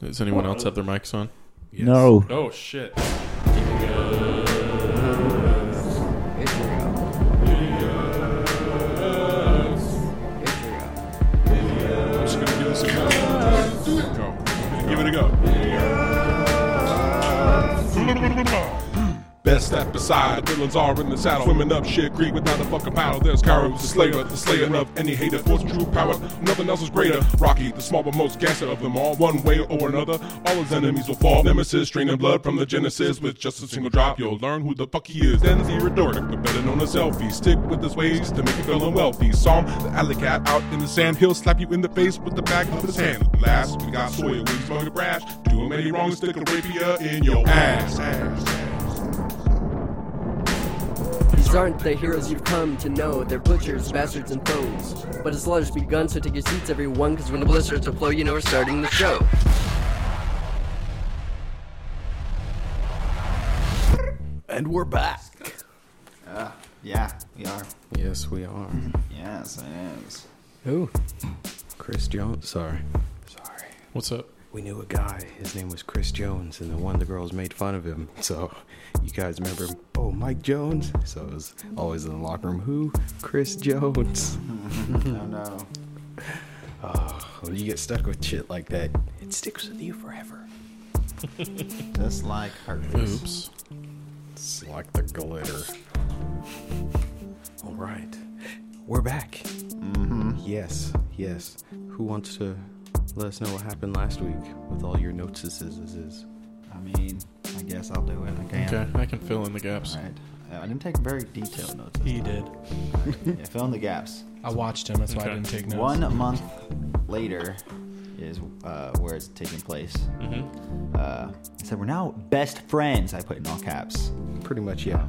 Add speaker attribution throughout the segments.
Speaker 1: Does anyone else have their mics on?
Speaker 2: No.
Speaker 1: Oh shit! I'm just gonna give this a go. Go. I'm gonna Give it a go. Best step aside, villains are in the saddle. Swimming up shit creek without a fucking paddle. There's Cairo, the slayer, the slayer of any hater. Force true power, nothing else is greater. Rocky, the small but most gangster of them all. One way or another, all his enemies will fall. Nemesis, draining blood from the genesis. With just a single drop, you'll learn who the fuck he is. Then the rhetoric, but better known as selfie. Stick with his ways to make you feel unwealthy. Psalm, the alley cat out in the sand. He'll slap you in the face with the back of his hand. Last, we got Sawyer, when he's smoking brash. Do him any wrong, stick a rapier in your ass. ass, ass.
Speaker 3: These aren't the heroes you've come to know. They're butchers, bastards, and foes. But it's slaughter's begun, so take your seats, everyone, because when the blizzards will blow, you know we're starting the show.
Speaker 4: And we're back.
Speaker 5: Uh, Yeah, we are.
Speaker 4: Yes, we are.
Speaker 5: Yes, it is.
Speaker 4: Who? Chris Jones. Sorry. Sorry.
Speaker 1: What's up?
Speaker 4: We knew a guy. His name was Chris Jones, and the one the girls made fun of him. So, you guys remember? him? Oh, Mike Jones. So it was always in the locker room. Who? Chris Jones. Uh,
Speaker 5: Oh no.
Speaker 4: When you get stuck with shit like that, it sticks with you forever.
Speaker 5: Just like herpes.
Speaker 1: Oops.
Speaker 4: It's like the glitter. All right, we're back.
Speaker 5: Mm-hmm.
Speaker 4: Yes, yes. Who wants to let us know what happened last week with all your notices? Is is
Speaker 5: I mean, I guess I'll do it again.
Speaker 1: Okay, I can fill in the gaps.
Speaker 5: All right. Uh, I didn't take very detailed notes. this
Speaker 6: He did.
Speaker 5: time. yeah, fill in the gaps.
Speaker 6: I watched him. That's why
Speaker 1: Okay.
Speaker 6: I didn't take notes.
Speaker 5: One month later is uh, where it's taking place.
Speaker 1: Mm-hmm.
Speaker 5: Uh, it said we're now best friends. I put in all caps.
Speaker 4: pretty much yeah.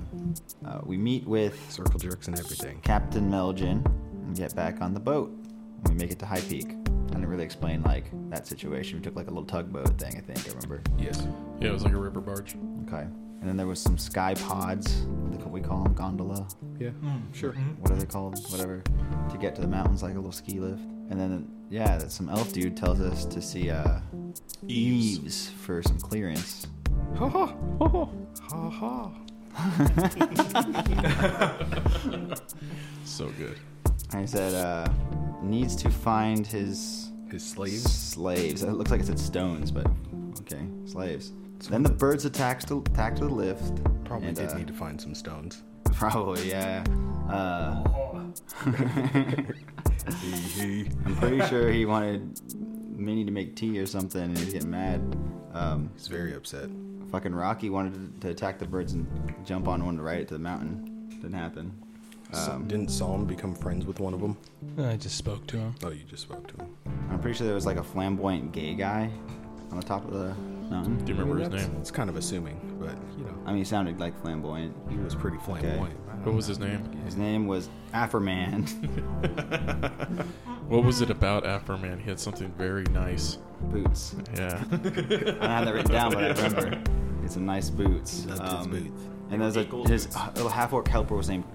Speaker 5: Uh, we meet with
Speaker 4: Circle jerks and everything.
Speaker 5: Captain Melgin and get back on the boat. We make it to High Peak. I didn't really explain like that situation. We took like a little tugboat thing. I think I remember.
Speaker 4: Yes.
Speaker 1: Yeah, it was like a river barge.
Speaker 5: Okay. And then there was some sky pods. What do we call them? Gondola.
Speaker 4: Yeah. Hmm,
Speaker 1: Mm-hmm.
Speaker 4: Sure.
Speaker 5: What are they called? Whatever. To get to the mountains, like a little ski lift. And then, yeah, that some elf dude tells us to see uh,
Speaker 1: Eaves.
Speaker 5: eaves for some clearance.
Speaker 4: Ha ha ha ha ha ha.
Speaker 1: So good.
Speaker 5: And he said uh, needs to find his
Speaker 4: His sleeves.
Speaker 5: slaves. It looks like it said stones, but okay, slaves. Then the birds attacked the, attacked the lift.
Speaker 4: Probably
Speaker 5: and,
Speaker 4: did
Speaker 5: uh,
Speaker 4: need to find some stones.
Speaker 5: Probably, yeah. Uh, I'm pretty sure he wanted Minnie to make tea or something, and he was getting mad. Um,
Speaker 4: He's very upset.
Speaker 5: fucking Rocky wanted to, to attack the birds and jump on one to ride it to the mountain. Didn't happen. Um,
Speaker 4: So- didn't Psalm become friends with one of them?
Speaker 6: I just spoke to him.
Speaker 4: Oh, you just spoke to him.
Speaker 5: I'm pretty sure there was like a flamboyant gay guy on the top of the mountain.
Speaker 1: Do you remember his name?
Speaker 4: It's kind of assuming, but you know,
Speaker 5: I mean, he sounded like flamboyant.
Speaker 4: he was pretty flamboyant.
Speaker 1: What was his name?
Speaker 5: His name was Afferman
Speaker 1: What was it about Afroman? He had something very nice.
Speaker 5: Boots.
Speaker 1: Yeah.
Speaker 5: I had that written down, but I remember. It's some nice boots. um,
Speaker 4: Loved his boots.
Speaker 5: And there's a his little half orc helper was named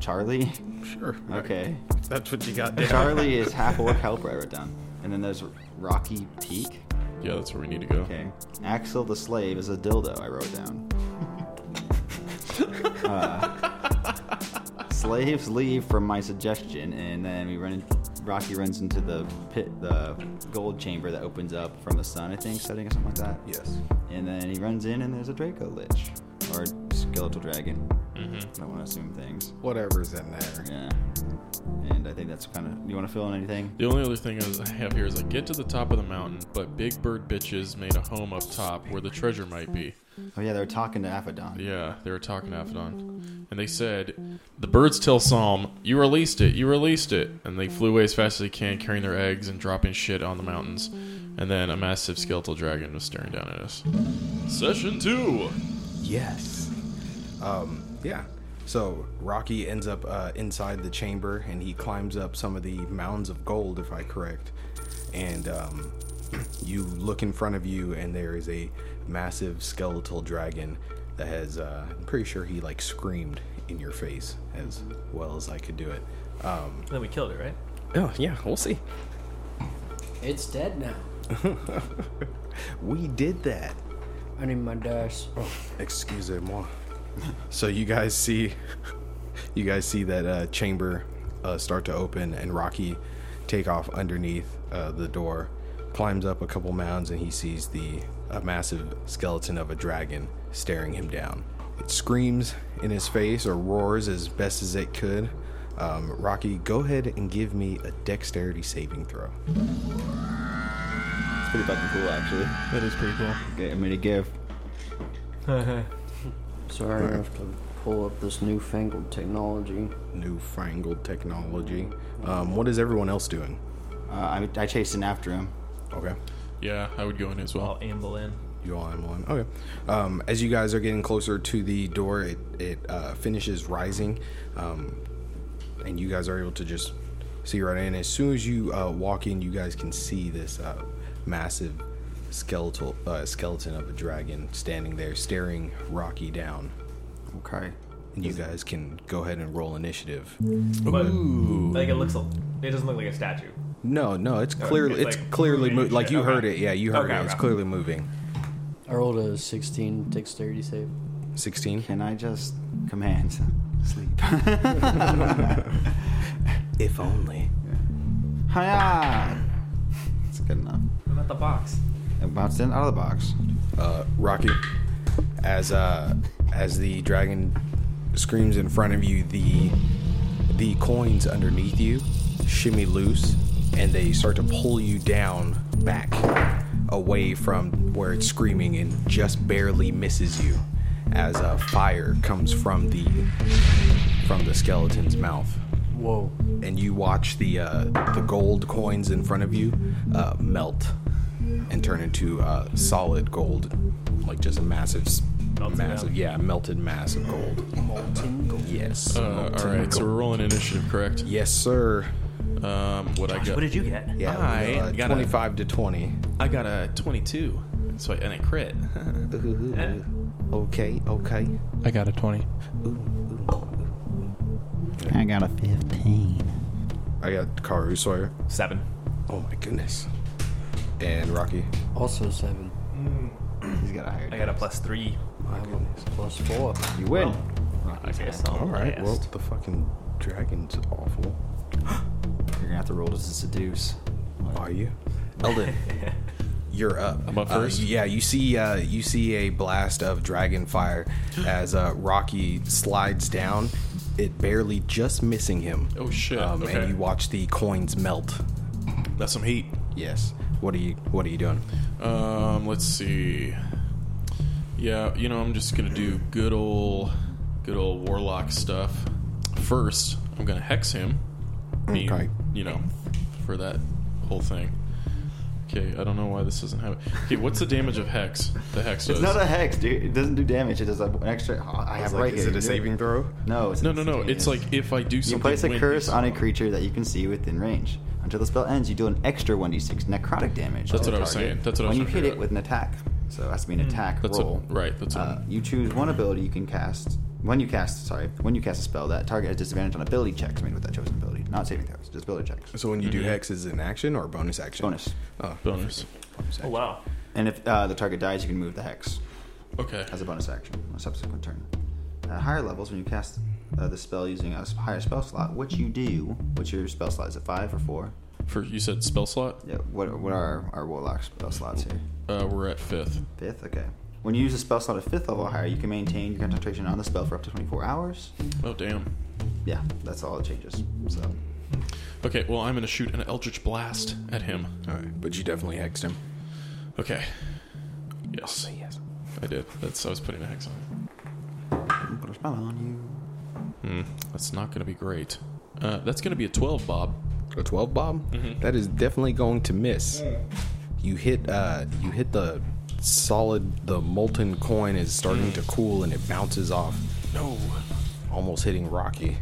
Speaker 5: Charlie.
Speaker 4: Sure.
Speaker 5: Okay.
Speaker 4: That's what you got there.
Speaker 5: Charlie is half orc helper I wrote down. And then there's Rocky Peak.
Speaker 1: Yeah, that's where we need to go.
Speaker 5: Okay. Axel the slave is a dildo I wrote down. uh, slaves leave from my suggestion, and then we run. In, Rocky runs into the pit, the gold chamber that opens up from the sun, I think, setting or something like that.
Speaker 4: Yes.
Speaker 5: And then he runs in, and there's a Draco Lich or skeletal dragon. Mm-hmm. I don't want to assume things.
Speaker 4: Whatever's in there.
Speaker 5: Yeah. And I think that's kind of. You want to fill in anything?
Speaker 1: The only other thing is- I have here is I get to the top of the mountain, but Big Bird bitches made a home up top where the treasure might be.
Speaker 5: Oh yeah, they were talking to Aphodon.
Speaker 1: Yeah, they were talking to Aphodon. And they said, The birds tell Psalm, You released it, you released it. And they flew away as fast as they can, carrying their eggs and dropping shit on the mountains. And then a massive skeletal dragon was staring down at us. Session two!
Speaker 4: Yes. Um, yeah. So Rocky ends up uh, inside the chamber and he climbs up some of the mounds of gold, if I correct. And um, you look in front of you, and there is a massive skeletal dragon that has. Uh, I'm pretty sure he like screamed in your face as well as I could do it. Um,
Speaker 7: Then we killed it, right?
Speaker 4: oh yeah, we'll see.
Speaker 3: It's dead now.
Speaker 4: We did that.
Speaker 2: I need my dice.
Speaker 4: Oh, Excusez-moi. so you guys see, you guys see that uh, chamber uh, start to open, and Rocky take off underneath uh, the door, climbs up a couple mounds, and he sees the a massive skeleton of a dragon staring him down. It screams in his face or roars as best as it could. Um, Rocky, go ahead and give me a dexterity saving throw.
Speaker 5: It's pretty fucking cool, actually.
Speaker 7: That is pretty cool.
Speaker 5: Okay, I'm gonna give.
Speaker 2: Sorry, I have to pull up this newfangled technology.
Speaker 4: Newfangled technology. Um, what is everyone else doing?
Speaker 5: Uh, I, I chased in after him.
Speaker 4: Okay.
Speaker 7: Yeah, I would go in as
Speaker 8: I'll
Speaker 7: well.
Speaker 8: amble in.
Speaker 4: You all am one. Okay. Um, as you guys are getting closer to the door, it, it uh, finishes rising, um, and you guys are able to just see right in. As soon as you uh, walk in, you guys can see this uh, massive skeletal uh, skeleton of a dragon standing there, staring Rocky down.
Speaker 5: Okay.
Speaker 4: And you guys can go ahead and roll initiative.
Speaker 8: But like it looks, a- it doesn't look like a statue.
Speaker 4: No, no, it's clearly
Speaker 8: it's
Speaker 4: it's,
Speaker 8: like
Speaker 4: clearly
Speaker 8: moving
Speaker 4: mo-
Speaker 8: and
Speaker 4: like
Speaker 8: shit.
Speaker 4: you
Speaker 8: Okay.
Speaker 4: heard it. Yeah, you heard
Speaker 8: Okay,
Speaker 4: it. It's
Speaker 8: okay.
Speaker 4: clearly moving.
Speaker 2: I rolled a 16 dexterity save.
Speaker 4: Sixteen.
Speaker 5: Can I just command sleep?
Speaker 4: If only.
Speaker 5: Hiya! It's good enough.
Speaker 8: I'm at the box.
Speaker 5: It bounced in out of the box.
Speaker 4: uh, Rocky, as uh, as the dragon screams in front of you, the the coins underneath you shimmy loose, and they start to pull you down back away from where it's screaming, and just barely misses you as uh, fire comes from the from the skeleton's mouth
Speaker 2: Whoa.
Speaker 4: and you watch the uh, the gold coins in front of you uh, melt and turn into uh, solid gold, like just a massive, s-
Speaker 8: Melted
Speaker 4: massive,
Speaker 8: down.
Speaker 4: yeah, melted mass of gold. Molten gold. Yes.
Speaker 7: Uh, all
Speaker 4: molten
Speaker 7: right, so
Speaker 4: gold.
Speaker 7: we're rolling initiative, correct?
Speaker 4: Yes, sir.
Speaker 7: Um, what I got?
Speaker 8: What did you get?
Speaker 4: Yeah,
Speaker 7: I
Speaker 4: uh,
Speaker 7: got a-
Speaker 4: twenty-five to twenty.
Speaker 7: I got a 22. So I, and I crit.
Speaker 4: Okay, okay.
Speaker 6: I got a 20.
Speaker 5: I got a 15.
Speaker 4: I got Karu Sawyer.
Speaker 8: Seven.
Speaker 4: Oh my goodness. And Rocky.
Speaker 2: Also 7.
Speaker 5: He's got a higher.
Speaker 8: Mm. I got a plus three.
Speaker 2: I have a plus 4.
Speaker 5: You win.
Speaker 8: I guess I'll
Speaker 4: All right.
Speaker 8: last.
Speaker 4: Well, the fucking dragon's awful.
Speaker 5: You're gonna have to roll to seduce.
Speaker 4: Are you, Eldon? you're up.
Speaker 7: I'm up
Speaker 4: Uh,
Speaker 7: first?
Speaker 4: yeah, you see, uh, you see a blast of dragon fire as uh, Rocky slides down, it barely just missing him.
Speaker 7: Oh, shit,
Speaker 4: Um,
Speaker 7: okay.
Speaker 4: And you watch the coins melt.
Speaker 7: That's some heat.
Speaker 4: Yes. What are you What are you doing?
Speaker 7: Um, let's see. Yeah, you know, I'm just gonna do good old, good old warlock stuff. First, I'm gonna hex him. I mean,
Speaker 4: Okay.
Speaker 7: You know, for that whole thing. Okay, I don't know why this doesn't happen. Okay, what's the damage of hex? The hex does.
Speaker 5: It's not a hex, dude. It doesn't do damage. It does an extra. oh, I have it right here.
Speaker 4: throw?
Speaker 5: No, it's
Speaker 7: no, no, no. It's like if I do something.
Speaker 5: You place a
Speaker 7: windy.
Speaker 5: curse on a creature that you can see within range. Until the spell ends, you deal an extra 1d6 necrotic damage.
Speaker 7: That's
Speaker 5: to
Speaker 7: what I
Speaker 5: the target
Speaker 7: was saying. That's what I
Speaker 5: when
Speaker 7: was
Speaker 5: you
Speaker 7: trying to
Speaker 5: hit
Speaker 7: figure
Speaker 5: it
Speaker 7: out.
Speaker 5: with an attack. So it has to be an attack
Speaker 7: That's what-
Speaker 5: roll.
Speaker 7: right, that's what-
Speaker 5: uh, you choose one ability you can cast. When you cast, sorry, when you cast a spell, that target has disadvantage on ability checks made with that chosen ability, not saving throws, just ability checks.
Speaker 4: So when you do hex, is it an action or a bonus action?
Speaker 5: Bonus.
Speaker 4: Oh,
Speaker 7: Mm-hmm. bonus.
Speaker 8: Oh wow.
Speaker 5: And if uh, the target dies, you can move the hex.
Speaker 7: Okay.
Speaker 5: as a bonus action on a subsequent turn. At higher levels, when you cast uh, the spell using a s- higher spell slot, which you do, what's your spell slot? Is it five or four?
Speaker 7: For you said spell slot.
Speaker 5: Yeah. What what are our warlock spell slots here?
Speaker 7: Uh, we're at fifth.
Speaker 5: Fifth. Okay. When you use a spell slot at fifth level or higher, you can maintain your concentration on the spell for up to 24 hours.
Speaker 7: Oh damn.
Speaker 5: Yeah, that's all it changes. So
Speaker 7: Okay, well I'm gonna shoot an eldritch blast at him.
Speaker 4: All right, but you definitely hexed him.
Speaker 7: Okay. Yes. yes. I did. That's I was putting a hex on. it.
Speaker 5: I'm put a spell on you.
Speaker 7: Hmm, That's not going to be great. Uh, that's going to be a 12, Bob.
Speaker 4: A 12 bob?
Speaker 5: Mm-hmm.
Speaker 6: Mm-hmm.
Speaker 4: That is definitely going to miss. You hit uh you hit the solid the molten coin is starting
Speaker 6: Mm.
Speaker 4: to cool and it bounces off,
Speaker 7: No.
Speaker 4: almost hitting Rocky.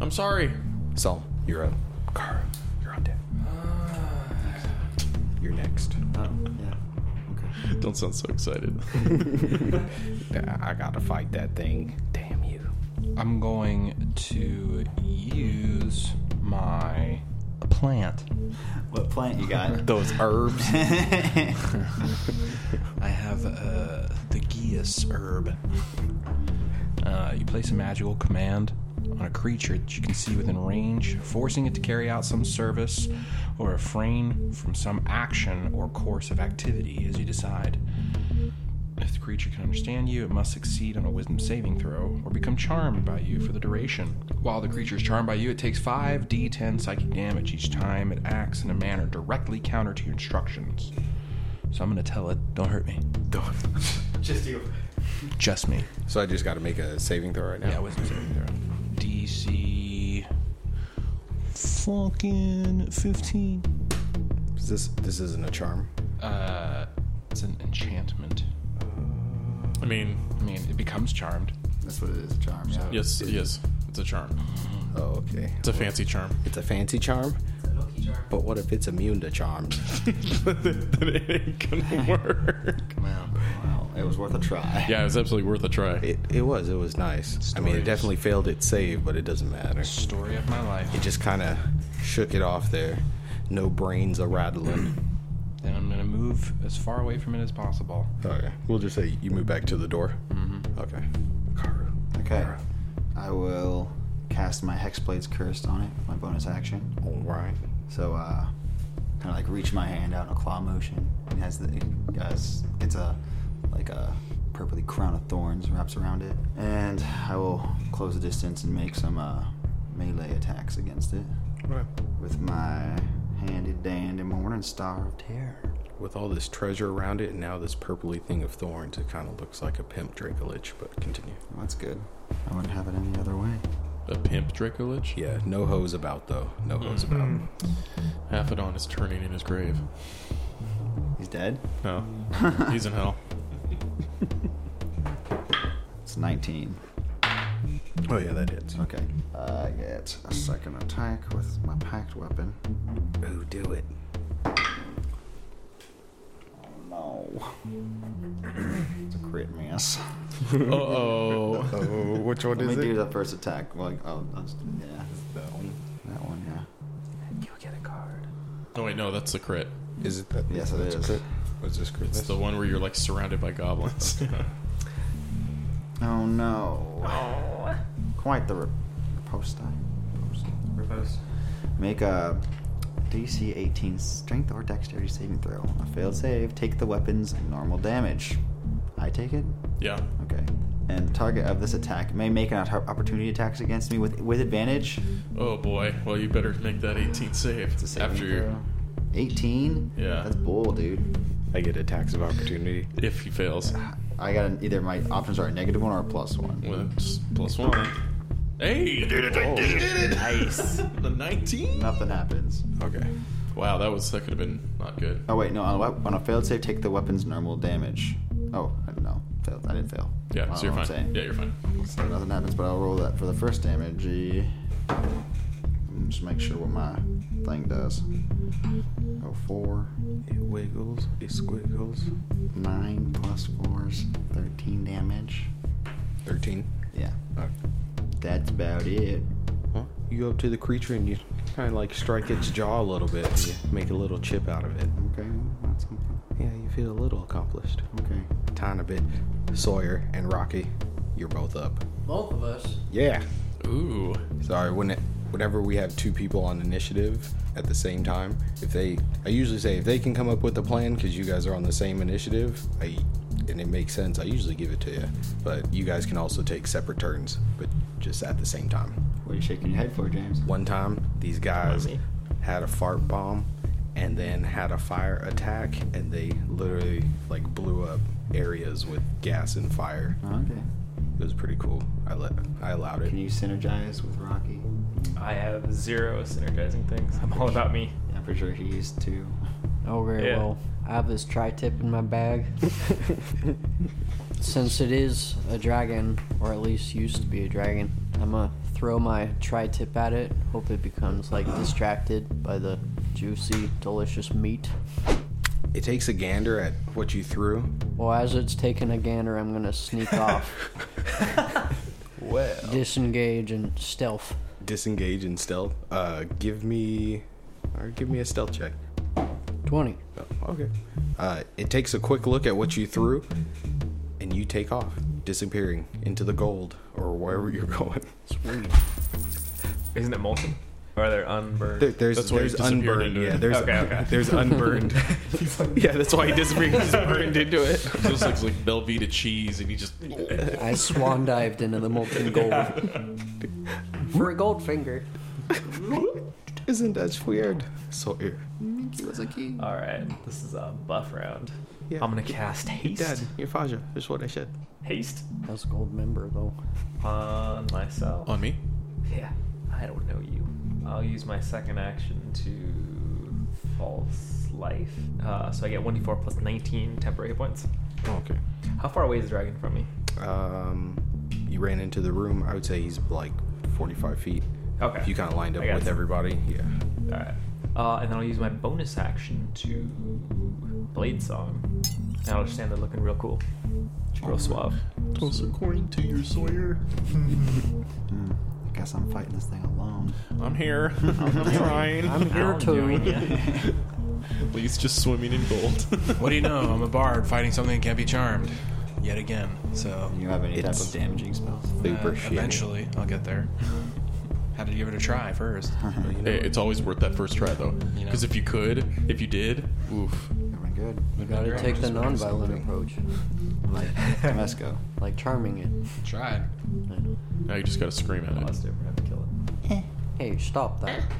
Speaker 7: I'm sorry.
Speaker 4: So you're up. Car, you're on deck. You're next.
Speaker 5: Oh, yeah. Okay.
Speaker 7: Don't sound so excited.
Speaker 4: I gotta fight that thing. Damn you.
Speaker 6: I'm going to use my plant.
Speaker 5: What plant you got?
Speaker 6: Those herbs. I have uh, the Gius herb. Uh, you place a magical command on a creature that you can see within range, forcing it to carry out some service or refrain from some action or course of activity as you decide. If the creature can understand you, it must succeed on a wisdom saving throw or become charmed by you for the duration. While the creature is charmed by you, it takes 5d10 psychic damage each time it acts in a manner directly counter to your instructions. So I'm going to tell it, don't hurt me.
Speaker 8: Just you.
Speaker 6: Just me.
Speaker 4: So I just got to make a saving throw right now.
Speaker 6: Yeah, wisdom saving throw. DC. Fucking 15.
Speaker 4: Is this this isn't a charm. Uh,
Speaker 6: Uh, it's an enchantment.
Speaker 7: I mean,
Speaker 6: I mean, it becomes charmed.
Speaker 5: That's what it is, charm. Yeah.
Speaker 7: yes, yes, it's a charm.
Speaker 4: Oh, okay.
Speaker 7: It's a fancy charm.
Speaker 4: It's a fancy charm. But what if it's immune to charms?
Speaker 7: then it ain't gonna work.
Speaker 6: Wow.
Speaker 5: Wow, it was worth a try.
Speaker 7: Yeah, it was absolutely worth a try.
Speaker 4: It it was. It was nice. I mean, it
Speaker 6: Stories.
Speaker 4: definitely failed its save, but it doesn't matter.
Speaker 6: Story of my life.
Speaker 4: It just kind of shook it off there. No brains a rattling.
Speaker 6: Then I'm gonna move as far away from it as possible.
Speaker 4: okay. We'll just say you move back to the door. Mm-hmm. Okay. Karu.
Speaker 5: Okay. I will cast my Hexblade's Curse on it, my bonus action.
Speaker 4: All right.
Speaker 5: So, uh, kind of like reach my hand out in a claw motion. It has the, it has, it's a, like a purpley crown of thorns wraps around it. And I will close the distance and make some, uh, melee attacks against it
Speaker 4: Right.
Speaker 5: with my handed dandy morning star of terror.
Speaker 4: With all this treasure around it, and now this purpley thing of thorns, it kind of looks like a pimp Dracolich. But continue.
Speaker 5: Well, that's good. I wouldn't have it any other way.
Speaker 7: A pimp Draco Lich?
Speaker 4: Yeah. No hose about though. No hose about.
Speaker 7: Half it on is turning in his grave.
Speaker 5: He's dead?
Speaker 7: No. He's in hell.
Speaker 5: It's 19.
Speaker 4: Oh yeah, that hits.
Speaker 5: Okay. I get a second attack with my packed weapon.
Speaker 4: Ooh, Oh, do it.
Speaker 5: No. Oh, it's a crit miss.
Speaker 7: Uh oh.
Speaker 4: Oh, which one
Speaker 5: Let me do the first attack. Like, oh, that's, yeah. That one. That one, yeah.
Speaker 7: Oh, wait, no, that's the crit.
Speaker 4: Is it that?
Speaker 5: Yes, it is.
Speaker 4: What's this crit?
Speaker 7: It's the one where you're like surrounded by goblins.
Speaker 5: Oh, no. Quite the re- riposte.
Speaker 8: Repose.
Speaker 5: Make a DC 18 strength or dexterity saving throw. A failed save, take the weapon's normal damage. I take it?
Speaker 7: yeah.
Speaker 5: Okay. And the target of this attack may make an opp- opportunity attacks against me with with advantage.
Speaker 7: Oh boy. Well, you better make that 18 save.
Speaker 5: It's a saving
Speaker 7: after you,
Speaker 5: throw. 18?
Speaker 7: Yeah.
Speaker 5: That's bull, dude.
Speaker 4: I get attacks of opportunity.
Speaker 7: if he fails,
Speaker 5: I got an, either my options are a negative one or a plus one.
Speaker 7: with s- plus one. Hey, you did it! I did it! Did it. Nice. the 19.
Speaker 5: Oh, Nothing happens.
Speaker 4: Okay.
Speaker 7: Wow, that was that could have been not good.
Speaker 5: Oh wait, no. On a, wep- on a failed save, take the weapon's normal damage. Oh, I don't know. Failed. I didn't fail. I
Speaker 7: Yeah,
Speaker 5: don't
Speaker 7: so
Speaker 5: know
Speaker 7: you're
Speaker 5: what I'm
Speaker 7: fine.
Speaker 5: saying.
Speaker 7: Yeah, you're fine.
Speaker 5: So nothing happens, but I'll roll that for the first damage. Eh, Just make sure what my thing does. Oh, four,
Speaker 4: It wiggles. It squiggles.
Speaker 5: nine plus four is thirteen damage.
Speaker 4: Thirteen.
Speaker 5: Yeah,
Speaker 4: Okay.
Speaker 5: that's about it.
Speaker 4: Huh? You go up to the creature and you kind of like strike its jaw a little bit. And you make a little chip out of it.
Speaker 5: Okay, that's something.
Speaker 4: Yeah, you feel a little accomplished.
Speaker 5: Okay.
Speaker 4: Tiny bit. Sawyer and Rocky, you're both up.
Speaker 3: Both of us.
Speaker 4: Yeah.
Speaker 7: Ooh.
Speaker 4: Sorry. When it, whenever we have two people on initiative at the same time, if they, I usually say if they can come up with a plan because you guys are on the same initiative, I, and it makes sense. I usually give it to you, but you guys can also take separate turns, but just at the same time.
Speaker 5: What are you shaking your head for, James?
Speaker 4: One time, these guys had a fart bomb and then had a fire attack, and they literally like blew up areas with gas and fire.
Speaker 5: Okay.
Speaker 4: It was pretty cool. I let I allowed
Speaker 5: Can
Speaker 4: it.
Speaker 5: you synergize with Rocky?
Speaker 8: I have zero synergizing things. I'm all about me.
Speaker 5: Yeah, I'm pretty sure he is too.
Speaker 2: Oh, very
Speaker 8: Yeah.
Speaker 2: well. I have this tri tip in my bag. Since it is a dragon, or at least used to be a dragon, I'm gonna throw my tri tip at it. Hope it becomes like distracted by the juicy, delicious meat.
Speaker 4: It takes a gander at what you threw.
Speaker 2: Well, as it's taking a gander, I'm gonna sneak off,
Speaker 4: Well,
Speaker 2: disengage, and stealth.
Speaker 4: disengage and stealth. Uh, give me. All right, give me a stealth check.
Speaker 2: 20.
Speaker 4: Okay. Uh, it takes a quick look at what you threw, and you take off, disappearing into the gold or wherever you're going.
Speaker 8: Isn't it molten? Or are there unburned?
Speaker 4: There, there's
Speaker 7: That's why
Speaker 4: there's
Speaker 7: he disappeared
Speaker 4: unburned.
Speaker 7: into it.
Speaker 4: Yeah, there's
Speaker 8: Okay, okay.
Speaker 4: there's unburned.
Speaker 9: Yeah, that's why he disappeared. He's burned into it.
Speaker 7: So this looks like Belvita cheese, and he just
Speaker 2: I swan dived into the molten gold.
Speaker 3: For a gold finger.
Speaker 4: Isn't that weird? So weird.
Speaker 8: All right, this is a buff round.
Speaker 4: Yeah.
Speaker 8: I'm gonna cast haste.
Speaker 9: Dad, you're Faja. That's what I said.
Speaker 8: Haste
Speaker 2: That's a gold member, though.
Speaker 8: on myself.
Speaker 7: on me.
Speaker 8: Yeah, I don't know you. I'll use my second action to false life. Uh, so I get 1d4 plus 19 temporary hit points.
Speaker 7: Oh,
Speaker 4: okay.
Speaker 8: How far away is the dragon from me?
Speaker 4: Um, you ran into the room. I would say he's like 45 feet.
Speaker 8: Okay.
Speaker 4: If you kind of lined up
Speaker 8: I got
Speaker 4: with
Speaker 8: you.
Speaker 4: everybody, yeah.
Speaker 8: All right. Uh, and then I'll use my bonus action to blade song. And I'll just stand there looking real cool, real suave.
Speaker 7: Toss according to your Sawyer. Mm-hmm.
Speaker 5: I guess I'm fighting this thing alone.
Speaker 7: I'm here. I'm trying.
Speaker 2: I'm here
Speaker 8: I'm doing
Speaker 2: too.
Speaker 8: it.
Speaker 7: Lee's just swimming in gold.
Speaker 6: What do you know? I'm a bard fighting something that can't be charmed. Yet again. So
Speaker 5: Do you have any type
Speaker 4: It's-
Speaker 5: of damaging spells?
Speaker 4: Super
Speaker 6: uh,
Speaker 4: shit.
Speaker 6: eventually I'll get there. Had to give it a try first.
Speaker 4: Uh-huh.
Speaker 7: hey, it's always worth that first try though,
Speaker 6: You know.
Speaker 7: because if you could, if you did, oof.
Speaker 5: Everyone good?
Speaker 2: You gotta
Speaker 6: Just
Speaker 2: take the
Speaker 6: wearing
Speaker 2: non-violent approach,
Speaker 5: Like Tomesco.
Speaker 2: like charming it.
Speaker 6: Tried.
Speaker 7: Now you just gotta scream at it.
Speaker 8: Positive, we're gonna kill it.
Speaker 2: Hey, stop that.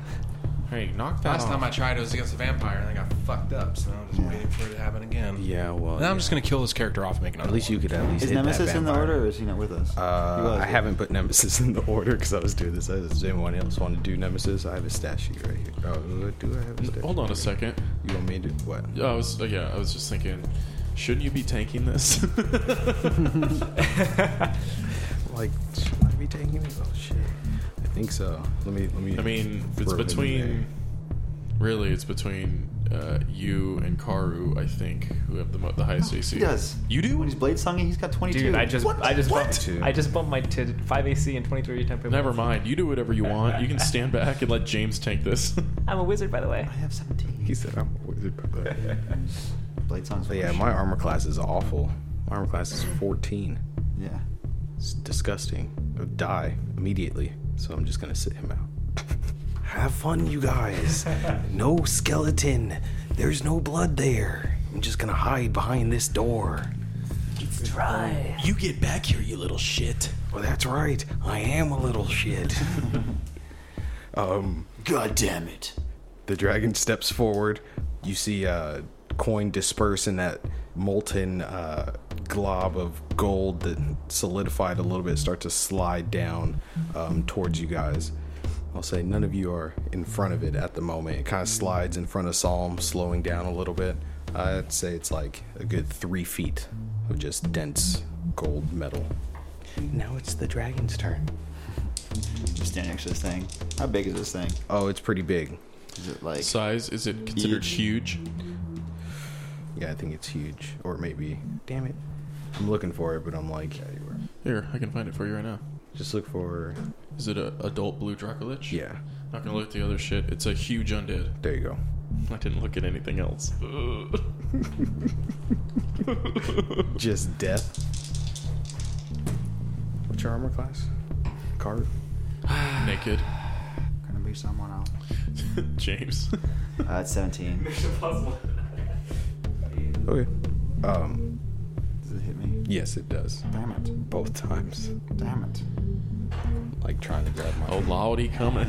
Speaker 7: Hey, knock that
Speaker 6: Last
Speaker 7: off.
Speaker 6: time I tried it was against a vampire and I got fucked up, so I'm just waiting for it to happen again.
Speaker 4: Yeah, well.
Speaker 6: Now
Speaker 4: yeah.
Speaker 6: I'm just gonna kill this character off and make another
Speaker 4: At least you could at least.
Speaker 5: Is
Speaker 4: hit that
Speaker 5: Nemesis in the
Speaker 4: vampire.
Speaker 5: order or is he not with us? He
Speaker 4: Uh,
Speaker 5: was,
Speaker 4: I
Speaker 5: right?
Speaker 4: haven't put Nemesis in the order because I was doing this. I just didn't want else want to do Nemesis. I have a stat sheet right here. Oh, do I have a stat
Speaker 7: Hold on a second.
Speaker 4: You want me to what?
Speaker 7: Yeah, I was uh, yeah, I was just thinking, shouldn't you be tanking this?
Speaker 4: Like, should I be taking it? Oh shit. I think so. Let me. Let me.
Speaker 7: I mean, it's
Speaker 4: throw it in
Speaker 7: between. Really, it's between uh, you and Karu, I think, who have the mo- the highest AC.
Speaker 5: He does.
Speaker 7: You do?
Speaker 5: When he's blade songing, he's got 22.
Speaker 8: Dude, I just, I just bumped,
Speaker 4: Two.
Speaker 8: I just bumped my t- five AC and 23 temporary.
Speaker 7: Never
Speaker 8: points.
Speaker 7: mind. You do whatever you want. You can stand back and let James tank this.
Speaker 8: I'm a wizard, by the way.
Speaker 5: I have 17.
Speaker 4: there. He said I'm a wizard. but-
Speaker 5: blade songs.
Speaker 4: But yeah,
Speaker 5: worse.
Speaker 4: my armor class is awful. My armor class is 14.
Speaker 5: Yeah.
Speaker 4: It's disgusting. I would die immediately. So I'm just gonna sit him out. Have fun, you guys. no skeleton. There's no blood there. I'm just gonna hide behind this door.
Speaker 6: You get back here, you little shit.
Speaker 4: Well, that's right. I am a little shit. um,
Speaker 5: God damn it.
Speaker 4: the dragon steps forward. You see a coin disperse in that molten uh, glob of gold that solidified a little bit, start to slide down um, towards you guys. I'll say none of you are in front of it at the moment. It kind of slides in front of Psalm, slowing down a little bit. I'd say it's like a good three feet of just dense gold metal. Now it's the dragon's turn.
Speaker 5: Just stand next to this thing. How big is this thing?
Speaker 4: Oh, it's pretty big.
Speaker 5: Is it like.
Speaker 7: Size? Is it considered huge?
Speaker 4: Yeah, I think it's huge. Or maybe. Damn it. I'm looking for it, but I'm like,
Speaker 7: Here, I can find it for you right now.
Speaker 4: just look for.
Speaker 7: Is it a adult blue Dracolich?
Speaker 4: Yeah,
Speaker 7: Not gonna look at the other shit. It's a huge undead.
Speaker 4: there you go.
Speaker 7: I didn't look at anything else. Ugh.
Speaker 4: Just death. What's your armor class? Card?
Speaker 7: Naked.
Speaker 5: Gonna be someone else.
Speaker 7: James.
Speaker 5: Uh, it's 17.
Speaker 4: Okay. Um,
Speaker 5: Does it hit me?
Speaker 4: yes, it does.
Speaker 5: Damn it.
Speaker 4: Both times.
Speaker 5: Damn it.
Speaker 4: Like trying to grab my.
Speaker 7: Oh, lordy, coming.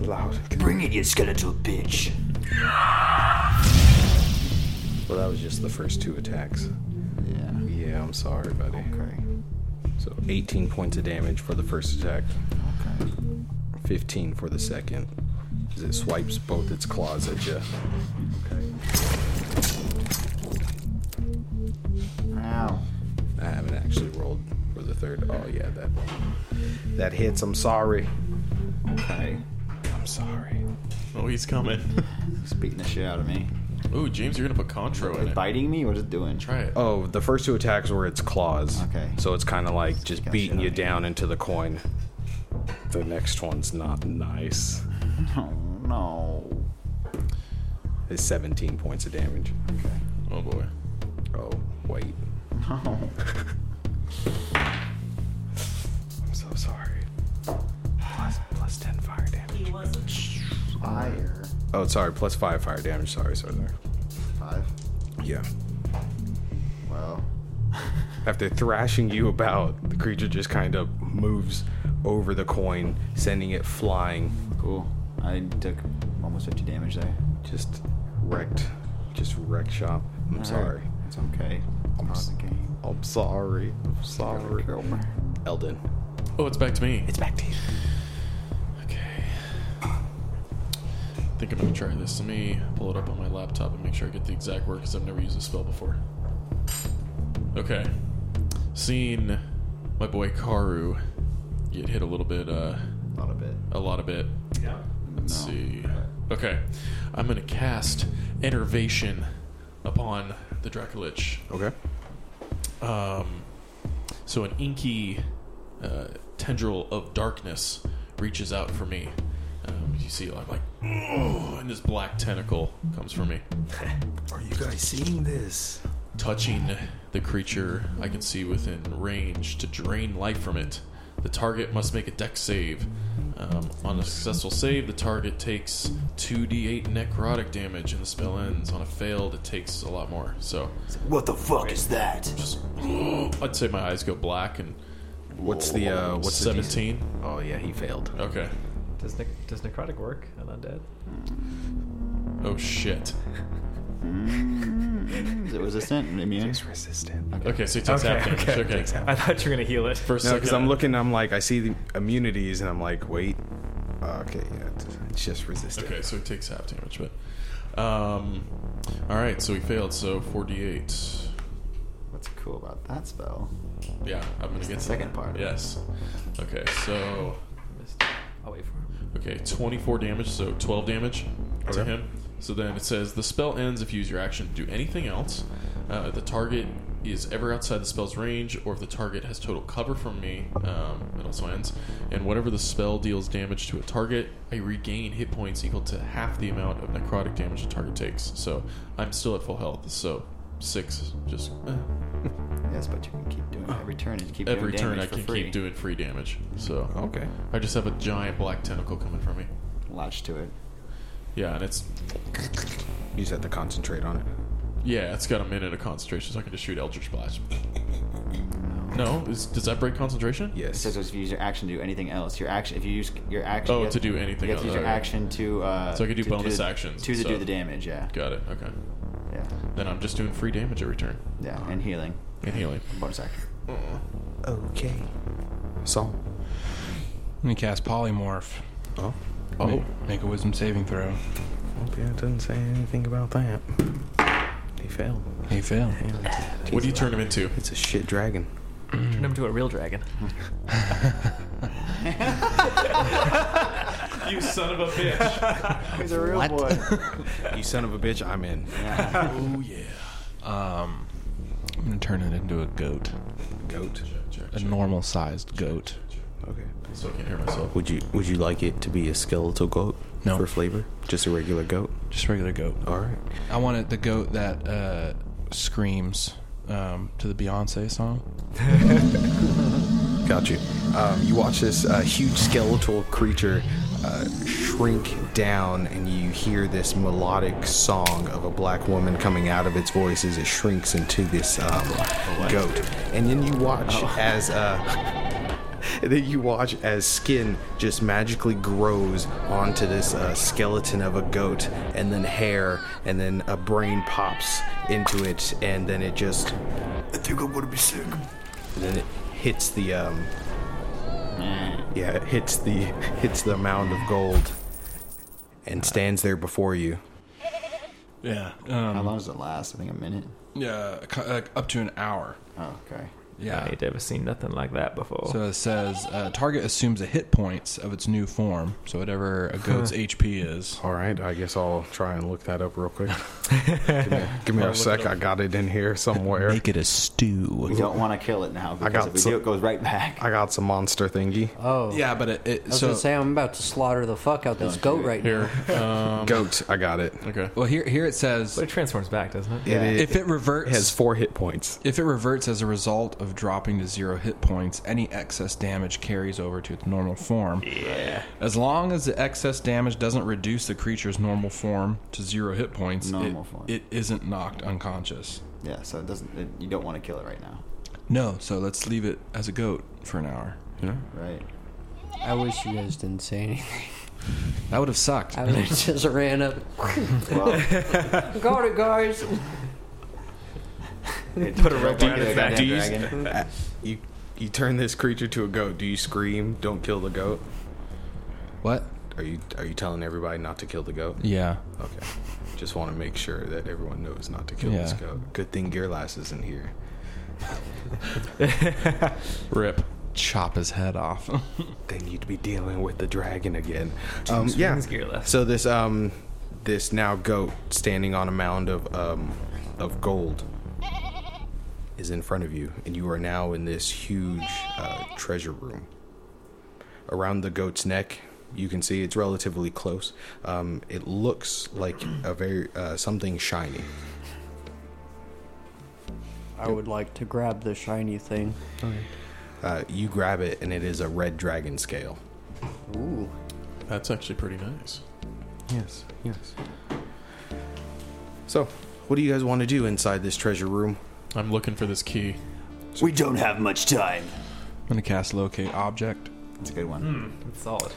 Speaker 4: loud.
Speaker 5: Bring it, you skeletal bitch.
Speaker 4: Well, that was just the first two attacks.
Speaker 5: Yeah.
Speaker 4: Yeah, I'm sorry, buddy.
Speaker 5: Okay.
Speaker 4: So 18 points of damage for the first attack,
Speaker 5: Okay.
Speaker 4: 15 for the second. As it swipes both its claws at you.
Speaker 5: Ow.
Speaker 4: I haven't actually rolled for the third. Oh yeah, that that hits. I'm sorry.
Speaker 5: Okay.
Speaker 4: I'm sorry.
Speaker 7: Oh, he's coming.
Speaker 5: It's beating the shit out of me.
Speaker 7: Ooh, James, you're gonna put Contro in
Speaker 5: It's
Speaker 7: it.
Speaker 5: biting me? What is it doing?
Speaker 7: Try it.
Speaker 4: Oh, the first two attacks were its claws.
Speaker 5: Okay.
Speaker 4: So it's kind of like just
Speaker 5: Got
Speaker 4: beating
Speaker 5: shit
Speaker 4: you
Speaker 5: on you.
Speaker 4: down into the coin. The next one's not nice.
Speaker 5: Oh, no.
Speaker 4: is 17 points of damage.
Speaker 7: Oh boy.
Speaker 4: Oh, wait.
Speaker 5: No.
Speaker 4: I'm so sorry. Plus, plus 10 fire damage.
Speaker 5: Fire.
Speaker 4: Oh, sorry. Plus 5 fire damage. Sorry, sorry. sorry.
Speaker 5: Five.
Speaker 4: Yeah.
Speaker 5: Well.
Speaker 4: After thrashing you about, the creature just kind of moves over the coin, sending it flying.
Speaker 5: Cool. I took almost 50 damage there.
Speaker 4: Just wrecked. Just wreck shop. I'm
Speaker 5: Alright.
Speaker 4: sorry.
Speaker 5: It's okay. It's part of the game.
Speaker 4: I'm sorry. I'm sorry.
Speaker 5: Over.
Speaker 4: Elden.
Speaker 7: Oh, it's back to me. It's back to you. Okay. I think I'm gonna try this. Let me pull it up on my laptop and make sure I get the exact word because I've never used this spell before. Okay. Seen my boy Karu get hit a little bit, uh,
Speaker 5: Not a bit.
Speaker 7: a lot of bit.
Speaker 8: Yeah.
Speaker 7: Let's see. Okay. I'm gonna cast Enervation upon the Dracolich.
Speaker 4: Okay.
Speaker 7: Um, so an inky uh, tendril of darkness reaches out for me. Um, you see, I'm like, "Ugh," and this black tentacle comes for me.
Speaker 4: Are you guys seeing this?
Speaker 7: Touching the creature I can see within range to drain life from it. The target must make a dex save. Um, on a successful save, the target takes 2d8 necrotic damage and the spell ends. On a failed, it takes a lot more. So,
Speaker 5: What the fuck is that?
Speaker 7: just, I'd say my eyes go black and
Speaker 4: What's the uh what's the DC?
Speaker 7: 17?
Speaker 4: Oh yeah, he failed.
Speaker 7: Okay.
Speaker 8: Does ne- does necrotic work on undead?
Speaker 7: Oh shit.
Speaker 5: Is it resistant? Immune?
Speaker 4: He's resistant.
Speaker 7: Okay, so he takes half damage. Okay.
Speaker 8: I thought you were gonna heal it.
Speaker 7: First,
Speaker 4: No, because I'm looking, I'm like, I see the immunities, and I'm like, wait. Okay, yeah, it's- it's just resistant.
Speaker 7: Okay, so he takes half damage, but um, all right, so he failed. So 48.
Speaker 5: What's cool about that spell?
Speaker 7: Yeah, I'm gonna get to
Speaker 5: second
Speaker 7: that.
Speaker 5: part.
Speaker 7: Yes. Okay, so
Speaker 8: Missed. I'll wait for him.
Speaker 7: okay, 24 damage. So 12 damage to
Speaker 4: Okay.
Speaker 7: him. So then it says the spell ends if you use your action to do anything else. Uh, the target is ever outside the spell's range, or if the target has total cover from me, um, it also ends. And whatever the spell deals damage to a target, I regain hit points equal to half the amount of necrotic damage the target takes. So I'm still at full health. So six, is just eh.
Speaker 5: Yes, but you can keep doing it every turn. And keep
Speaker 7: every
Speaker 5: doing
Speaker 7: turn I
Speaker 5: damage for
Speaker 7: can
Speaker 5: free.
Speaker 7: keep doing free damage. So
Speaker 4: Okay.
Speaker 7: I just have a giant black tentacle coming from me.
Speaker 5: Latch to it.
Speaker 7: Yeah, and it's
Speaker 4: You just have to concentrate on it.
Speaker 7: yeah, it's got a minute of concentration, so I can just shoot Eldritch Blast. No, is, does that break concentration?
Speaker 5: It
Speaker 4: Yes.
Speaker 5: says if you use your action to do anything else. Your action, if you use your action.
Speaker 7: Oh,
Speaker 5: you have
Speaker 7: to do anything
Speaker 5: You have to use
Speaker 7: else.
Speaker 5: your
Speaker 7: Okay.
Speaker 5: action to. Uh,
Speaker 7: So I can do
Speaker 5: to
Speaker 7: bonus
Speaker 5: the-
Speaker 7: actions,
Speaker 5: To, to
Speaker 7: so-
Speaker 5: do the damage, yeah.
Speaker 7: Got it. Okay.
Speaker 5: Yeah.
Speaker 7: Then I'm just doing free damage every turn
Speaker 5: Yeah, and healing.
Speaker 7: and healing.
Speaker 5: Bonus action.
Speaker 4: Okay. So.
Speaker 6: Let me cast polymorph.
Speaker 4: Oh.
Speaker 6: Make, make a wisdom saving throw.
Speaker 4: yeah, it doesn't say anything about that. He failed.
Speaker 6: He failed.
Speaker 7: What do you turn him into?
Speaker 4: It's a shit dragon.
Speaker 8: Turn him to a real dragon.
Speaker 7: You son of a bitch.
Speaker 5: He's a real boy.
Speaker 4: You son of a bitch, I'm in.
Speaker 7: oh yeah.
Speaker 6: Um, I'm gonna turn it into a goat,
Speaker 4: Goat.
Speaker 6: a normal sized goat.
Speaker 4: Okay.
Speaker 7: So I can't hear myself.
Speaker 4: Would you Would you like it to be a skeletal goat?
Speaker 6: No.
Speaker 4: For flavor, just a regular goat.
Speaker 6: Just regular goat.
Speaker 4: All right.
Speaker 6: I wanted the goat that uh, screams um, to the Beyonce song.
Speaker 4: Got you. Um, you watch this uh, huge skeletal creature uh, shrink down, and you hear this melodic song of a black woman coming out of its voice as it shrinks into this um, goat. And then you watch
Speaker 5: Oh.
Speaker 4: as. Uh, and then you watch as skin just magically grows onto this uh, skeleton of a goat, and then hair, and then a brain pops into it, and then it just. I think I'm gonna be sick. And then it hits the um,
Speaker 5: Mm.
Speaker 4: yeah, it hits the hits the mound of gold,
Speaker 5: Uh,
Speaker 4: and stands there before you.
Speaker 6: Yeah.
Speaker 5: How
Speaker 6: Um,
Speaker 5: long does it last? I think a minute.
Speaker 6: yeah. cu- Like up to an hour.
Speaker 5: Oh, okay.
Speaker 6: Yeah.
Speaker 8: I ain't ever seen nothing like that before.
Speaker 6: So it says uh, target assumes the hit points of its new form, so whatever a goat's HP is.
Speaker 4: All right, I guess I'll try and look that up real quick. give me, give me a sec. I got it in here somewhere.
Speaker 6: Make it a stew.
Speaker 5: We don't want to kill it now because
Speaker 4: got
Speaker 5: if we
Speaker 4: some-
Speaker 5: do, it goes right back.
Speaker 4: I got some monster thingy.
Speaker 2: Oh,
Speaker 6: Yeah, but it, it
Speaker 2: I was
Speaker 6: so
Speaker 2: gonna say I'm about to slaughter the fuck out this goat right now.
Speaker 7: Here. Um,
Speaker 4: Goat, I got it.
Speaker 7: okay.
Speaker 6: well here here it says
Speaker 8: but it transforms back, doesn't it?
Speaker 4: It,
Speaker 6: if it
Speaker 4: it
Speaker 6: reverts
Speaker 4: has four hit points.
Speaker 6: If it reverts as a result of dropping to zero hit points, any excess damage carries over to its normal form. Yeah. As long as the excess damage doesn't reduce the creature's normal form to zero hit points,
Speaker 5: Normal
Speaker 6: it,
Speaker 5: form.
Speaker 6: it isn't knocked unconscious.
Speaker 5: Yeah, so it doesn't. It, you don't want to kill it right now,
Speaker 6: No, so let's leave it as a goat for an hour. You know?
Speaker 7: uh,
Speaker 5: right?
Speaker 2: I wish you guys didn't say anything.
Speaker 6: That would have sucked.
Speaker 2: I would have just ran up.
Speaker 5: Well,
Speaker 2: Got it, guys.
Speaker 5: put a
Speaker 8: rope around its back.
Speaker 4: Do you- Uh, You you turn this creature to a goat. Do you scream? Don't kill the goat.
Speaker 6: What?
Speaker 4: Are you are you telling everybody not to kill the goat?
Speaker 6: Yeah.
Speaker 4: Okay. Just want to make sure that everyone knows not to kill this
Speaker 6: Yeah.
Speaker 4: goat. Good thing Gearlass isn't here.
Speaker 6: Rip. Chop his head off.
Speaker 4: Then you'd be dealing with the dragon again. Um, yeah.
Speaker 8: Rings Gearlass.
Speaker 4: So this um this now goat standing on a mound of um of gold is in front of you, and you are now in this huge uh, treasure room. Around the goat's neck, you can see it's relatively close. Um, it looks like a very uh, something shiny.
Speaker 2: I would like to grab the shiny thing.
Speaker 4: Uh, you grab it, and it is a red dragon scale.
Speaker 2: Ooh.
Speaker 7: That's actually pretty nice.
Speaker 4: Yes, yes. So, what do you guys want to do inside this treasure room?
Speaker 7: I'm looking for this key.
Speaker 5: We don't have much time.
Speaker 6: I'm going to cast Locate Object.
Speaker 5: It's a good one,
Speaker 8: It's Hmm, solid.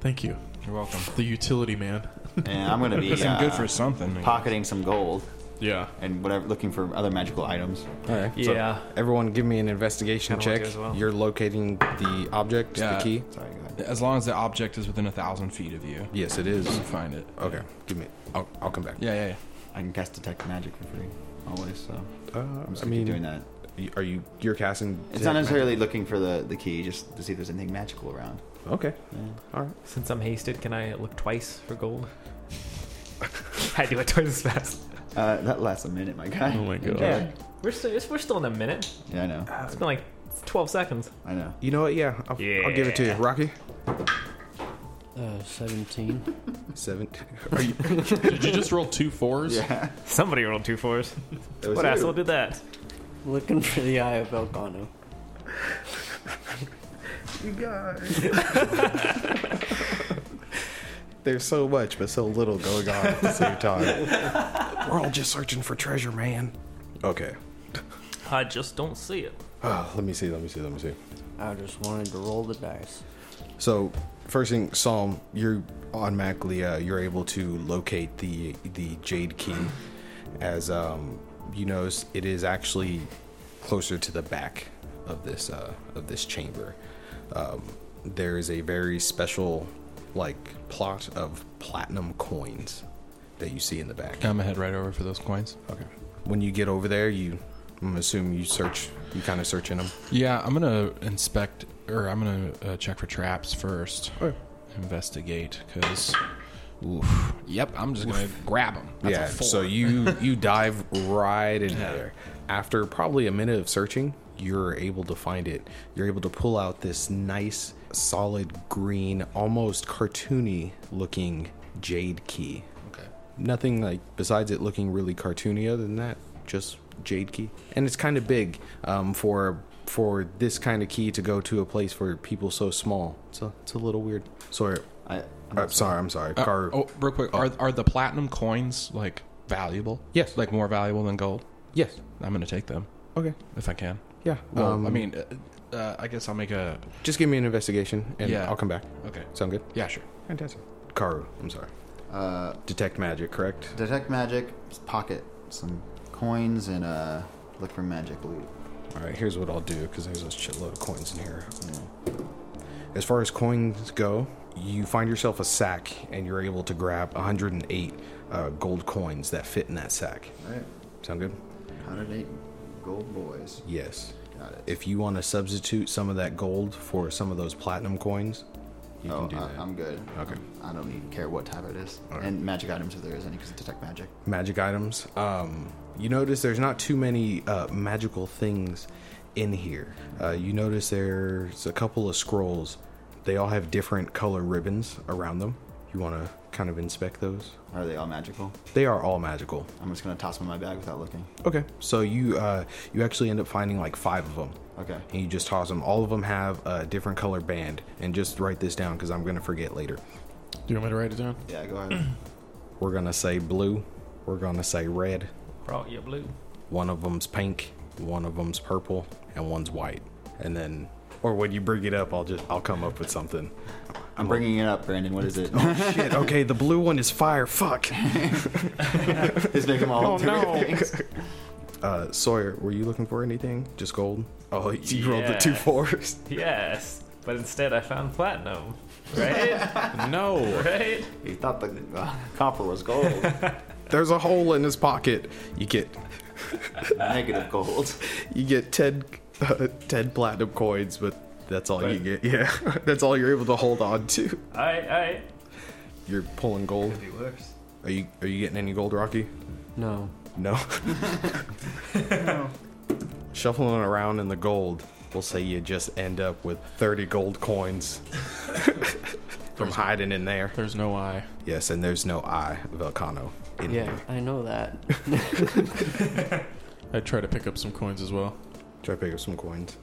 Speaker 7: Thank you.
Speaker 6: You're welcome.
Speaker 7: The utility man.
Speaker 5: and I'm gonna be
Speaker 6: I'm
Speaker 5: uh,
Speaker 6: good for something.
Speaker 5: pocketing some gold
Speaker 7: Yeah.
Speaker 5: and whatever, looking for other magical items.
Speaker 4: All right.
Speaker 8: Yeah.
Speaker 4: everyone, give me an investigation
Speaker 8: Kinda wanna
Speaker 4: check.
Speaker 8: do as well.
Speaker 4: You're locating the object,
Speaker 6: Yeah.
Speaker 4: the key.
Speaker 5: Sorry, go ahead.
Speaker 6: As long as the object is within a thousand feet of you,
Speaker 4: Yes, it is.
Speaker 6: you find it.
Speaker 4: Okay, give me. I'll, I'll come back.
Speaker 6: Yeah, yeah, yeah.
Speaker 5: I can cast detect magic for free, always. So
Speaker 4: Uh,
Speaker 5: I'm just gonna
Speaker 4: I
Speaker 5: keep
Speaker 4: mean,
Speaker 5: doing that.
Speaker 4: y- Are you? You're casting.
Speaker 5: It's not necessarily looking for the, the key, just to see if there's anything magical around.
Speaker 4: Okay.
Speaker 5: Yeah.
Speaker 8: Since I'm hasted, can I look twice for gold? I do it twice as fast.
Speaker 5: Uh, that lasts a minute, my guy.
Speaker 7: Oh my god.
Speaker 5: Enjoy.
Speaker 8: We're still, we're still in a minute. Uh,
Speaker 5: Yeah, I know.
Speaker 8: It's been like 12 seconds.
Speaker 5: I know.
Speaker 4: You know what? Yeah, I'll, I'll give it to you,
Speaker 8: Yeah.
Speaker 4: Rocky.
Speaker 2: Uh, 17.
Speaker 4: Seven.
Speaker 7: Did you just roll two fours?
Speaker 5: Yeah.
Speaker 8: Somebody rolled two fours.
Speaker 5: That was
Speaker 8: What
Speaker 5: you.
Speaker 8: asshole did that?
Speaker 2: Looking for the eye of Elcano.
Speaker 4: There's so much, but so little going on at the same time. We're all just searching for treasure, man. Okay.
Speaker 8: I just don't see it.
Speaker 4: Ah, let me see. Let me see. Let me see.
Speaker 2: I just wanted to roll the dice.
Speaker 4: So, first thing, Psalm, you're automatically uh, you're able to locate the the jade key, as um, you notice it is actually closer to the back of this uh, of this chamber. Um, there is a very special like plot of platinum coins that you see in the back.
Speaker 6: I'm gonna head right over for those coins.
Speaker 4: Okay. When you get over there, you I'm assuming you search you kind of searching them.
Speaker 6: Yeah, I'm gonna inspect, or I'm gonna uh, check for traps first.
Speaker 4: Okay.
Speaker 6: Investigate, cause. Oof. Yep, I'm just gonna grab them. That's
Speaker 4: yeah,
Speaker 6: a four.
Speaker 4: so you you dive right in there. After probably a minute of searching, you're able to find it. You're able to pull out this nice, solid green, almost cartoony looking jade key.
Speaker 6: Okay.
Speaker 4: Nothing like besides it looking really cartoony. Other than that, just jade key, and it's kind of big um, for for this kind of key to go to a place for people so small. So it's a little weird. Sorry,
Speaker 5: I, I'm
Speaker 4: uh,
Speaker 5: not
Speaker 4: sorry, I'm sorry.
Speaker 6: Uh,
Speaker 4: Car.
Speaker 6: oh, real quick, are are the platinum coins like valuable?
Speaker 4: Yes.
Speaker 6: Like more valuable than gold?
Speaker 4: yes.
Speaker 6: I'm gonna take them
Speaker 4: Okay.
Speaker 6: if I can.
Speaker 4: Yeah.
Speaker 6: Well,
Speaker 4: um,
Speaker 6: I mean, uh, uh, I guess I'll make a.
Speaker 4: Just give me an investigation, and
Speaker 6: Yeah.
Speaker 4: I'll come back.
Speaker 6: Okay.
Speaker 4: Sound good?
Speaker 6: Yeah, sure.
Speaker 4: Fantastic. Karu, I'm sorry.
Speaker 5: Uh,
Speaker 4: Detect magic, correct?
Speaker 5: detect magic, just pocket some coins, and uh, look for magic loot.
Speaker 4: All right, here's what I'll do because there's a shitload of coins in here. As far as coins go, you find yourself a sack, and you're able to grab 108 uh, gold coins that fit in that sack.
Speaker 5: All right.
Speaker 4: Sound good?
Speaker 5: 108 gold boys.
Speaker 4: Yes. If you want to substitute some of that gold for some of those platinum coins, you
Speaker 5: oh,
Speaker 4: can do
Speaker 5: I,
Speaker 4: that.
Speaker 5: I'm good.
Speaker 4: Okay.
Speaker 5: I don't even care what type it is.
Speaker 4: All right.
Speaker 5: And magic items if there is any, because detect magic.
Speaker 4: magic items. Um, you notice there's not too many uh, magical things in here. Uh, you notice there's a couple of scrolls. They all have different color ribbons around them. You want to kind of inspect those.
Speaker 5: Are they all magical?
Speaker 4: They are all magical.
Speaker 5: I'm just gonna toss them in my bag without looking.
Speaker 4: Okay. So you uh, you actually end up finding like five of them.
Speaker 5: Okay.
Speaker 4: And you just toss them. All of them have a different color band. And just write this down because I'm gonna forget later.
Speaker 7: Do you want me to write it down?
Speaker 5: Yeah, go ahead.
Speaker 4: We're gonna say blue. We're gonna say red.
Speaker 8: Brought you blue.
Speaker 4: One of them's pink, one of them's purple, and one's white. And then, or when you bring it up, I'll just I'll come up with something.
Speaker 5: I'm bringing it up, Brandon. What is it?
Speaker 4: Oh, Shit. Okay, the blue one is fire. Fuck.
Speaker 5: Just make them
Speaker 4: Oh,
Speaker 5: all.
Speaker 4: Uh, Sawyer, were you looking for anything? Just gold. Oh, you rolled the two
Speaker 8: Yes.
Speaker 4: fours.
Speaker 8: Yes, but instead I found platinum. Right?
Speaker 7: No.
Speaker 8: right?
Speaker 5: You thought the uh, copper was gold.
Speaker 4: There's a hole in his pocket. You get
Speaker 5: Negative gold.
Speaker 4: you get ten uh, ten platinum coins, but that's all you get. Yeah, that's all you're able to hold on to.
Speaker 8: Alright, alright.
Speaker 4: You're pulling gold.
Speaker 8: Be worse.
Speaker 4: Are you are you getting any gold, Rocky?
Speaker 2: No.
Speaker 4: No. Shuffling around in the gold, we'll say you just end up with 30 gold coins from hiding in there.
Speaker 7: There's no I.
Speaker 4: Yes, and there's no eye of Elcano in
Speaker 2: Yeah,
Speaker 4: here.
Speaker 2: I know that.
Speaker 7: Mm-hmm. I'd try to pick up some coins as well.
Speaker 4: Try to pick up some coins.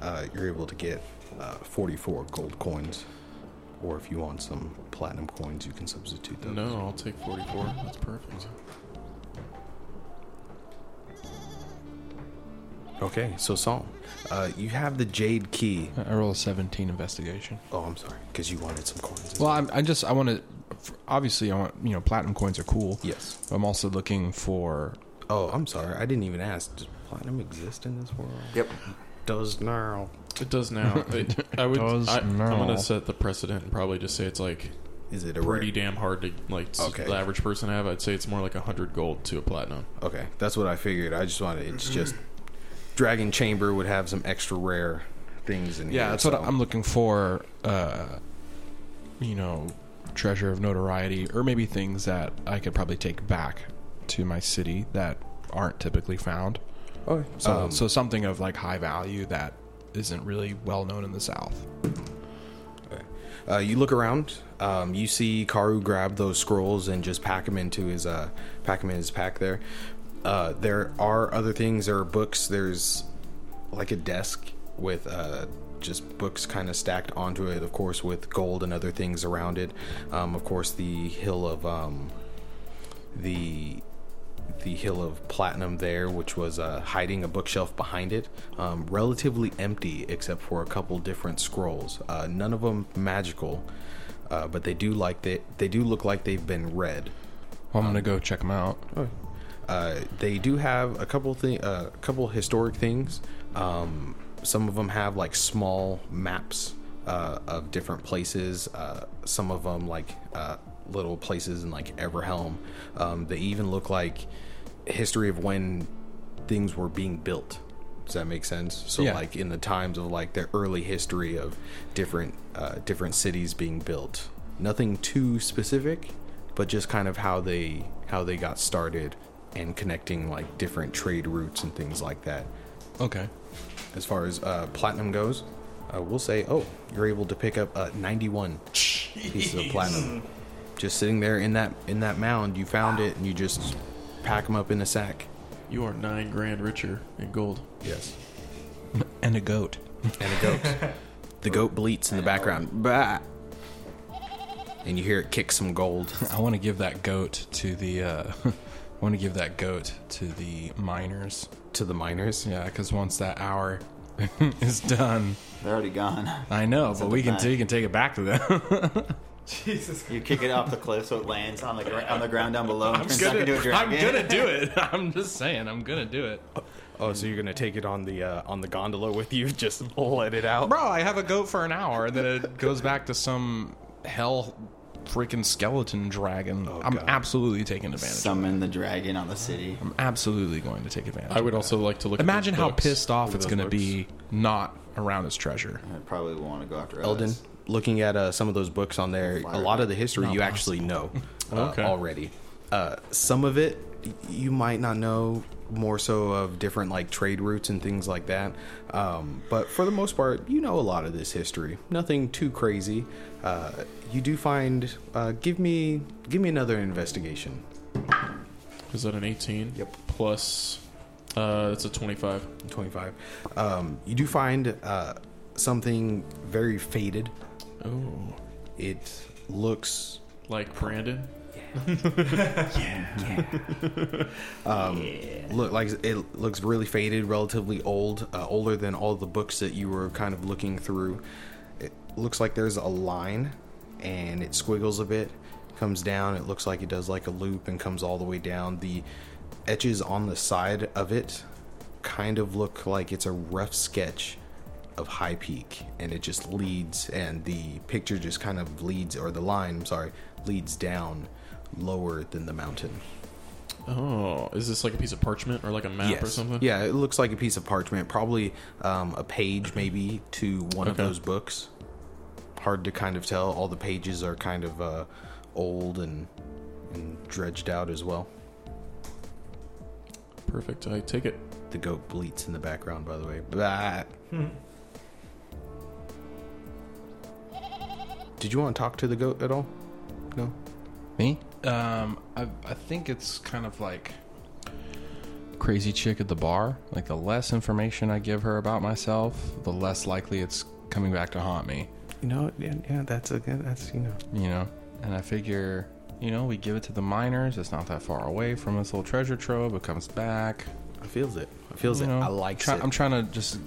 Speaker 4: Uh, you're able to get uh, 44 gold coins. Or if you want some platinum coins, you can substitute those.
Speaker 7: No, I'll take 44. That's perfect.
Speaker 4: Okay, so Psalm, uh, you have the Jade Key.
Speaker 6: I roll a 17 investigation.
Speaker 4: Oh, I'm sorry, because you wanted some coins.
Speaker 6: Well, I'm, I just I want to. Obviously, I want you know platinum coins are cool.
Speaker 4: Yes.
Speaker 6: I'm also looking for.
Speaker 4: Oh, I'm sorry. I didn't even ask. Does platinum exist in this world?
Speaker 5: Yep.
Speaker 4: Does now.
Speaker 7: It does now. It, I would.
Speaker 6: Does
Speaker 7: I,
Speaker 6: now.
Speaker 7: I'm gonna set the precedent and probably just say it's like
Speaker 4: Is it a
Speaker 7: pretty
Speaker 4: rare?
Speaker 7: damn hard to like s-
Speaker 4: Okay.
Speaker 7: the average person have. I'd say it's more like a hundred gold to a platinum.
Speaker 5: Oh,
Speaker 4: Okay, that's what I figured. I just wanted. It's just Dragon Chamber would have some extra rare things in here.
Speaker 6: Yeah, that's
Speaker 4: so-
Speaker 6: what I'm looking for. Uh, you know, treasure of notoriety, or maybe things that I could probably take back to my city that aren't typically found.
Speaker 4: Okay.
Speaker 6: So,
Speaker 4: Um,
Speaker 6: so something of like high value that isn't really well known in the South.
Speaker 4: Uh, you look around. Um, you see Karu grab those scrolls and just pack them into his uh, pack 'em in his pack there. Uh, there are other things. There are books. There's like a desk with uh, just books kind of stacked onto it. Of course, with gold and other things around it. Um, of course, the hill of um, the the hill of platinum there, which was uh, hiding a bookshelf behind it, um, relatively empty except for a couple different scrolls. Uh, none of them magical, uh, but they do like they they do look like they've been read.
Speaker 6: Well, I'm gonna go check them out.
Speaker 4: Uh, they do have a couple thing, uh, a couple historic things. Um, some of them have like small maps uh, of different places. Uh, some of them like uh, little places in like Everhelm. Um, they even look like history of when things were being built. Does that make sense? So
Speaker 6: Yeah.
Speaker 4: like in the times of like the early history of different uh, different cities being built. Nothing too specific, but just kind of how they how they got started and connecting like different trade routes and things like that.
Speaker 6: Okay.
Speaker 4: As far as uh, platinum goes, uh, we'll say, oh, you're able to pick up uh, 91 pieces of platinum. Just sitting there in that in that mound, you found it, and you just pack them up in a sack.
Speaker 7: You are nine grand richer in gold.
Speaker 4: Yes.
Speaker 6: And a goat.
Speaker 4: and a goat. the goat bleats in the background. Bah! And you hear it kick some gold.
Speaker 6: I want to give that goat to the. Uh, I want to give that goat to the miners.
Speaker 4: to the miners.
Speaker 6: Yeah, because once that hour is done,
Speaker 5: They're already gone.
Speaker 6: I know, but
Speaker 5: at
Speaker 6: we
Speaker 5: the
Speaker 6: can
Speaker 5: back.
Speaker 6: you can take it back to them.
Speaker 5: You kick it off the cliff so it lands on the gra- on the ground down below and turns back into a
Speaker 6: I'm
Speaker 5: dragon.
Speaker 6: gonna do it. I'm just saying, I'm gonna do it,
Speaker 4: Oh, so you're gonna take it on the uh, on the gondola with you? Just let it out.
Speaker 6: bro. I have a goat for an hour, then it goes back to some hell freaking skeleton dragon.
Speaker 4: Oh,
Speaker 6: I'm
Speaker 4: God.
Speaker 6: absolutely taking advantage. of
Speaker 5: Summon the dragon on the city.
Speaker 6: I'm absolutely going to take advantage.
Speaker 7: I
Speaker 6: of
Speaker 7: would
Speaker 6: that.
Speaker 7: also like to look.
Speaker 6: Imagine
Speaker 7: at
Speaker 6: how
Speaker 7: those books.
Speaker 6: pissed off
Speaker 7: Look at
Speaker 6: it's
Speaker 7: those
Speaker 6: going to
Speaker 7: books.
Speaker 6: be not around his treasure.
Speaker 4: Uh,
Speaker 5: I probably want to go after
Speaker 4: Elden.
Speaker 5: Otis.
Speaker 4: Looking at uh, some of those books on there, a lot of the history you actually know uh,
Speaker 7: Okay.
Speaker 4: already. Uh, some of it y- you might not know, more so of different like trade routes and things like that. Um, but for the most part, you know a lot of this history. Nothing too crazy. Uh, you do find. Uh, give me, give me another investigation.
Speaker 7: Is that an 18?
Speaker 4: Yep.
Speaker 7: Plus, uh, it's a 25.
Speaker 4: 25. Um, you do find uh, something very faded.
Speaker 7: Oh,
Speaker 4: It looks
Speaker 7: like Brandon.
Speaker 4: Um, look like it looks really faded, relatively old, uh, older than all the books that you were kind of looking through. It looks like there's a line, and it squiggles a bit, comes down. It looks like it does like a loop and comes all the way down. The etches on the side of it kind of look like it's a rough sketch of High Peak, and it just leads, and the picture just kind of leads, or the line, I'm sorry, leads down lower than the mountain.
Speaker 7: Oh, is this like a piece of parchment or like a map or something?
Speaker 4: Yeah, it looks like a piece of parchment, probably um, a page maybe to one of
Speaker 7: Okay.
Speaker 4: those books. Hard to kind of tell. All the pages are kind of uh, old and and dredged out as well.
Speaker 7: Perfect. I take it.
Speaker 4: The goat bleats in the background, by the way. Blah. Did you want to talk to the goat at all? No.
Speaker 6: Me? Um, I, I think it's kind of like crazy chick at the bar. Like the less information I give her about myself, the less likely it's coming back to haunt me.
Speaker 9: You know, yeah, yeah that's a good, that's, you know.
Speaker 6: You know? And I figure, you know, we give it to the miners. It's not that far away from this little treasure trove. It comes back.
Speaker 4: I feels it. I feels
Speaker 6: You know,
Speaker 4: it. I like
Speaker 6: try-
Speaker 4: it.
Speaker 6: I'm trying to just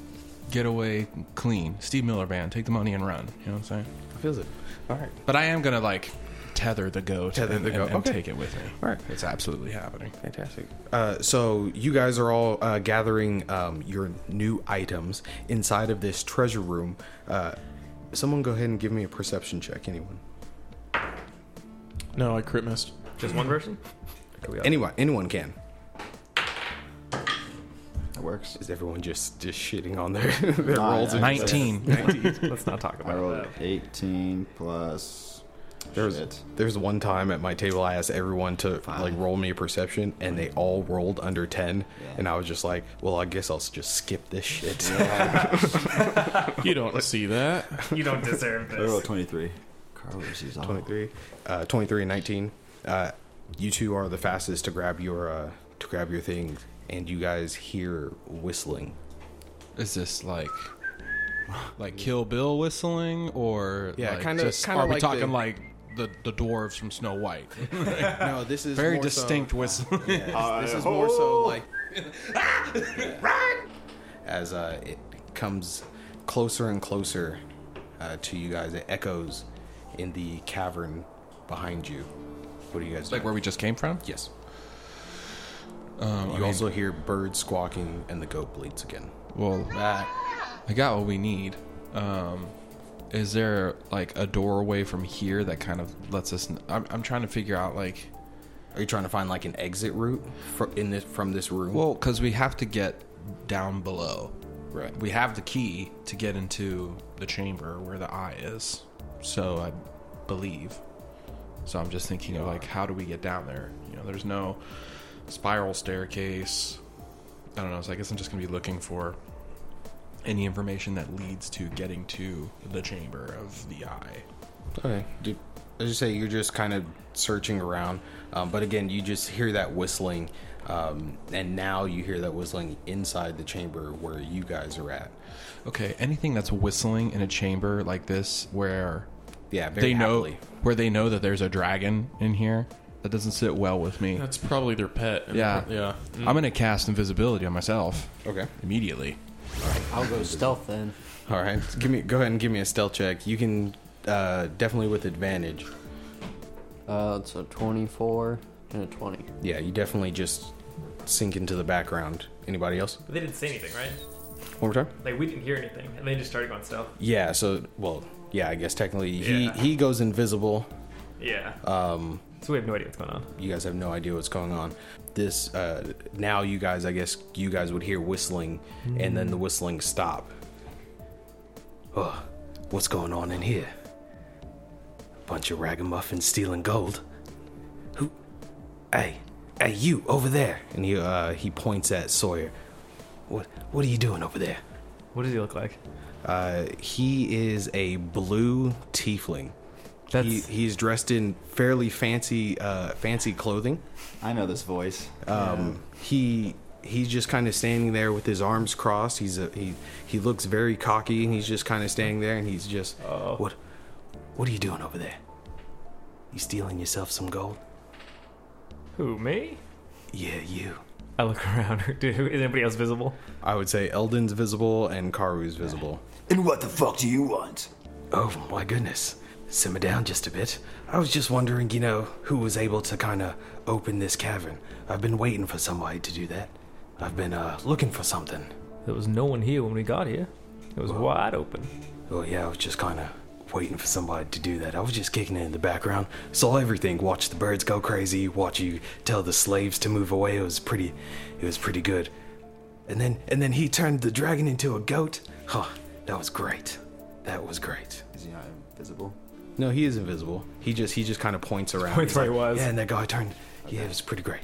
Speaker 6: get away clean. Steve Miller band, take the money and run. You know what I'm saying?
Speaker 4: I feels it. All right.
Speaker 6: But I am gonna like tether the goat,
Speaker 4: Tether
Speaker 6: and,
Speaker 4: the
Speaker 6: and-
Speaker 4: goat.
Speaker 6: and
Speaker 4: Okay.
Speaker 6: take it with me.
Speaker 4: All right.
Speaker 6: It's absolutely happening.
Speaker 9: Fantastic.
Speaker 4: Uh, so you guys are all uh, gathering um, your new items inside of this treasure room. Uh, someone go ahead and give me a perception check. Anyone?
Speaker 7: No, I crit missed.
Speaker 8: Just one person?
Speaker 4: Anyone? Anyone can.
Speaker 5: That works.
Speaker 4: Is everyone just just shitting on their their
Speaker 5: Nah,
Speaker 4: rolls?
Speaker 5: yeah.
Speaker 4: and-
Speaker 6: Nineteen.
Speaker 8: Let's not talk
Speaker 5: I
Speaker 8: about
Speaker 5: rolled
Speaker 8: that.
Speaker 5: 18 plus.
Speaker 4: There's
Speaker 5: Shit.
Speaker 4: there's one time at my table I asked everyone to like roll me a perception and they all rolled under ten
Speaker 5: Yeah.
Speaker 4: and I was just like, well, I guess I'll s- just skip this shit.
Speaker 7: You don't see that.
Speaker 8: You don't deserve
Speaker 5: I rolled 23. Carlos, he's off.
Speaker 4: 23 uh, 23 and 19 uh, you two are the fastest to grab your uh, to grab your things and you guys hear whistling
Speaker 6: Is this like like Kill Bill whistling or
Speaker 4: Yeah,
Speaker 6: like
Speaker 4: kinda-
Speaker 6: just-
Speaker 4: kinda
Speaker 6: Are we
Speaker 4: like
Speaker 6: talking
Speaker 4: the-
Speaker 6: like the the dwarves from Snow White?
Speaker 4: no this is
Speaker 6: Very
Speaker 4: more so-
Speaker 6: distinct whistle.
Speaker 4: this is more so like as uh, it comes closer and closer uh, to you guys it echoes in the cavern behind you what do you guys
Speaker 6: like
Speaker 4: doing?
Speaker 6: where we just came from.
Speaker 4: yes
Speaker 6: Um,
Speaker 4: you also hear birds squawking and the goat bleats again
Speaker 6: well, I got what we need. Um, is there like a doorway from here that kind of lets us? kn- I'm, I'm trying to figure out like
Speaker 4: are you trying to find like an exit route from in this from this room
Speaker 6: well because we have to get down below.
Speaker 4: right
Speaker 6: We have the key to get into the chamber where the eye is. So I believe. So I'm just thinking of like how do we get down there? You know, there's no spiral staircase. I don't know. So I guess I'm just gonna be looking for any information that leads to getting to the chamber of the eye.
Speaker 4: Okay. Dude, as you say, you're just kind of searching around. Um, but again, you just hear that whistling. Um, and now you hear that whistling inside the chamber where you guys are at.
Speaker 6: Okay, anything that's whistling in a chamber like this where
Speaker 4: Yeah,
Speaker 6: they
Speaker 4: very
Speaker 6: know
Speaker 4: happily.
Speaker 6: where they know that there's a dragon in here, that doesn't sit well with me.
Speaker 7: That's probably their pet. And
Speaker 6: Yeah.
Speaker 7: they're- yeah. Mm.
Speaker 6: I'm gonna cast invisibility on myself
Speaker 4: Okay.
Speaker 6: immediately.
Speaker 2: I'll go stealth then.
Speaker 4: All right. Give me. Go ahead and give me a stealth check. You can uh, definitely with advantage.
Speaker 2: Uh, it's a 24 and a 20.
Speaker 4: Yeah, you definitely just sink into the background. Anybody else?
Speaker 8: But they didn't say anything, right?
Speaker 4: One more time.
Speaker 8: Like, we didn't hear anything, and they just started going stealth.
Speaker 4: Yeah. So, well, yeah. I guess technically he
Speaker 8: Yeah.
Speaker 4: he goes invisible.
Speaker 8: Yeah. Um. So we have no idea what's going on.
Speaker 4: you guys have no idea what's going on. This uh, now you guys, I guess you guys would hear whistling, and then the
Speaker 8: Hmm.
Speaker 4: whistling stop. Oh, what's going on in here? bunch of ragamuffins stealing gold. Who? Hey, hey, you over there! And he uh, he points at Sawyer. What what are you doing over there?
Speaker 8: What does he look like?
Speaker 4: Uh, he is a blue tiefling. He,
Speaker 8: That's-
Speaker 4: he's dressed in fairly fancy uh, fancy clothing.
Speaker 5: I know this voice.
Speaker 4: Um, He he's just kind of standing there with his arms crossed. He's a, he he looks very cocky, and he's just kind of standing there, and he's just what what are you doing over there? You stealing yourself some gold?
Speaker 8: Who me?
Speaker 4: Yeah, you.
Speaker 8: I look around. Dude, who- is anybody else visible?
Speaker 4: I would say Eldon's visible and Karu's visible.
Speaker 5: And what the fuck do you want?
Speaker 4: Oh my goodness. Simmer down just a bit. I was just wondering, you know, who was able to kind of open this cavern. I've been waiting for somebody to do that. I've been uh, looking for something.
Speaker 8: There was no one here when we got here. It was wide open.
Speaker 4: Oh yeah, I was just kind of waiting for somebody to do that. I was just kicking it in the background, saw everything, watched the birds go crazy, watch you tell the slaves to move away. It was pretty, it was pretty good. And then, and then he turned the dragon into a goat. Huh, that was great. That was great.
Speaker 5: Is he not invisible?
Speaker 4: No, he is invisible. He just, he just kind of points around.
Speaker 8: Points
Speaker 4: He's
Speaker 8: where he
Speaker 4: like,
Speaker 8: was.
Speaker 4: Yeah, and that guy turned. Yeah, it was pretty great.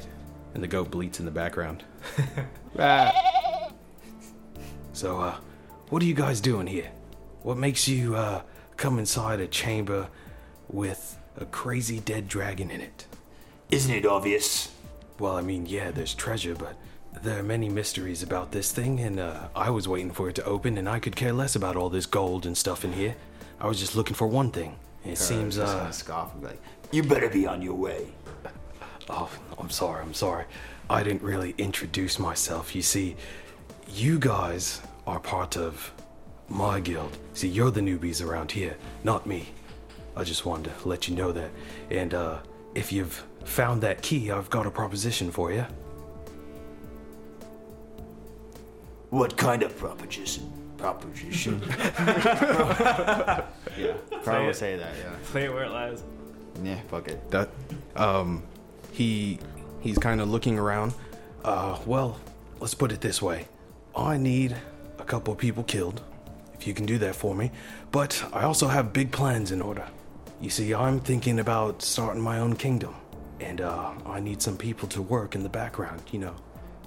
Speaker 4: And the goat bleats in the background.
Speaker 8: Ah.
Speaker 4: So, uh, what are you guys doing here? What makes you, uh, come inside a chamber with a crazy dead dragon in it?
Speaker 5: Isn't it obvious?
Speaker 4: Well, I mean, yeah, there's treasure, but there are many mysteries about this thing, and, uh, I was waiting for it to open, and I could care less about all this gold and stuff in here. I was just looking for one thing. and It seems,
Speaker 5: Just
Speaker 4: uh,
Speaker 5: gonna scoff and be like, you better be on your way.
Speaker 4: Oh, I'm sorry, I'm sorry. I didn't really introduce myself. You see, you guys are part of my guild. See, you're the newbies around here, not me. I just wanted to let you know that. And uh, if you've found that key, I've got a proposition for you.
Speaker 5: What kind of proposition? Proposition. yeah, Carl would say that. Yeah.
Speaker 8: Play it where it lies.
Speaker 5: Yeah, fuck it.
Speaker 4: That, um, he he's kind of looking around. Uh, well, let's put it this way: I need a couple of people killed, if you can do that for me. But I also have big plans in order. You see, I'm thinking about starting my own kingdom, and uh, I need some people to work in the background. You know,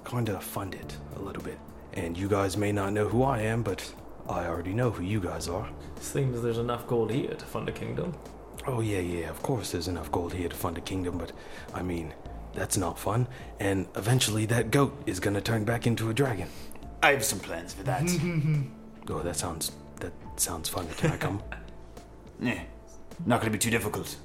Speaker 4: kind of fund it a little bit. And you guys may not know who I am, but I already know who you guys are.
Speaker 8: Seems there's enough gold here to fund a kingdom.
Speaker 4: Oh, yeah, yeah, of course there's enough gold here to fund a kingdom, but I mean, that's not fun. And eventually that goat is gonna turn back into a dragon.
Speaker 5: I have some plans for that.
Speaker 4: Oh, that sounds. that sounds fun. Can I come?
Speaker 5: yeah, not gonna be too difficult.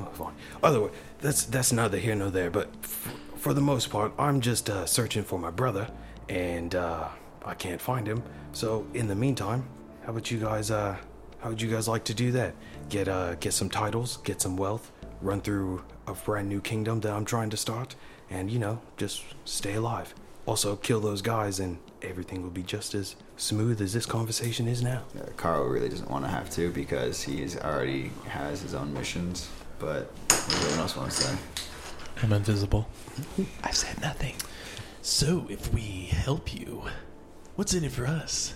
Speaker 4: oh, fine. Either way, that's, that's neither here nor there, but f- for the most part, I'm just uh, searching for my brother, and uh, I can't find him. So, in the meantime, how about you guys, uh, how would you guys like to do that? Get, uh, get some titles, get some wealth, run through a brand new kingdom that I'm trying to start, and you know, just stay alive. Also, kill those guys, and everything will be just as smooth as this conversation is now.
Speaker 5: Yeah, Uh, Carl really doesn't want to have to because he's already has his own missions. But what does everyone else want to say?
Speaker 7: I'm invisible. I've said nothing. So if we help you, what's in it for us?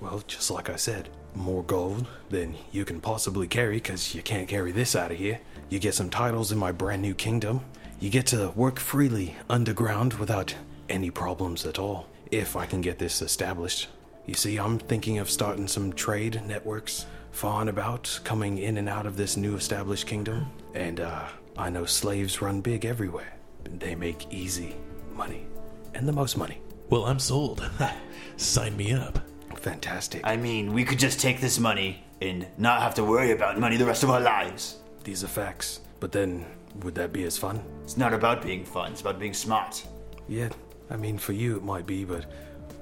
Speaker 4: Well, just like I said, more gold than you can possibly carry because you can't carry this out of here. You get some titles in my brand new kingdom. You get to work freely underground without any problems at all, if I can get this established. You see, I'm thinking of starting some trade networks far and about, coming in and out of this new established kingdom. And, uh, I know slaves run big everywhere. They make easy money, and the most money.
Speaker 7: Well, I'm sold. Sign me up.
Speaker 4: Fantastic.
Speaker 5: I mean, we could just take this money and not have to worry about money the rest of our lives.
Speaker 4: These are facts. But then, would that be as fun?
Speaker 5: It's not about being fun, it's about being smart.
Speaker 4: Yeah, I mean, for you it might be, but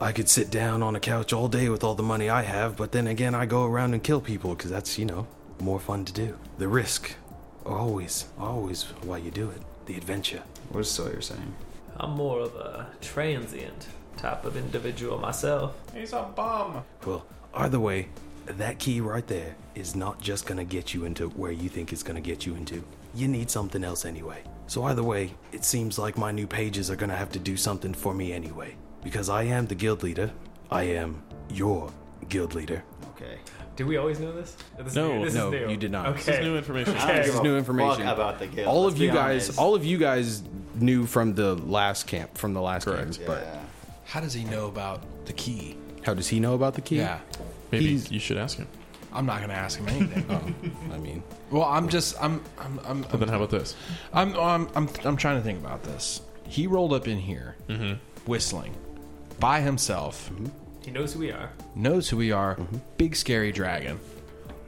Speaker 4: I could sit down on a couch all day with all the money I have, but then again, I go around and kill people because that's, you know, more fun to do. The risk, always, always why you do it. The adventure.
Speaker 5: What is Sawyer saying?
Speaker 8: I'm more of a transient type of individual myself.
Speaker 6: He's a bum.
Speaker 4: Well, either way, that key right there is not just gonna get you into where you think it's gonna get you into. you need something else anyway. So either way, it seems like my new pages are gonna have to do something for me anyway. Because I am the guild leader. I am your guild leader.
Speaker 5: Okay.
Speaker 8: Do we always know this? This is
Speaker 7: No,
Speaker 8: new- this
Speaker 4: no,
Speaker 8: is new.
Speaker 4: you did not.
Speaker 8: Okay.
Speaker 4: This
Speaker 7: This is new information.
Speaker 5: I don't
Speaker 8: Okay.
Speaker 5: give a
Speaker 4: new
Speaker 5: fuck
Speaker 4: information.
Speaker 5: about the guild.
Speaker 4: all
Speaker 5: let's
Speaker 4: of you
Speaker 5: be
Speaker 4: guys,
Speaker 5: honest.
Speaker 4: all of you guys knew from the last camp, from the last
Speaker 7: Correct.
Speaker 4: camp. But
Speaker 5: Yeah.
Speaker 6: How does he know about the key?
Speaker 4: how does he know about the key?
Speaker 6: Yeah.
Speaker 7: Maybe
Speaker 4: He's- Oh,
Speaker 7: you should ask him.
Speaker 6: I'm not gonna ask him anything.
Speaker 4: I mean,
Speaker 6: Well, I'm just I'm I'm I'm
Speaker 7: But then how about this?
Speaker 6: I'm I'm I'm, I'm trying to think about this. He rolled up in here,
Speaker 7: Mm-hmm.
Speaker 6: whistling, by himself.
Speaker 5: Mm-hmm.
Speaker 8: He knows who we are.
Speaker 6: Knows who we are. Big scary dragon.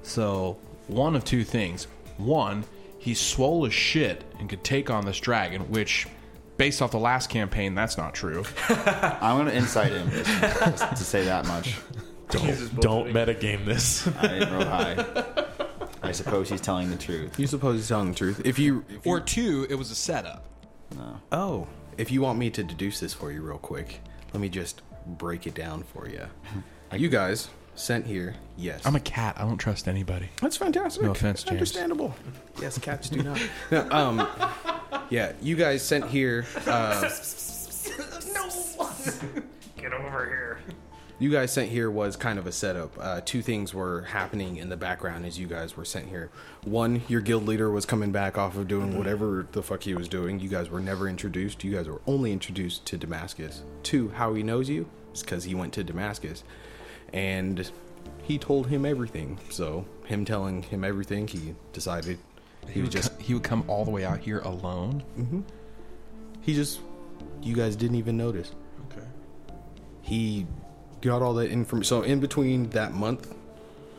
Speaker 6: So one of two things. One, he's swole as shit and could take on this dragon, which, based off the last campaign, that's not true.
Speaker 5: I'm gonna incite him just, just to say that much.
Speaker 7: Don't, don't metagame this.
Speaker 5: I didn't roll high. I suppose he's telling the truth.
Speaker 4: you suppose he's telling the truth. If you, if you
Speaker 6: Or two, it was a setup.
Speaker 4: Oh, if you want me to deduce this for you real quick, let me just break it down for you. you guys sent here, yes.
Speaker 6: I'm a cat. I don't trust anybody.
Speaker 4: That's fantastic.
Speaker 6: No offense, James.
Speaker 4: Understandable. Yes, cats do not. no, um, yeah, you guys sent here. Uh,
Speaker 8: Get over here.
Speaker 4: you guys sent here was kind of a setup. Uh, two things were happening in the background as you guys were sent here. One, your guild leader was coming back off of doing whatever the fuck he was doing. You guys were never introduced. You guys were only introduced to Damascus. Two, how he knows you is because he went to Damascus, and he told him everything. So him telling him everything, he decided he was just
Speaker 6: he would come all the way out here alone.
Speaker 4: He just, you guys didn't even notice.
Speaker 7: Okay.
Speaker 4: He got all that information. So in between that month,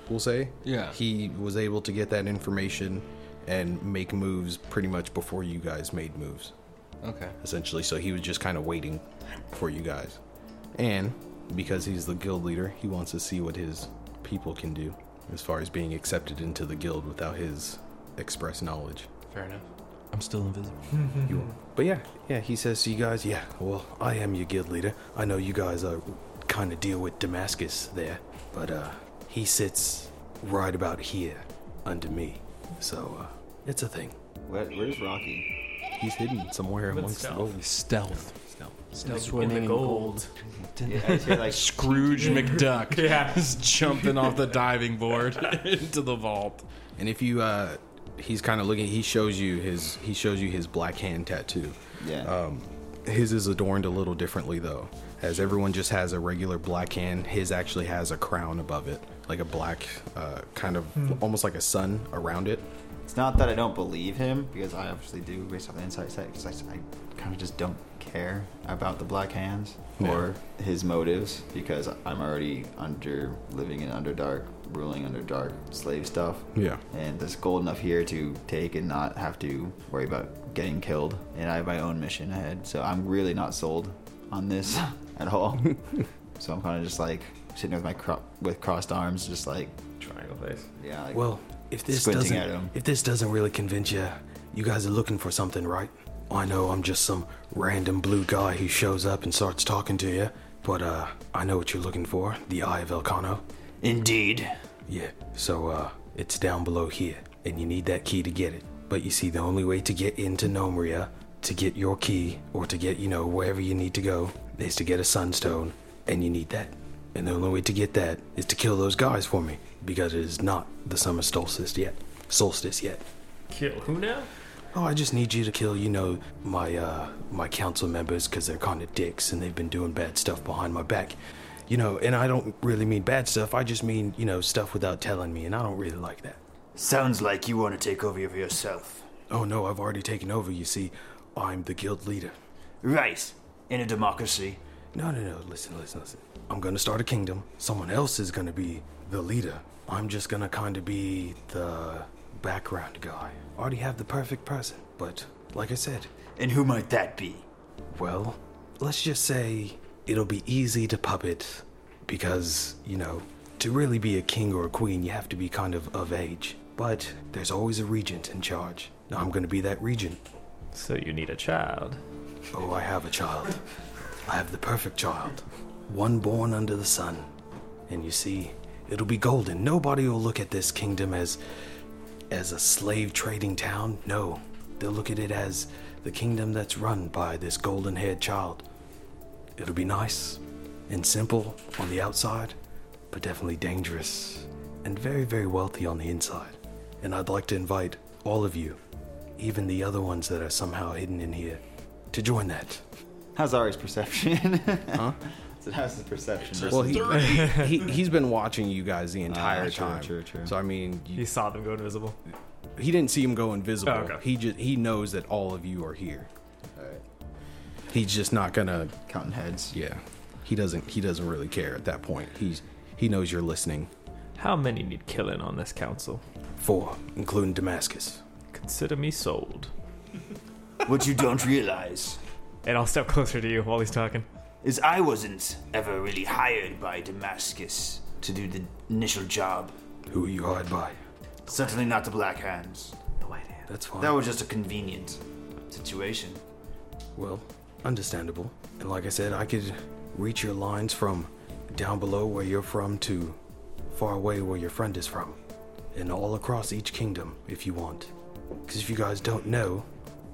Speaker 4: we'll say,
Speaker 6: Yeah.
Speaker 4: he was able to get that information and make moves pretty much before you guys made moves,
Speaker 6: Okay.
Speaker 4: essentially. So he was just kind of waiting for you guys, and because he's the guild leader, he wants to see what his people can do as far as being accepted into the guild without his express knowledge.
Speaker 6: Fair enough. I'm still invisible.
Speaker 4: Mm-hmm. But yeah, yeah, he says to you guys, yeah, well, I am your guild leader. I know you guys uh, kind of deal with Damascus there, but uh, he sits right about here under me. So uh, it's a thing.
Speaker 5: Where, where's Rocky?
Speaker 4: He's hidden somewhere amongst
Speaker 8: stealth.
Speaker 4: the gold.
Speaker 6: Stealth.
Speaker 2: Swimming
Speaker 8: in the gold.
Speaker 5: Yeah, I hear like
Speaker 6: Scrooge McDuck
Speaker 8: Yeah.
Speaker 6: is jumping off the diving board into the vault.
Speaker 4: And if you, uh, he's kind of looking. He shows you his. He shows you his black hand tattoo.
Speaker 5: yeah.
Speaker 4: Um, his is adorned a little differently though, as everyone just has a regular black hand. His actually has a crown above it, like a black, uh, kind of almost like a sun around it.
Speaker 5: It's not that I don't believe him, because I obviously do based off the insight set, because I, kind of just don't care about the Black Hands or his motives, because I'm already under living in Underdark, ruling Underdark slave stuff.
Speaker 4: Yeah.
Speaker 5: And there's gold enough here to take and not have to worry about getting killed. And I have my own mission ahead, so I'm really not sold on this at all. so I'm kind of just like sitting with my cro- with crossed arms, just like,
Speaker 8: Triangle face.
Speaker 5: yeah, like,
Speaker 10: Well, if this
Speaker 5: Squinting
Speaker 10: doesn't
Speaker 5: at him.
Speaker 10: if this doesn't really convince you, you guys are looking for something, right? I know I'm just some random blue guy who shows up and starts talking to you, but uh, I know what you're looking for, the Eye of Elcano.
Speaker 5: indeed.
Speaker 10: Yeah. So uh, it's down below here, and you need that key to get it. But you see, the only way to get into Nomria, to get your key, or to get you know wherever you need to go, is to get a sunstone, and you need that. And the only way to get that is to kill those guys for me, because it is not the summer solstice yet. Solstice yet.
Speaker 8: Kill who now?
Speaker 10: Oh, I just need you to kill, you know, my uh, my council members because they're kind of dicks and they've been doing bad stuff behind my back, you know. And I don't really mean bad stuff. I just mean, you know, stuff without telling me, and I don't really like that.
Speaker 5: Sounds like you want to take over for yourself.
Speaker 10: Oh no, I've already taken over. You see, I'm the guild leader.
Speaker 5: Right. In a democracy.
Speaker 10: No, no, no. Listen, listen, listen. I'm gonna start a kingdom. Someone else is gonna be the leader. I'm just gonna kind of be the background guy. I already have the perfect person, but like I said,
Speaker 5: And who might that be?
Speaker 10: Well, let's just say it'll be easy to puppet because, you know, to really be a king or a queen, you have to be kind of of age. But there's always a regent in charge. Now I'm going to be that regent.
Speaker 8: So you need a child.
Speaker 10: Oh, I have a child. I have the perfect child. One born under the sun. And you see, it'll be golden. Nobody will look at this kingdom as
Speaker 4: as a slave trading town? No. They'll look at it as the kingdom that's run by this golden haired child. It'll be nice and simple on the outside, but definitely dangerous and very, very wealthy on the inside. And I'd like to invite all of you, even the other ones that are somehow hidden in here, to join that.
Speaker 5: How's Ari's perception? huh? So how's the perception?
Speaker 4: Well, he, he, he's been watching you guys the entire
Speaker 5: Ah, true,
Speaker 4: time.
Speaker 5: true, true.
Speaker 4: So, I mean, you-
Speaker 8: You saw them go invisible.
Speaker 4: he didn't see him go invisible.
Speaker 8: Oh, okay.
Speaker 4: He just he knows that all of you are here. He's just not gonna.
Speaker 5: Counting heads.
Speaker 4: Yeah, he doesn't. He doesn't really care at that point. He's he knows you're listening.
Speaker 8: How many need killing on this council?
Speaker 4: Four, including Damascus.
Speaker 8: Consider me sold.
Speaker 11: What you don't realize
Speaker 8: And I'll step closer to you while he's talking.
Speaker 11: is I wasn't ever really hired by Damascus to do the initial job.
Speaker 4: Who are you hired by?
Speaker 11: Certainly not the Black Hands.
Speaker 8: The white hand.
Speaker 4: That's fine.
Speaker 11: That was just a convenient situation.
Speaker 4: Well, understandable. And like I said, I could reach your lines from down below where you're from to far away where your friend is from. And all across each kingdom if you want. Because if you guys don't know,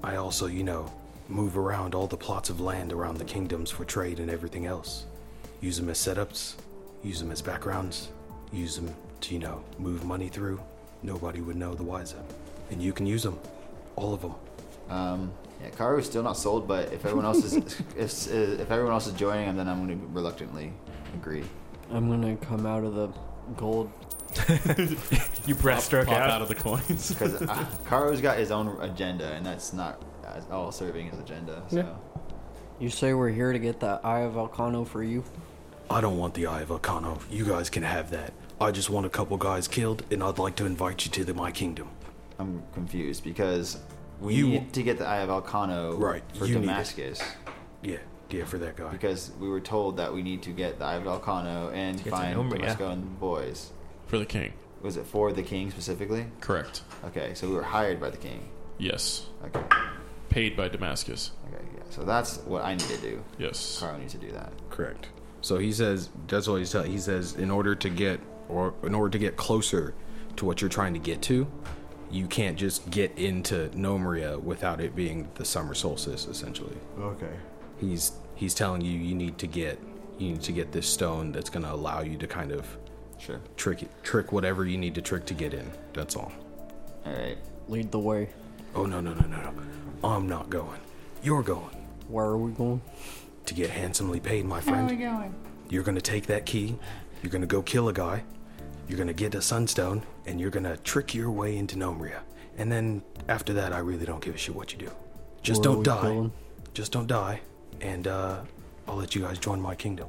Speaker 4: I also, you know, move around all the plots of land around the kingdoms for trade and everything else. Use them as setups, use them as backgrounds, use them to, you know, move money through. Nobody would know the wiser. And you can use them. All of them.
Speaker 5: Um, yeah, Karu's still not sold, but if everyone else is if, if everyone else is joining him, then I'm going to reluctantly agree.
Speaker 2: I'm gonna come out of the gold.
Speaker 8: You breaststroke
Speaker 7: Pop
Speaker 8: out.
Speaker 7: out of the coins.
Speaker 5: Because uh, Karu's got his own agenda, and that's not at all serving his agenda. So.
Speaker 2: You say we're here to get the Eye of Volcano for you?
Speaker 4: I don't want the Eye of Arcano. You guys can have that. I just want a couple guys killed, and I'd like to invite you to the, my kingdom.
Speaker 5: I'm confused because we
Speaker 4: You-
Speaker 5: need to get the Eye of Alcano
Speaker 4: Right,
Speaker 5: for
Speaker 4: you need it.
Speaker 5: Damascus
Speaker 4: Yeah, yeah, for that guy.
Speaker 5: because we were told that we need to get the Eye of Alcano and
Speaker 8: get to
Speaker 5: find
Speaker 8: Nombre, yeah.
Speaker 5: Damasco and the boys.
Speaker 7: For the king.
Speaker 5: Was it for the king specifically?
Speaker 7: Correct.
Speaker 5: Okay, so we were hired by the king.
Speaker 7: Yes.
Speaker 5: Okay,
Speaker 7: Paid by Damascus.
Speaker 5: okay, yeah. So that's what I need to do.
Speaker 7: Yes.
Speaker 5: Caro needs to do that.
Speaker 4: Correct. So he says that's what he's telling. He says in order to get or in order to get closer to what you're trying to get to, you can't just get into Nomaria without it being the summer solstice. Essentially,
Speaker 5: Okay.
Speaker 4: he's he's telling you you need to get you need to get this stone that's going to allow you to kind of
Speaker 5: Sure.
Speaker 4: trick it, trick whatever you need to trick to get in. That's all.
Speaker 5: All right.
Speaker 2: Lead the way.
Speaker 4: Oh no no no no no! I'm not going. You're going
Speaker 2: Where are we going?
Speaker 4: to get handsomely paid, my friend. Where are we going? You're gonna take that key. You're gonna go kill a guy. You're gonna get a sunstone, and you're gonna trick your way into Nomria. And then after that, I really don't give a shit what you do. Just
Speaker 2: Where are
Speaker 4: don't
Speaker 2: we
Speaker 4: die.
Speaker 2: going?
Speaker 4: Just don't die, and uh, I'll let you guys join my kingdom.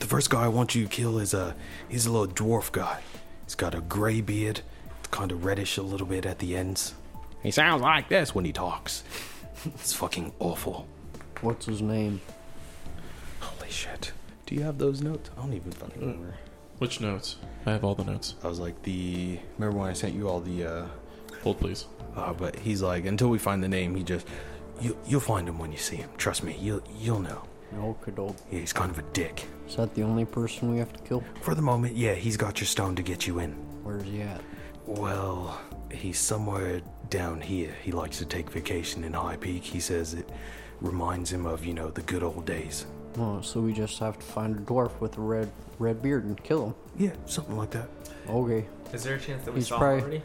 Speaker 4: The first guy I want you to kill is a he's a little dwarf guy. He's got a gray beard. It's kind of reddish a little bit at the ends. He sounds like this when he talks. It's fucking awful.
Speaker 2: What's his name?
Speaker 4: Holy shit. Do you have those notes? I don't even fucking remember.
Speaker 7: Which notes? I have all the notes.
Speaker 4: I was like the remember when I sent you all the uh
Speaker 7: Hold, please.
Speaker 4: uh, but he's like until we find the name he just you you'll find him when you see him. Trust me. You'll you'll know.
Speaker 2: No, Kadol.
Speaker 4: Yeah, he's kind of a dick.
Speaker 2: Is that the only person we have to kill?
Speaker 4: For the moment, yeah, he's got your stone to get you in.
Speaker 2: Where's he at?
Speaker 4: Well, he's somewhere down here. He likes to take vacation in High Peak. He says it reminds him of, you know, the good old days.
Speaker 2: Oh, so we just have to find a dwarf with a red red beard and kill him.
Speaker 4: Yeah, something like that.
Speaker 2: Okay.
Speaker 8: Is there a chance that we
Speaker 2: we He's
Speaker 8: saw
Speaker 2: saw probably-
Speaker 8: already?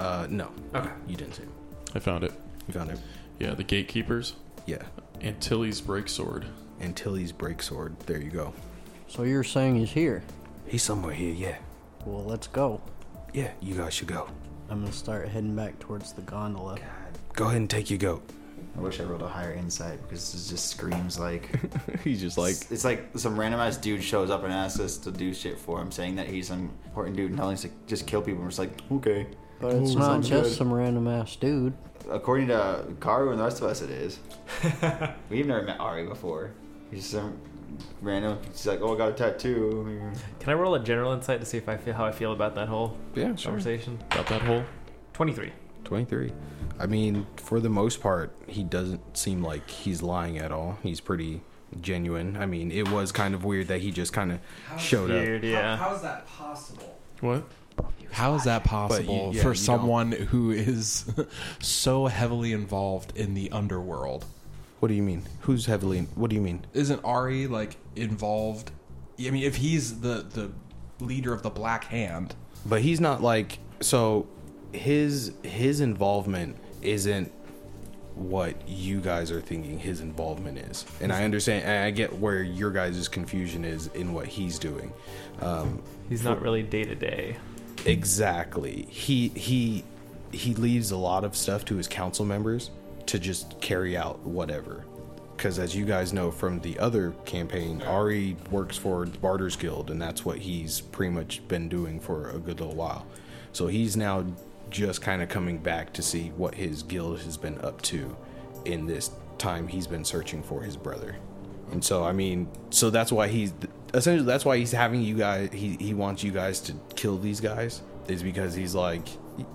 Speaker 2: already?
Speaker 4: Uh, no.
Speaker 8: Okay.
Speaker 4: You didn't see him.
Speaker 7: I found it.
Speaker 4: You found him.
Speaker 7: Yeah, the gatekeepers.
Speaker 4: Yeah.
Speaker 7: Antilles Breaksword.
Speaker 4: Antilles Breaksword. There you go.
Speaker 2: So you're saying he's here?
Speaker 4: He's somewhere here, yeah.
Speaker 2: Well, let's go.
Speaker 4: Yeah, you guys should go.
Speaker 2: I'm gonna start heading back towards the gondola.
Speaker 4: Go ahead and take your goat.
Speaker 5: I wish I rolled a higher insight because this just screams like
Speaker 4: he's just like,
Speaker 5: it's like some random ass dude shows up and asks us to do shit for him, saying that he's some important dude and telling us to just kill people. We're just like, okay.
Speaker 2: But it's
Speaker 5: Ooh,
Speaker 2: not
Speaker 5: sounds
Speaker 2: just
Speaker 5: good.
Speaker 2: some random ass dude.
Speaker 5: According to Karu and the rest of us, it is. We've never met Ari before. He's some random. He's like, oh, I got a tattoo.
Speaker 8: Can I roll a general insight to see if I feel how I feel about that whole
Speaker 4: yeah,
Speaker 8: conversation?
Speaker 7: Got that hole?
Speaker 8: Twenty-three.
Speaker 4: 23. I mean, for the most part, he doesn't seem like he's lying at all. He's pretty genuine. I mean, it was kind of weird that he just kind of showed up.
Speaker 8: Weird, yeah.
Speaker 11: How's that possible?
Speaker 7: What?
Speaker 6: How is that possible
Speaker 4: But you- yeah,
Speaker 6: for
Speaker 4: you don't-
Speaker 6: someone who is so heavily involved in the underworld?
Speaker 4: What do you mean? Who's heavily? What do you mean?
Speaker 6: Isn't Ari like involved? I mean, if he's the the leader of the Black Hand,
Speaker 4: But he's not like so his his involvement isn't what you guys are thinking his involvement is. And I understand and I get where your guys' confusion is in what he's doing. Um
Speaker 8: He's not really day to day.
Speaker 4: Exactly. He he he leaves a lot of stuff to his council members to just carry out whatever. Because as you guys know from the other campaign, Ari works for the Barters Guild, and that's what he's pretty much been doing for a good little while. So he's now just kind of coming back to see what his guild has been up to in this time he's been searching for his brother. And so I mean, so that's why he's essentially that's why he's having you guys. He he wants you guys to kill these guys is because he's like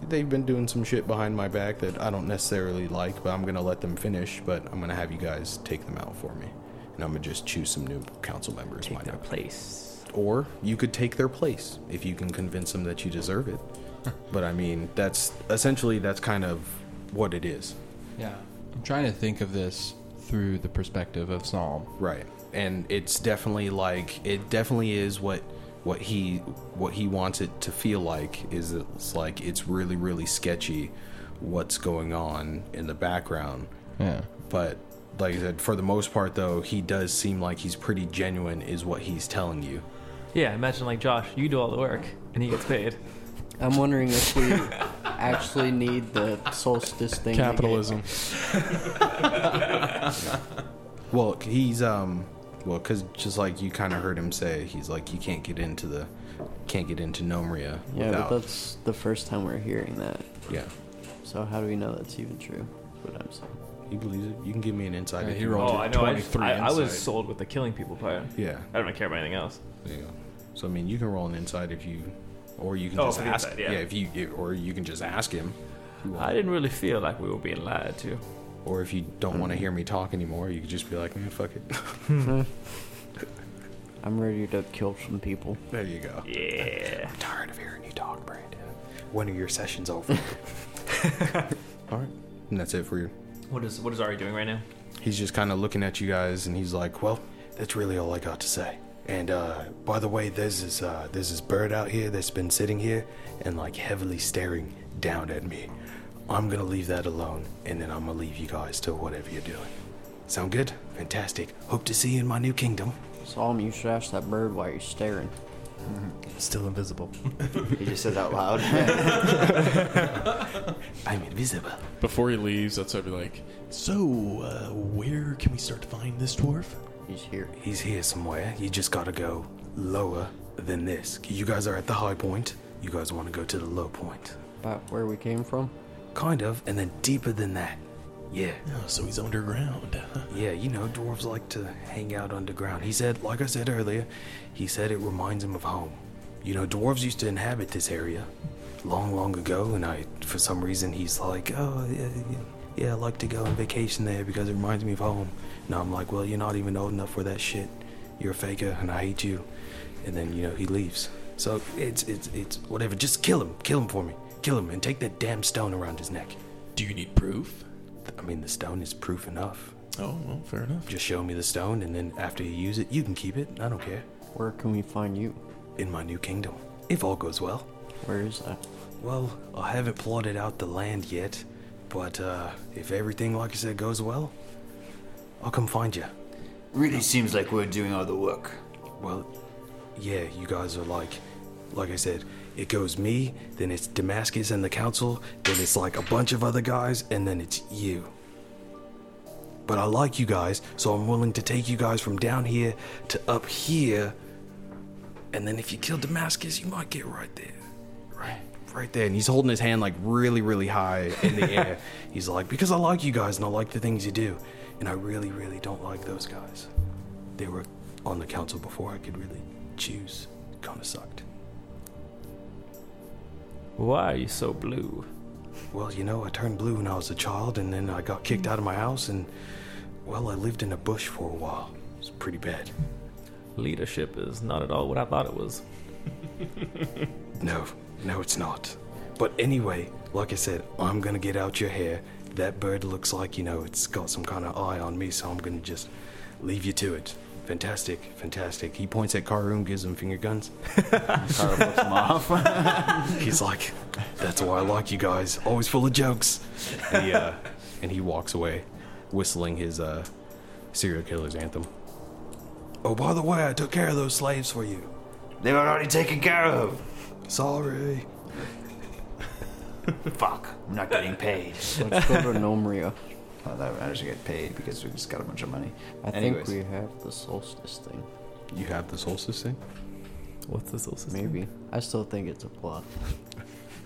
Speaker 4: they've been doing some shit behind my back that I don't necessarily like, but I'm gonna let them finish. But I'm gonna have you guys take them out for me, and I'm gonna just choose some new council members. Take their
Speaker 8: place,
Speaker 4: or you could take their place if you can convince them that you deserve it. but I mean, that's essentially that's kind of what it is.
Speaker 6: yeah, I'm trying to think of this through the perspective of Psalm.
Speaker 4: Right. And it's definitely like it definitely is what what he what he wants it to feel like is it's like it's really really sketchy what's going on in the background.
Speaker 6: Yeah.
Speaker 4: But like I said, for the most part though, he does seem like he's pretty genuine is what he's telling you.
Speaker 8: Yeah, imagine like Josh, you do all the work and he gets paid.
Speaker 2: I'm wondering if we actually need the solstice thing. to get-
Speaker 4: Capitalism. Well, he's um, well, cause just like you kind of heard him say, he's like you can't get into the, can't get into Nomria.
Speaker 2: Yeah,
Speaker 4: without,
Speaker 2: but that's the first time we're hearing that.
Speaker 4: Yeah.
Speaker 2: So how do we know that's even true? That's what I'm saying.
Speaker 4: He believes it. You can give me an insight. if you
Speaker 8: oh,
Speaker 4: want.
Speaker 8: I know. I, just- I, I was sold with the killing people part.
Speaker 4: Yeah.
Speaker 8: I don't care about anything else.
Speaker 4: Yeah. So I mean, you can roll an insight if you, or you can
Speaker 8: Oh,
Speaker 4: just
Speaker 8: for the
Speaker 4: ask.
Speaker 8: insight, yeah.
Speaker 4: if you, you- or you can just ask him.
Speaker 8: I didn't really feel like we were being lied to.
Speaker 4: Or if you don't want to hear me talk anymore, you could just be like, man, fuck it.
Speaker 2: Hmm. I'm ready to kill some people.
Speaker 4: There you go.
Speaker 8: Yeah.
Speaker 4: I'm tired of hearing you talk, Brandon. When are your sessions over? All right. And that's it for you.
Speaker 8: What is what is Ari doing right now?
Speaker 4: He's just kind of looking at you guys, and he's like, well,
Speaker 10: That's really all I got to say. And uh, by the way, there's this uh, there's this bird out here that's been sitting here and like heavily staring down at me. I'm gonna leave that alone, and then I'm gonna leave you guys to whatever you're doing. Sound good? Fantastic. Hope to see you in my new kingdom.
Speaker 2: Solomon, you should ask that bird why you're staring.
Speaker 5: Still invisible. he just said out loud.
Speaker 7: I'm invisible. Before he leaves, that's I'd be like, so uh, where can we start to find this dwarf?
Speaker 2: He's here.
Speaker 10: He's here somewhere. You just gotta go lower than this. You guys are at the high point. You guys want to go to the low point.
Speaker 2: About where we came from?
Speaker 10: Kind of, and then deeper than that. Yeah.
Speaker 7: so he's underground.
Speaker 10: yeah, you know, dwarves like to hang out underground. He said, like I said earlier, he said it reminds him of home. You know, dwarves used to inhabit this area long, long ago, and I, for some reason, he's like, oh, yeah, yeah, yeah, I like to go on vacation there because it reminds me of home. And I'm like, well, you're not even old enough for that shit. You're a faker, and I hate you. And then, you know, he leaves. So it's, it's, it's whatever. Just kill him. Kill him for me. Kill him and take that damn stone around his neck.
Speaker 7: Do you need proof?
Speaker 10: I mean, the stone is proof enough.
Speaker 7: Oh, well, fair enough.
Speaker 10: Just show me the stone, and then after you use it, you can keep it. I don't care.
Speaker 2: Where can we find you?
Speaker 10: In my new kingdom, if all goes well.
Speaker 2: Where is that?
Speaker 10: Well, I haven't plotted out the land yet, but uh, if everything, like I said, goes well, I'll come find you.
Speaker 5: really seems like we're doing all the work.
Speaker 10: Well, yeah, you guys are like, like I said, it goes me, then it's Damascus and the council, then it's like a bunch of other guys, and then it's you. But I like you guys, so I'm willing to take you guys from down here to up here, and then if you kill Damascus, you might get right there.
Speaker 4: right there. And he's holding his hand like really, really high in the air.
Speaker 10: He's like, because I like you guys and I like the things you do, and I really, really don't like those guys. They were on the council before I could really choose. Kind of sucked.
Speaker 8: Why are you so blue?
Speaker 10: Well, you know, I turned blue when I was a child, and then I got kicked out of my house, and well, I lived in a bush for a while. It's pretty bad.
Speaker 8: Leadership is not at all what I thought it was.
Speaker 10: No, no, it's not. But anyway, like I said, I'm gonna get out your hair. That bird looks like, you know, it's got some kind of eye on me, so I'm gonna just leave you to it. Fantastic, fantastic. He points at Karoom, gives him finger guns. He's like, that's why I like you guys. Always full of jokes. And he, uh, and he walks away, whistling his uh, serial killer's anthem. Oh, by the way, I took care of those slaves for you.
Speaker 11: They were already taken care of.
Speaker 10: Sorry.
Speaker 11: Fuck. I'm not getting paid.
Speaker 2: Let's go to Nomria.
Speaker 5: Oh, that I just get paid because we just got a bunch of money.
Speaker 2: I
Speaker 5: Anyways.
Speaker 2: think we have the solstice thing.
Speaker 4: You have the solstice thing?
Speaker 2: What's the solstice Maybe. I still think it's a bluff.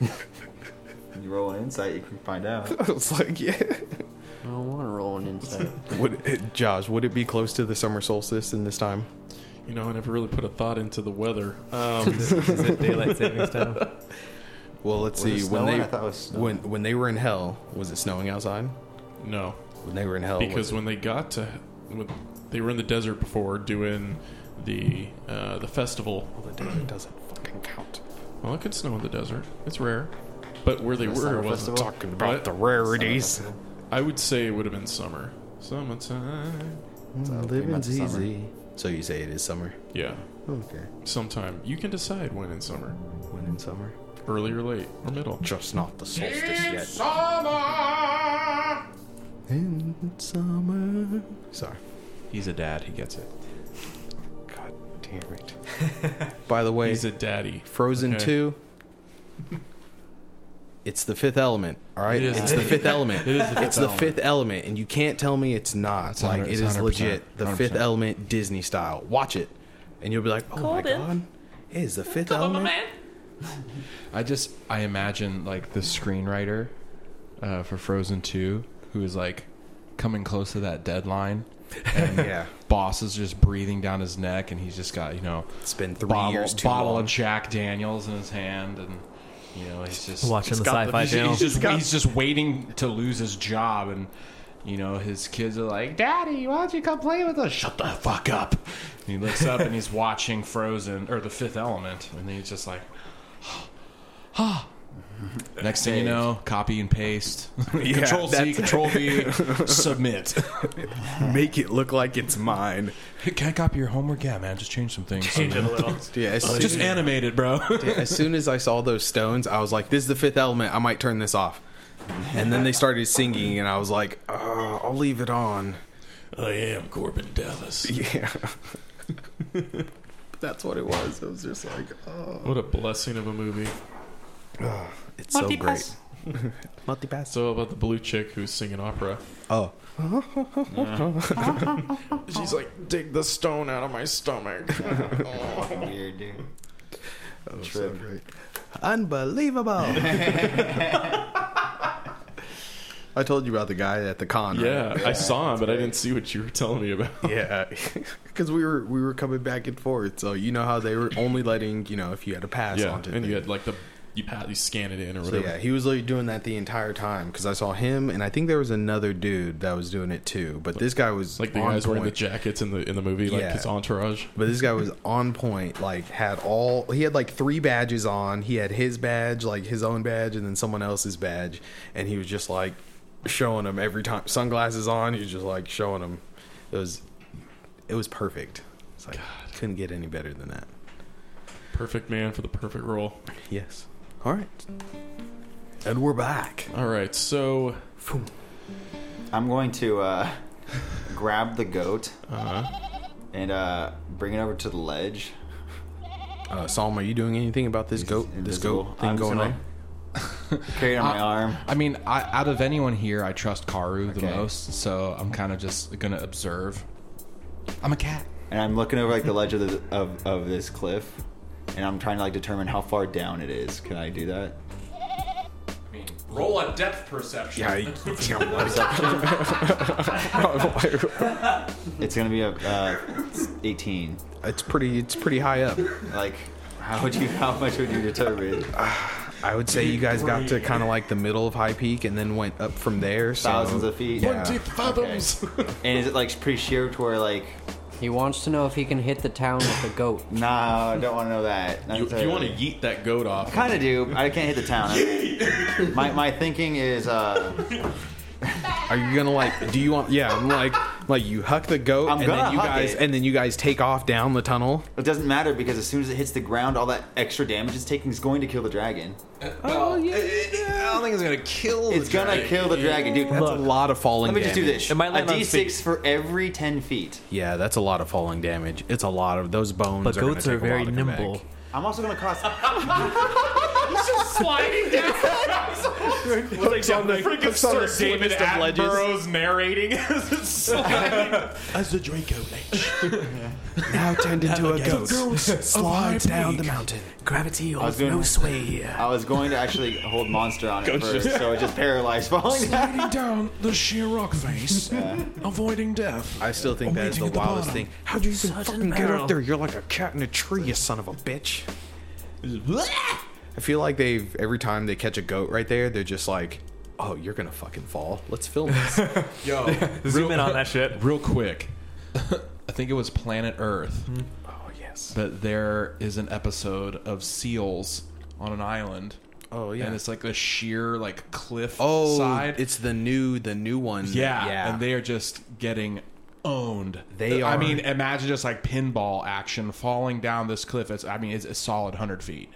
Speaker 5: You roll an insight, you can find out.
Speaker 4: it's like, yeah.
Speaker 2: I don't want to roll an insight.
Speaker 4: Would it, Josh, would it be close to the summer solstice in this time?
Speaker 7: You know, I never really put a thought into the weather. Um,
Speaker 4: Is it- is it daylight savings time? Well, let's
Speaker 7: Was it
Speaker 4: see. When
Speaker 7: snowing?
Speaker 4: they
Speaker 7: I thought it was snowing.
Speaker 4: when when they were in hell, was it snowing outside?
Speaker 7: No.
Speaker 4: When they were in hell,
Speaker 7: because
Speaker 4: was it-
Speaker 7: when they got to, when they were in the desert before doing the uh, the festival.
Speaker 4: Well, the desert doesn't fucking count.
Speaker 7: Well, it could snow in the desert. It's rare, but where they
Speaker 4: The
Speaker 7: were
Speaker 4: summer
Speaker 7: it wasn't
Speaker 4: festival? Talking about the rarities. Summer
Speaker 7: I would say it would have been summer. Summertime.
Speaker 4: uh, living's easy. So you say it is summer.
Speaker 7: Yeah.
Speaker 4: Okay.
Speaker 7: Sometime you can decide when in summer.
Speaker 4: When in summer.
Speaker 7: Early or late or middle.
Speaker 4: Just not the
Speaker 1: Summer!
Speaker 4: In summer. Sorry.
Speaker 6: He's a dad. He gets it.
Speaker 4: God damn it. By the way,
Speaker 7: He's a daddy.
Speaker 4: Frozen
Speaker 7: Okay.
Speaker 4: 2. It's the fifth element, all right?
Speaker 7: It is
Speaker 4: it's
Speaker 7: the
Speaker 4: the
Speaker 7: fifth-
Speaker 4: fifth element.
Speaker 7: it is the
Speaker 4: it's
Speaker 7: fifth
Speaker 4: the
Speaker 7: element.
Speaker 4: fifth element, and you can't tell me it's not.
Speaker 6: It's
Speaker 4: like
Speaker 6: hundred-
Speaker 4: it
Speaker 6: it's
Speaker 4: is
Speaker 6: 100%,
Speaker 4: legit. The fifth
Speaker 6: 100%.
Speaker 4: element, Disney style. Watch it, and you'll be like, "Oh my
Speaker 6: Golden.
Speaker 4: god, it is the fifth element."
Speaker 6: I just I imagine like the screenwriter uh, for Frozen Two, who is like coming close to that deadline. And
Speaker 4: Yeah.
Speaker 6: boss is just breathing down his neck, and he's just got you know
Speaker 4: it's been three
Speaker 6: bottle,
Speaker 4: years too
Speaker 6: bottle
Speaker 4: long.
Speaker 6: of Jack Daniels in his hand, and you know he's just
Speaker 8: Watching He's the got the- Sci-Fi
Speaker 6: he's-
Speaker 8: Channel.
Speaker 6: He's just
Speaker 8: He's got-
Speaker 6: he's just waiting to lose his job, and you know his kids are like, "Daddy, why don't you come play with us?" Shut the fuck up. And he looks up and he's watching Frozen or The Fifth Element, and he's just like. Next thing you know, copy and paste.
Speaker 4: Yeah,
Speaker 6: control C,
Speaker 4: that's-
Speaker 6: Control V, submit.
Speaker 4: Make it look like it's mine.
Speaker 6: Hey, can I copy your homework? Yeah, man. Just change some things.
Speaker 4: Change it a little. Yeah, it's-
Speaker 6: just animate it, bro.
Speaker 4: Dude, as soon as I saw those stones, I was like, "This is the fifth element. I might turn this off." And then they started singing, and I was like, oh, "I'll leave it on."
Speaker 7: I am Corbin Dallas.
Speaker 4: Yeah, that's what it was. It was just like, oh,
Speaker 7: What a blessing of a movie.
Speaker 4: it's so great. Multipass.
Speaker 7: So about the blue chick who's singing opera.
Speaker 4: Oh,
Speaker 7: She's like, dig the stone out of my stomach.
Speaker 5: Weird, dude.
Speaker 4: oh so
Speaker 5: Trip.
Speaker 4: great, unbelievable! I told you about the guy at the con. right?
Speaker 7: yeah, I saw him, but I didn't see what you were telling me about.
Speaker 4: Yeah, because we were we were coming back and forth. So you know how they were only letting you know if you had a pass
Speaker 7: yeah,
Speaker 4: onto
Speaker 7: and
Speaker 4: things.
Speaker 7: you had like the you pat you scan it in or
Speaker 4: So
Speaker 7: whatever.
Speaker 4: yeah, he was like doing that the entire time because I saw him, and I think there was another dude that was doing it too. But this guy was
Speaker 7: like the
Speaker 4: on
Speaker 7: guys wearing the
Speaker 4: point.
Speaker 7: jackets in the in the movie, like
Speaker 4: Yeah.
Speaker 7: his entourage.
Speaker 4: But this guy was on point. Like had all he had like three badges on. He had his badge, like his own badge, and then someone else's badge, and he was just like showing them every time. Sunglasses on. He was just like showing them. It was it was perfect. It's like couldn't get any better than that.
Speaker 7: Perfect man for the perfect role.
Speaker 4: Yes. All right. And we're back.
Speaker 7: All right, so
Speaker 5: I'm going to uh, grab the goat
Speaker 7: Uh-huh.
Speaker 5: and uh, bring it over to the ledge.
Speaker 4: Uh, Psalm, are you doing anything about this goat? This
Speaker 5: invisible.
Speaker 4: goat thing
Speaker 5: I'm just
Speaker 4: going
Speaker 5: gonna
Speaker 4: on?
Speaker 5: Carry it on my arm.
Speaker 6: I mean, I, out of anyone here, I trust Karu the
Speaker 5: Okay.
Speaker 6: most, so I'm kind of just gonna observe. I'm a cat.
Speaker 5: and I'm looking over like the ledge of, the, of of this cliff, and I'm trying to like determine how far down it is. Can I do that?
Speaker 6: I mean, roll a depth perception.
Speaker 4: Yeah, you-
Speaker 5: It's gonna be a uh, 18.
Speaker 4: it's pretty. It's pretty high up.
Speaker 5: Like, how would you? How much would you determine?
Speaker 4: I would say you guys got to kind of like the middle of High Peak and then went up from there. So,
Speaker 5: Thousands of feet.
Speaker 4: Yeah.
Speaker 7: Deep fathoms.
Speaker 5: And is it like pretty sheer to where like
Speaker 2: He wants to know if he can hit the town with a goat.
Speaker 5: Nah, I don't want to know that.
Speaker 7: You, you want to yeet that goat off?
Speaker 5: I kind of do. I can't hit the town. my, my thinking is, uh,
Speaker 4: Are you gonna like? Do you want? Yeah, I'm like, like you huck the goat,
Speaker 5: I'm
Speaker 4: and
Speaker 5: gonna
Speaker 4: then you
Speaker 5: huck
Speaker 4: guys,
Speaker 5: it.
Speaker 4: and then you guys take off down the tunnel.
Speaker 5: it doesn't matter because as soon as it hits the ground, all that extra damage it's taking is going to kill the dragon.
Speaker 4: Oh yeah,
Speaker 6: eh,
Speaker 7: I don't think it's gonna kill.
Speaker 5: It's gonna kill the dragon, dude.
Speaker 4: That's a lot of falling.
Speaker 5: Let me just do
Speaker 4: damage.
Speaker 5: this. a d6 for every 10 feet.
Speaker 4: Yeah, that's a lot of falling damage. It's a lot of those bones.
Speaker 5: But
Speaker 4: are gonna
Speaker 5: goats
Speaker 4: take
Speaker 5: are
Speaker 4: a
Speaker 5: very
Speaker 4: while to come
Speaker 5: nimble.
Speaker 4: back.
Speaker 5: I'm also gonna cost.
Speaker 11: He's just sliding down.
Speaker 8: Hooks on the- hooks on the slimmest of ledges.
Speaker 11: narrating.
Speaker 4: As the Draco Lynch. now turned into a goat, slides down the mountain. Gravity
Speaker 5: I was
Speaker 4: holds
Speaker 5: doing-
Speaker 4: no sway here.
Speaker 5: I was going to actually hold monster on it
Speaker 4: Goats
Speaker 5: first,
Speaker 4: just-
Speaker 5: so it just paralyzed falling down.
Speaker 12: Sliding down the sheer rock face, avoiding death.
Speaker 4: I still think that is the
Speaker 12: Waiting at the
Speaker 4: wildest
Speaker 12: bottom.
Speaker 4: thing. How'd you even
Speaker 12: Sudden
Speaker 4: fucking get
Speaker 12: peril.
Speaker 4: up there? You're like a cat in a tree, you son of a bitch. I feel like they've every time they catch a goat right there, they're just like, "Oh, you're gonna fucking fall. Let's film this."
Speaker 7: Yo,
Speaker 6: Zoom in on that
Speaker 8: shit
Speaker 6: real quick. I think it was Planet Earth. Oh
Speaker 4: yes.
Speaker 6: But there is an episode of seals on an island.
Speaker 4: Oh yeah.
Speaker 6: and it's like the sheer like cliff
Speaker 4: oh,
Speaker 6: side.
Speaker 4: it's the new the new one.
Speaker 6: Yeah,
Speaker 4: yeah.
Speaker 6: and they are just getting owned.
Speaker 4: They
Speaker 6: I
Speaker 4: are-
Speaker 6: mean, imagine just like pinball action falling down this cliff. It's I mean, it's a solid hundred feet,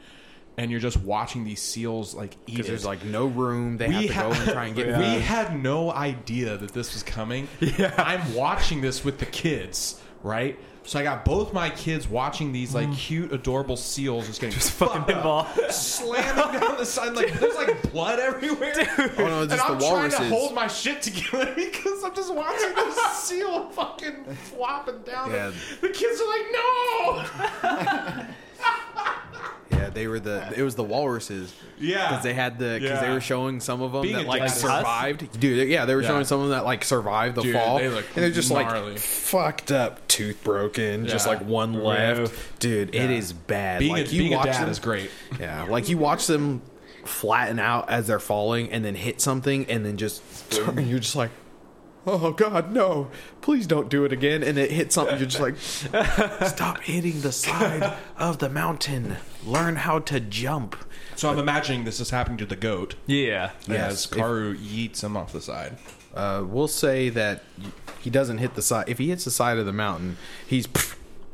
Speaker 6: and you're just watching these seals like eat. it.
Speaker 4: there's, like, no room. They have to go and try and get
Speaker 6: We
Speaker 4: food.
Speaker 6: had no idea that this was coming. Yeah, I'm watching this with the kids, right? So I got both my kids watching these
Speaker 4: Mm.
Speaker 6: like cute, adorable seals just getting fucking pinball, slamming down the side. Like there's like blood everywhere.
Speaker 4: Oh, no, it's
Speaker 6: and
Speaker 4: just
Speaker 6: I'm trying
Speaker 4: the
Speaker 6: to
Speaker 4: walruses.
Speaker 6: hold my shit together because I'm just watching this seal fucking flopping down.
Speaker 4: Yeah.
Speaker 6: The kids are like, no.
Speaker 4: yeah, they were the it was the walruses.
Speaker 6: Yeah.
Speaker 4: because they had the because they
Speaker 6: Yeah.
Speaker 4: were showing some of them
Speaker 6: Being
Speaker 4: that like
Speaker 6: attacked.
Speaker 4: survived. Dude, yeah, they were
Speaker 6: Yeah.
Speaker 4: showing some of them that like survived the
Speaker 6: Dude,
Speaker 4: fall,
Speaker 6: they look
Speaker 4: and they're just
Speaker 6: gnarly.
Speaker 4: like fucked up, tooth broken, just
Speaker 6: Yeah.
Speaker 4: like one left. Dude, it is bad.
Speaker 6: Being
Speaker 4: like
Speaker 6: a- being a dad
Speaker 4: them-
Speaker 6: is great.
Speaker 4: Yeah, like you watch them flatten out as they're falling, and then hit something, and then just and you're just like. Oh God, no! Please don't do it again. And it hits something. You're just like, stop hitting the side of the mountain. Learn how to jump.
Speaker 6: So I'm imagining this is happening to the goat.
Speaker 8: Yeah.
Speaker 6: As Karu yeets him off the side.
Speaker 4: Uh, we'll say that he doesn't hit the side. If he hits the side of the mountain, he's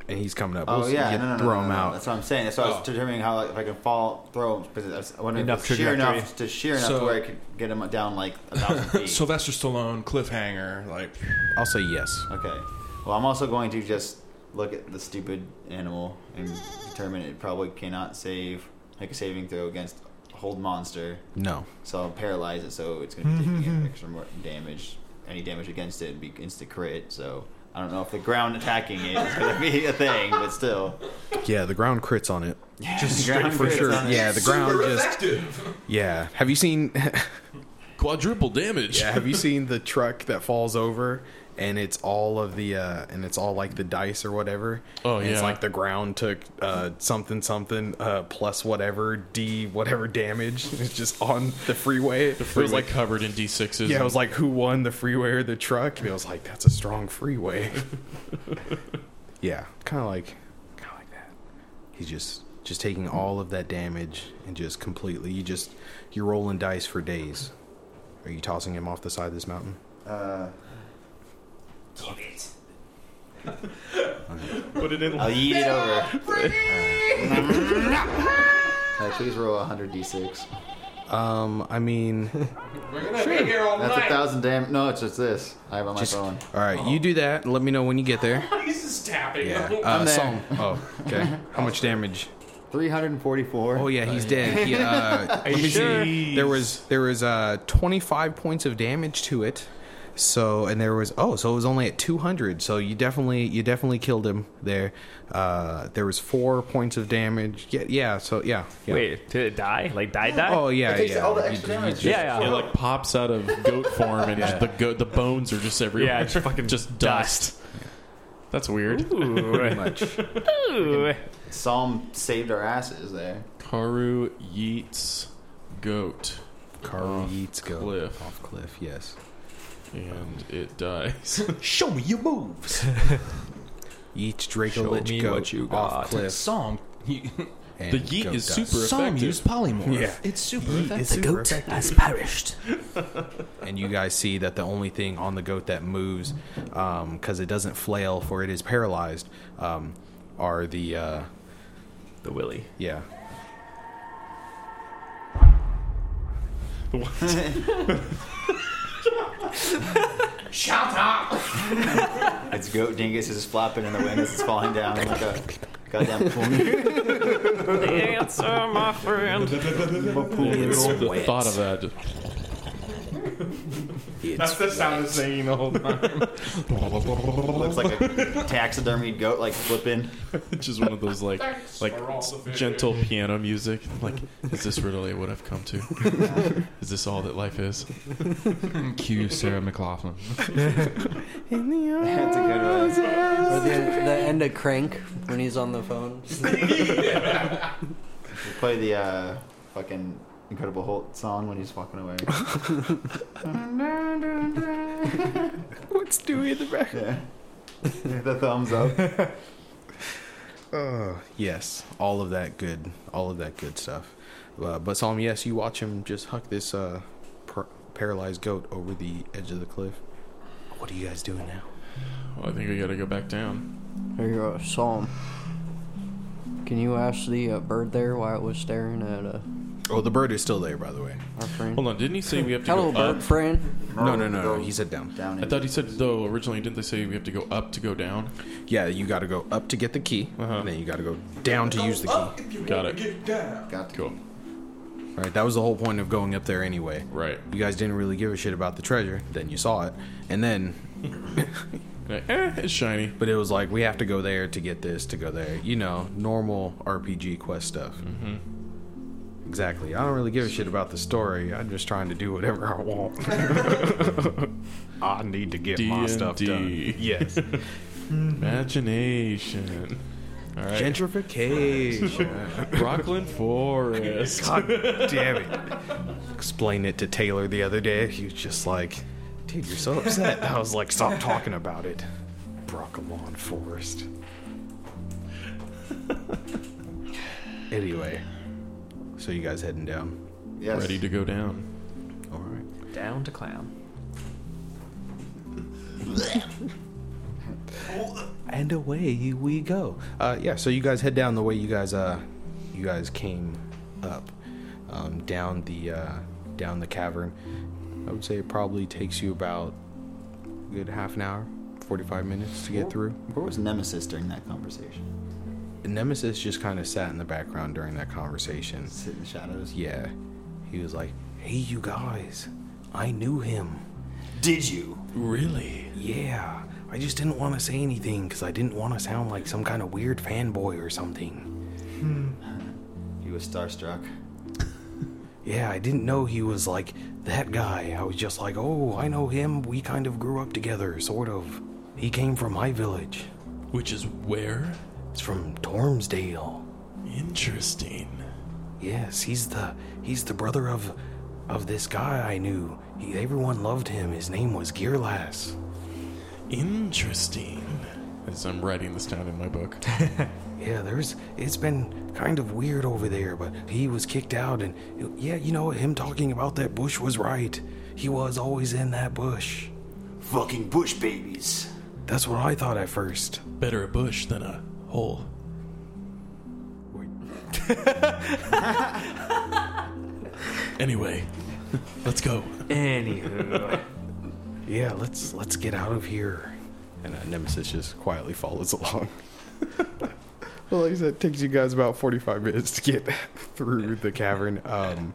Speaker 4: and he's coming up.
Speaker 5: Oh
Speaker 4: We'll
Speaker 5: yeah,
Speaker 4: you
Speaker 5: no, no, no,
Speaker 4: throw
Speaker 5: no, no,
Speaker 4: him
Speaker 5: no.
Speaker 4: out.
Speaker 5: That's what I'm saying. That's why I was determining how like, if I can fall, throw him because I was wondering
Speaker 6: Enough
Speaker 5: if it's sheer
Speaker 6: trajectory.
Speaker 5: enough to sheer enough
Speaker 6: So-
Speaker 5: to where I could get him down like a thousand feet.
Speaker 6: Sylvester Stallone cliffhanger, like
Speaker 4: I'll say yes.
Speaker 5: Okay. Well, I'm also going to just look at the stupid animal and determine it probably cannot save make a saving throw against hold monster.
Speaker 4: No.
Speaker 5: So I'll paralyze it, so it's going to be taking extra more damage. Any damage against it would be instant crit. So I don't know if the ground attacking it is going to be a thing, but still.
Speaker 4: Yeah, the ground crits on it.
Speaker 5: Just straight Ground for crits sure. on it.
Speaker 4: Yeah, the ground
Speaker 5: Super
Speaker 4: just.
Speaker 5: effective.
Speaker 4: Yeah. Have you seen?
Speaker 7: Quadruple damage.
Speaker 4: yeah. Have you seen the truck that falls over? And it's all of the, uh, and it's all like the dice or whatever.
Speaker 7: Oh,
Speaker 4: And It's
Speaker 7: yeah.
Speaker 4: like the ground took uh, something something uh, plus whatever d whatever damage. It's just on the freeway. The
Speaker 7: Freeway like covered in d6s.
Speaker 4: Yeah, it was like who won the freeway or the truck? And I was like, that's a strong freeway. yeah, kind of like, kind of like that. He's just just taking all of that damage and just completely. You just you're rolling dice for days. Are you tossing him off the side of this mountain?
Speaker 5: Uh,
Speaker 11: Give it.
Speaker 5: Put
Speaker 11: it in.
Speaker 5: I'll yeet it over.
Speaker 11: Free!
Speaker 5: Can I please roll 100d6?
Speaker 4: Um, I mean,
Speaker 7: We're gonna be here all
Speaker 5: That's
Speaker 7: night.
Speaker 5: a thousand damn. No, it's just this. I have on my
Speaker 4: just all
Speaker 5: phone.
Speaker 4: right. You do that. and Let me know when you get there.
Speaker 7: He's just tapping.
Speaker 4: Yeah.
Speaker 7: the whole-
Speaker 4: Uh, Psalm. Oh, okay. How much damage?
Speaker 5: 344.
Speaker 4: Oh yeah, he's dead. He, uh, let me see. There was there was uh, 25 points of damage to it. So and there was oh so it was only at 200. So you definitely you definitely killed him there. Uh, there was four points of damage. Yeah, yeah. So yeah. yeah.
Speaker 8: Wait, did it die? Like die die?
Speaker 4: Oh yeah, yeah. You- you just-
Speaker 8: Yeah,
Speaker 7: It
Speaker 8: yeah.
Speaker 7: like pops out of goat form, and just the go- the bones are just everywhere.
Speaker 8: Yeah, it's fucking
Speaker 7: just dust. That's weird.
Speaker 8: Ooh.
Speaker 4: much.
Speaker 5: Psalm saved our asses there.
Speaker 7: Karu yeets goat.
Speaker 4: Karu yeets goat
Speaker 7: cliff.
Speaker 4: off cliff. Yes.
Speaker 7: And it dies.
Speaker 6: Oh. Show me your moves.
Speaker 4: Yeet Draco
Speaker 6: Show
Speaker 4: Lich
Speaker 6: me
Speaker 4: goat
Speaker 6: what you got.
Speaker 4: off cliff.
Speaker 6: Song. the
Speaker 4: And
Speaker 6: yeet
Speaker 4: goat
Speaker 6: is
Speaker 4: dies.
Speaker 6: super Some effective. use polymorph.
Speaker 4: Yeah.
Speaker 6: It's super
Speaker 4: Yeet
Speaker 6: effective.
Speaker 4: is
Speaker 6: The
Speaker 4: super
Speaker 6: goat
Speaker 4: effective.
Speaker 6: has
Speaker 3: perished.
Speaker 4: and you guys see that the only thing on the goat that moves, because it doesn't flail for it is paralyzed, um, are the uh,
Speaker 8: the willy.
Speaker 4: Yeah.
Speaker 11: Shut up!
Speaker 5: It's goat dingus is just flopping in the wind as it's falling down like a goddamn pony.
Speaker 8: the answer, my friend.
Speaker 7: It's
Speaker 5: It's
Speaker 7: the
Speaker 5: wet.
Speaker 7: thought of that. just-
Speaker 5: That's the sound of singing the whole time. Looks like a taxidermied goat, like flipping.
Speaker 7: Just one of those like like gentle piano music. Like, is this really what I've come to? is this all that life is?
Speaker 6: Cue Sarah McLaughlin.
Speaker 9: In the
Speaker 5: That's a good one.
Speaker 2: Or the, the end of Crank when he's on the phone.
Speaker 5: You play the uh, fucking Incredible Hulk song when he's walking away.
Speaker 4: What's Dewey in the back?
Speaker 5: Yeah. the thumbs up.
Speaker 4: Uh, yes, all of that good, all of that good stuff. Uh, but Psalm, yes, you watch him just huck this uh, par- paralyzed goat over the edge of the cliff. What are you guys doing now?
Speaker 7: Well, I think we gotta go back down.
Speaker 2: There you go, Psalm. Can you ask the uh, bird there why it was staring at uh,
Speaker 4: Oh, the bird is still there, by the way.
Speaker 2: our friend?
Speaker 7: Hold on, didn't he say we have to
Speaker 2: Hello,
Speaker 7: go up?
Speaker 2: bird friend.
Speaker 4: No, no, no, no. He said down.
Speaker 5: Down
Speaker 7: I thought he said though originally didn't they say we have to go up to go down? Uh-huh.
Speaker 4: Yeah, you got to go up to get the key, and then you got to go down to use the key.
Speaker 7: Got it.
Speaker 5: Got
Speaker 7: Cool.
Speaker 4: Right, that was the whole point of going up there anyway.
Speaker 7: Right.
Speaker 4: You guys didn't really give a shit about the treasure. Then you saw it, and then
Speaker 7: Like, eh, it's shiny.
Speaker 4: But it was like we have to go there to get this to go there. You know, normal RPG quest stuff.
Speaker 7: Mm-hmm.
Speaker 4: Exactly. I don't really give a shit about the story. I'm just trying to do whatever I want. I need to get my stuff done.
Speaker 7: D&D.
Speaker 4: Yes.
Speaker 7: Imagination. All right.
Speaker 4: Gentrification.
Speaker 7: Rockland Forest.
Speaker 4: God damn it. Explain it to Taylor the other day. He was just like, dude, you're so upset. I was like, stop talking about it. Brockamon Forest. anyway, so you guys heading down?
Speaker 5: Yes.
Speaker 7: Ready to go down.
Speaker 4: All right.
Speaker 8: Down to clown.
Speaker 4: And away we go. Uh, yeah, so you guys head down the way you guys uh, you guys came up, um, down the uh, down the cavern. I would say it probably takes you about a good half an hour, forty five minutes to get through.
Speaker 5: Where was Nemesis during that conversation?
Speaker 4: Nemesis just kind of sat in the background during that conversation.
Speaker 5: Sit in the shadows.
Speaker 4: Yeah, he was like, "Hey, you guys, I knew him.
Speaker 5: Did you?
Speaker 7: Really?
Speaker 4: Yeah, I just didn't want to say anything because I didn't want to sound like some kind of weird fanboy or something.
Speaker 5: He was starstruck.
Speaker 4: Yeah, I didn't know he was like that guy. I was just like, oh, I know him. We kind of grew up together, sort of. He came from my village.
Speaker 7: Which is where?
Speaker 4: It's from Tormsdale.
Speaker 7: Interesting.
Speaker 4: Yes, he's the he's the brother of of this guy I knew. He, everyone loved him. His name was Gearlass.
Speaker 7: Interesting. As I'm writing this down in my book.
Speaker 4: Yeah, there's it's been kind of weird over there, but he was kicked out and yeah, you know, him talking about that bush was right. He was always in that bush.
Speaker 11: Fucking bush babies.
Speaker 4: That's what I thought at first.
Speaker 7: Better a bush than a hole. anyway, let's go.
Speaker 8: Anywho,
Speaker 4: Yeah, let's let's get out of here. And uh, Nemesis just quietly follows along. well, like I said, it takes you guys about forty-five minutes to get through the cavern. Um,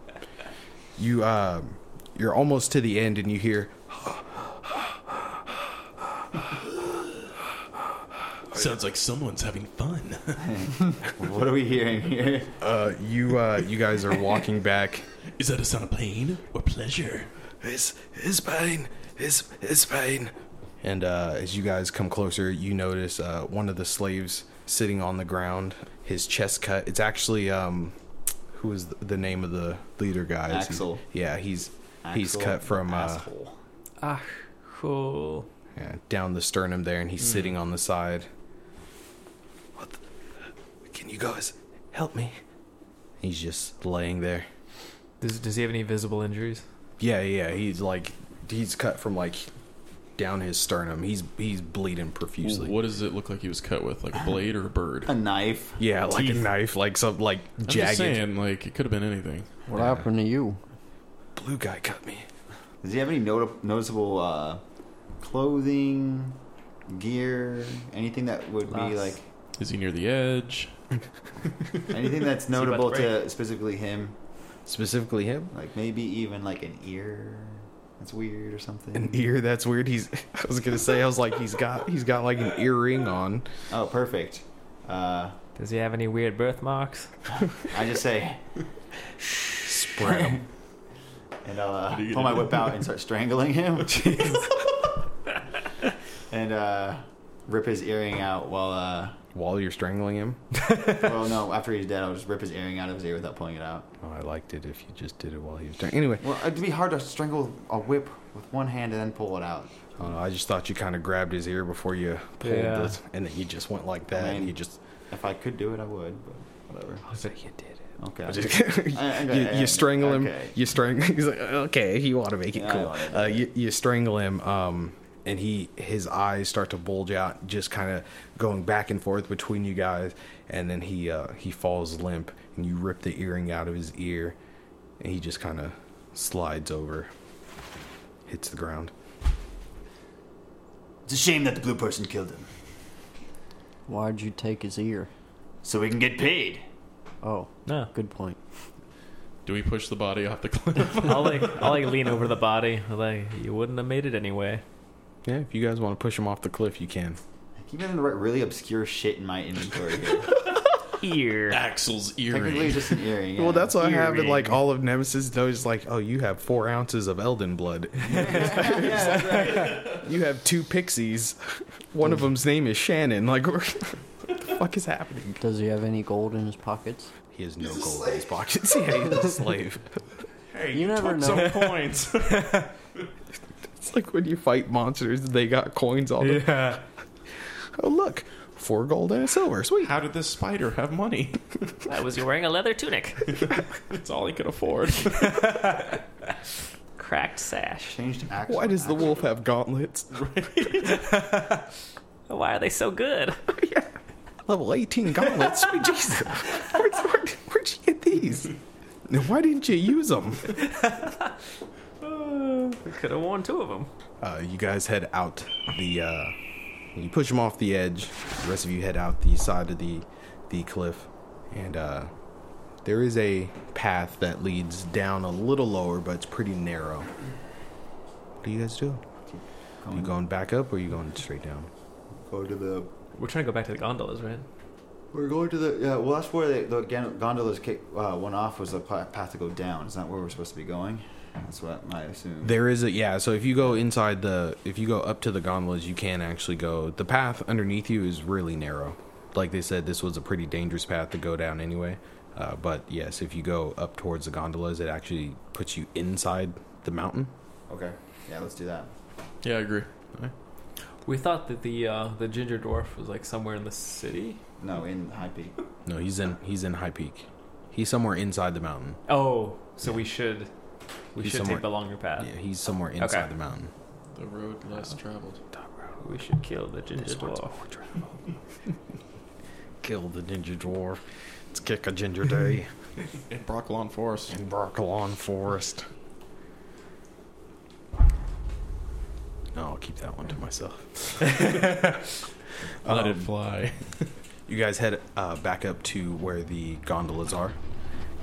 Speaker 4: you um, you're almost to the end, and you hear
Speaker 7: Sounds like someone's having fun.
Speaker 5: What are we hearing here?
Speaker 4: uh, you uh, you guys are walking back.
Speaker 7: Is that a sound of pain or pleasure?
Speaker 4: It's it's pain. It's it's pain. And uh, as you guys come closer, you notice uh, one of the slaves sitting on the ground. His chest cut. It's actually um, who is th- the name of the leader guy? Is he-
Speaker 5: Axel.
Speaker 4: yeah, he's he's
Speaker 5: Axel,
Speaker 4: cut from uh,
Speaker 5: asshole.
Speaker 8: ah, cool. Mm.
Speaker 4: yeah, down the sternum there, and he's sitting on the side.
Speaker 10: Can you guys help me? He's just laying there.
Speaker 8: Does, does he have any visible injuries?
Speaker 4: Yeah, yeah. He's like he's cut from like down his sternum. He's he's bleeding profusely.
Speaker 7: What does it look like he was cut with? Like a blade or a bird?
Speaker 5: A knife.
Speaker 4: Yeah, like a knife, like some like
Speaker 7: I'm
Speaker 4: jagged.
Speaker 7: just saying, like it could have been anything.
Speaker 2: What happened to you?
Speaker 10: Blue guy cut me.
Speaker 5: Does he have any noti- noticeable uh, clothing, gear, anything that would be
Speaker 7: Lots.
Speaker 5: like
Speaker 7: Is he near the edge?
Speaker 5: anything that's
Speaker 7: Is he about
Speaker 5: notable
Speaker 7: to
Speaker 5: to specifically him?
Speaker 4: Specifically him?
Speaker 5: Like maybe even like an ear that's weird or something.
Speaker 4: An ear that's weird. He's I was gonna say I was like he's got he's got like an earring on.
Speaker 5: Oh, perfect. Uh,
Speaker 8: Does he have any weird birthmarks?
Speaker 5: I just say,
Speaker 4: spread
Speaker 5: him. and I'll uh,
Speaker 8: What are you
Speaker 5: pull my
Speaker 8: gonna
Speaker 5: whip
Speaker 8: do?
Speaker 5: out and start strangling him. and uh, rip his earring out while. Uh,
Speaker 4: While you're strangling him.
Speaker 5: well, no. After he's dead, I'll just rip his earring out of his ear without pulling it out.
Speaker 4: Oh, I liked it if you just did it while he was strangling. Anyway,
Speaker 5: well, it'd be hard to strangle a whip with one hand and then pull it out.
Speaker 4: I don't know. I just thought you kind of grabbed his ear before you pulled
Speaker 5: Yeah.
Speaker 4: this, and then he just went like that. and he just
Speaker 5: if I could do it, I would, but whatever.
Speaker 4: I was like, you did it.
Speaker 5: Okay.
Speaker 4: I just- you, you strangle him. You strangle. He's like, okay, you want to make it
Speaker 5: Yeah, I
Speaker 4: cool.
Speaker 5: wanna
Speaker 4: Uh, you, you strangle him, um, and he his eyes start to bulge out, just kind of going back and forth between you guys, and then he uh, he falls limp, and you rip the earring out of his ear, and he just kind of slides over, hits the ground.
Speaker 5: It's a shame that the blue person killed him.
Speaker 2: Why'd you take his ear?
Speaker 5: So we can get paid.
Speaker 2: Oh,
Speaker 8: no.
Speaker 2: Good point.
Speaker 7: Do we push the body off the cliff?
Speaker 8: I'll like I'll like lean over the body. I'm Like you wouldn't have made it anyway.
Speaker 4: Yeah, if you guys want to push him off the cliff, you can.
Speaker 5: Keep having the right really obscure shit in my inventory here.
Speaker 8: Ear.
Speaker 7: Axel's
Speaker 5: Technically, just an earring.
Speaker 4: Well,
Speaker 5: yeah.
Speaker 4: that's what I have in like
Speaker 5: Earring.
Speaker 4: all of Nemesis. No, it's like, oh, you have four ounces of Elden blood. You have two pixies. One of them's name is Shannon. Like, what the fuck is happening?
Speaker 2: Does he have any gold in his pockets?
Speaker 4: He has no gold in his pockets. Yeah, he's a slave.
Speaker 7: Hey,
Speaker 2: you, never
Speaker 7: took
Speaker 2: know.
Speaker 7: some points.
Speaker 4: It's like when you fight monsters, they got coins on them.
Speaker 8: Yeah.
Speaker 4: Oh, look. Four gold and a silver. Sweet.
Speaker 7: How did this spider have money?
Speaker 8: Why was he wearing a leather tunic?
Speaker 7: It's all he could afford.
Speaker 8: Cracked sash.
Speaker 5: Changed axle.
Speaker 4: Why does the wolf have gauntlets?
Speaker 8: Why are they so good?
Speaker 4: Level 18 gauntlets. Sweet Jesus. Where'd, where'd, where'd you get these? And Why didn't you use them?
Speaker 7: Uh,
Speaker 8: we could have worn two of them.
Speaker 4: Uh, you guys head out the. Uh, you push him off the edge. The rest of you head out the side of the the cliff, and uh, there is a path that leads down a little lower, but it's pretty narrow. What do you guys do? Are you going back up, or are you going straight down?
Speaker 5: Go to the.
Speaker 8: We're trying to go back to the gondolas, right?
Speaker 5: We're going to the. Yeah, well, that's where the, the gan- gondolas kick, uh, went off. Was the pa- path to go down? Is that where we're supposed to be going? That's what I assume.
Speaker 4: There is a yeah. So if you go inside the, if you go up to the gondolas, you can actually go. The path underneath you is really narrow. Like they said, this was a pretty dangerous path to go down anyway. Uh, but yes, if you go up towards the gondolas, it actually puts you inside the mountain.
Speaker 5: Okay. Yeah, let's do that.
Speaker 7: yeah, I agree.
Speaker 8: We thought that the uh, the ginger dwarf was like somewhere in the city.
Speaker 5: No, in High Peak.
Speaker 4: No, he's in he's in High Peak. He's somewhere inside the mountain.
Speaker 8: Oh, so we should we
Speaker 4: He's
Speaker 8: should
Speaker 4: somewhere-
Speaker 8: take the longer path.
Speaker 4: Yeah, he's somewhere inside
Speaker 8: Okay.
Speaker 4: the mountain.
Speaker 7: The road less traveled.
Speaker 8: We should kill the ginger dwarf.
Speaker 4: Kill the ginger dwarf. Let's kick a ginger day
Speaker 7: In Brocklawn Forest.
Speaker 4: in Barkalon Forest. No, I'll keep that one to myself.
Speaker 7: Let it fly.
Speaker 4: Um, You guys head uh, back up to where the gondolas are,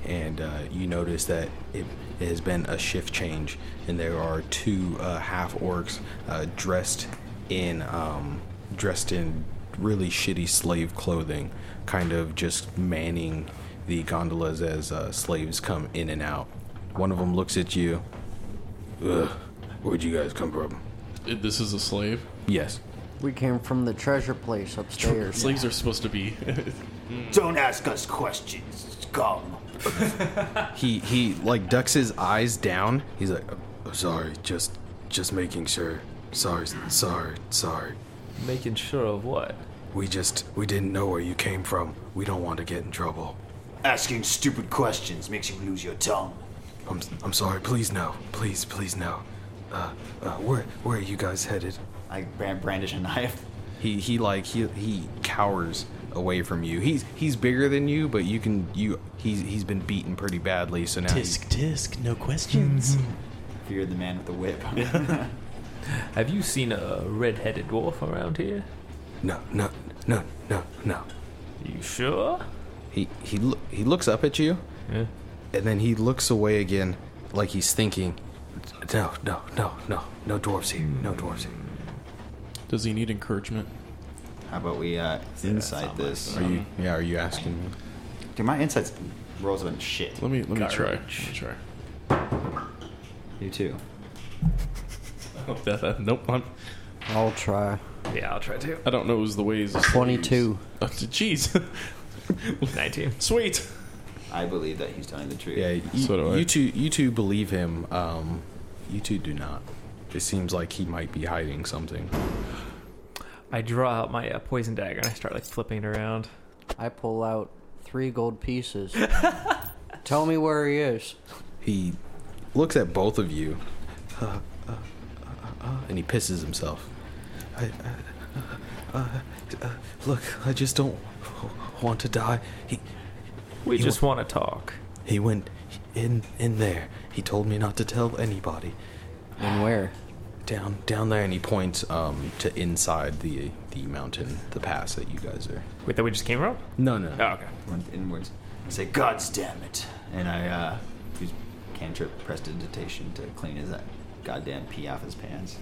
Speaker 4: and uh, you notice that it, it has been a shift change, and there are two uh, half orcs uh, dressed in um, dressed in really shitty slave clothing, kind of just manning the gondolas as uh, slaves come in and out. One of them looks at you. Ugh, where'd you guys come from?
Speaker 7: Uh, This is a slave.
Speaker 4: Yes.
Speaker 2: We came from the treasure place upstairs.
Speaker 7: Slaves are supposed to be.
Speaker 11: Don't ask us questions, scum.
Speaker 4: He he like ducks his eyes down. He's like,
Speaker 10: Oh, sorry, just just making sure. Sorry, sorry, sorry.
Speaker 8: Making sure of what?
Speaker 10: We just we didn't know where you came from. We don't want to get in trouble.
Speaker 11: Asking stupid questions makes you lose your tongue.
Speaker 10: I'm I'm sorry. Please no. Please please no. Uh, uh where where are you guys headed?
Speaker 5: I brandish a knife.
Speaker 4: He he like he he cowers away from you. He's he's bigger than you, but you can you he's he's been beaten pretty badly, so now
Speaker 5: Tisk,
Speaker 4: tisk, no
Speaker 5: questions.
Speaker 4: Mm-hmm.
Speaker 5: Feared the man with the whip.
Speaker 8: Have you seen a red-headed dwarf around here?
Speaker 10: No, no, no, no, no.
Speaker 8: You sure?
Speaker 4: He he loo- he looks up at you,
Speaker 8: Yeah.
Speaker 4: and then he looks away again, like he's thinking.
Speaker 10: No, no, no, no, no dwarves here. No dwarves here.
Speaker 7: Does he need encouragement?
Speaker 5: How about we uh, insight this?
Speaker 7: Are you-
Speaker 4: yeah? Are you asking me?
Speaker 5: Dude, my insights rolls have been shit.
Speaker 7: Let me let me try. Let
Speaker 5: Garbage.
Speaker 7: me try.
Speaker 5: You too.
Speaker 7: That- that- nope. I'm,
Speaker 2: I'll try.
Speaker 8: Yeah, I'll try too.
Speaker 7: I don't know. It was the ways.
Speaker 2: Twenty-two.
Speaker 7: Oh, Jeez.
Speaker 8: 19.
Speaker 7: Sweet.
Speaker 5: I believe that he's telling the truth.
Speaker 4: Yeah, you, you two you two believe him. Um, you two do not. It seems like he might be hiding something.
Speaker 8: I draw out my uh, poison dagger and I start like flipping it around.
Speaker 2: I pull out three gold pieces. Tell me where he is.
Speaker 4: He looks at both of you, uh, uh, uh, uh, and he pisses himself.
Speaker 10: I, uh, uh, uh, look, I just don't want to die. He
Speaker 8: We
Speaker 10: He
Speaker 8: just want to talk.
Speaker 10: he went in in there. He told me not to tell anybody.
Speaker 2: And where?
Speaker 4: Down down there, and he points um, to inside the the mountain, the pass that you guys are.
Speaker 8: Wait, that we just came from?
Speaker 4: No, no.
Speaker 8: Oh, okay.
Speaker 5: Went inwards. I say, God's damn it. And I uh, use cantrip prestidigitation to clean his uh, goddamn pee off his pants.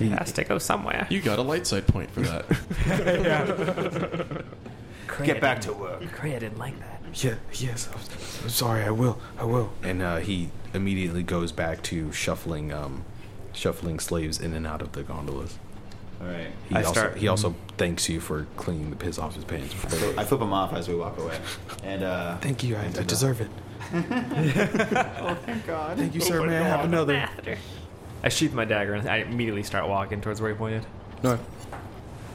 Speaker 8: It has to go
Speaker 4: Oh,
Speaker 8: somewhere.
Speaker 7: You got a light side point for that.
Speaker 11: Get back to work.
Speaker 8: Cray, I didn't like that.
Speaker 10: Yeah, yes. I'm, I'm sorry. I will. I will.
Speaker 4: And uh, he immediately goes back to shuffling um, shuffling slaves in and out of the gondolas.
Speaker 5: All right.
Speaker 4: He
Speaker 5: I
Speaker 4: also,
Speaker 5: start-
Speaker 4: He also thanks you for cleaning the piss off his pants. before-
Speaker 5: I flip him off as we walk away. And uh,
Speaker 10: Thank you. I, I
Speaker 5: into the-
Speaker 10: deserve it.
Speaker 5: Oh, thank God.
Speaker 10: Thank you, sir. May I have another?
Speaker 8: I sheath my dagger and I immediately start walking towards where he pointed.
Speaker 4: No.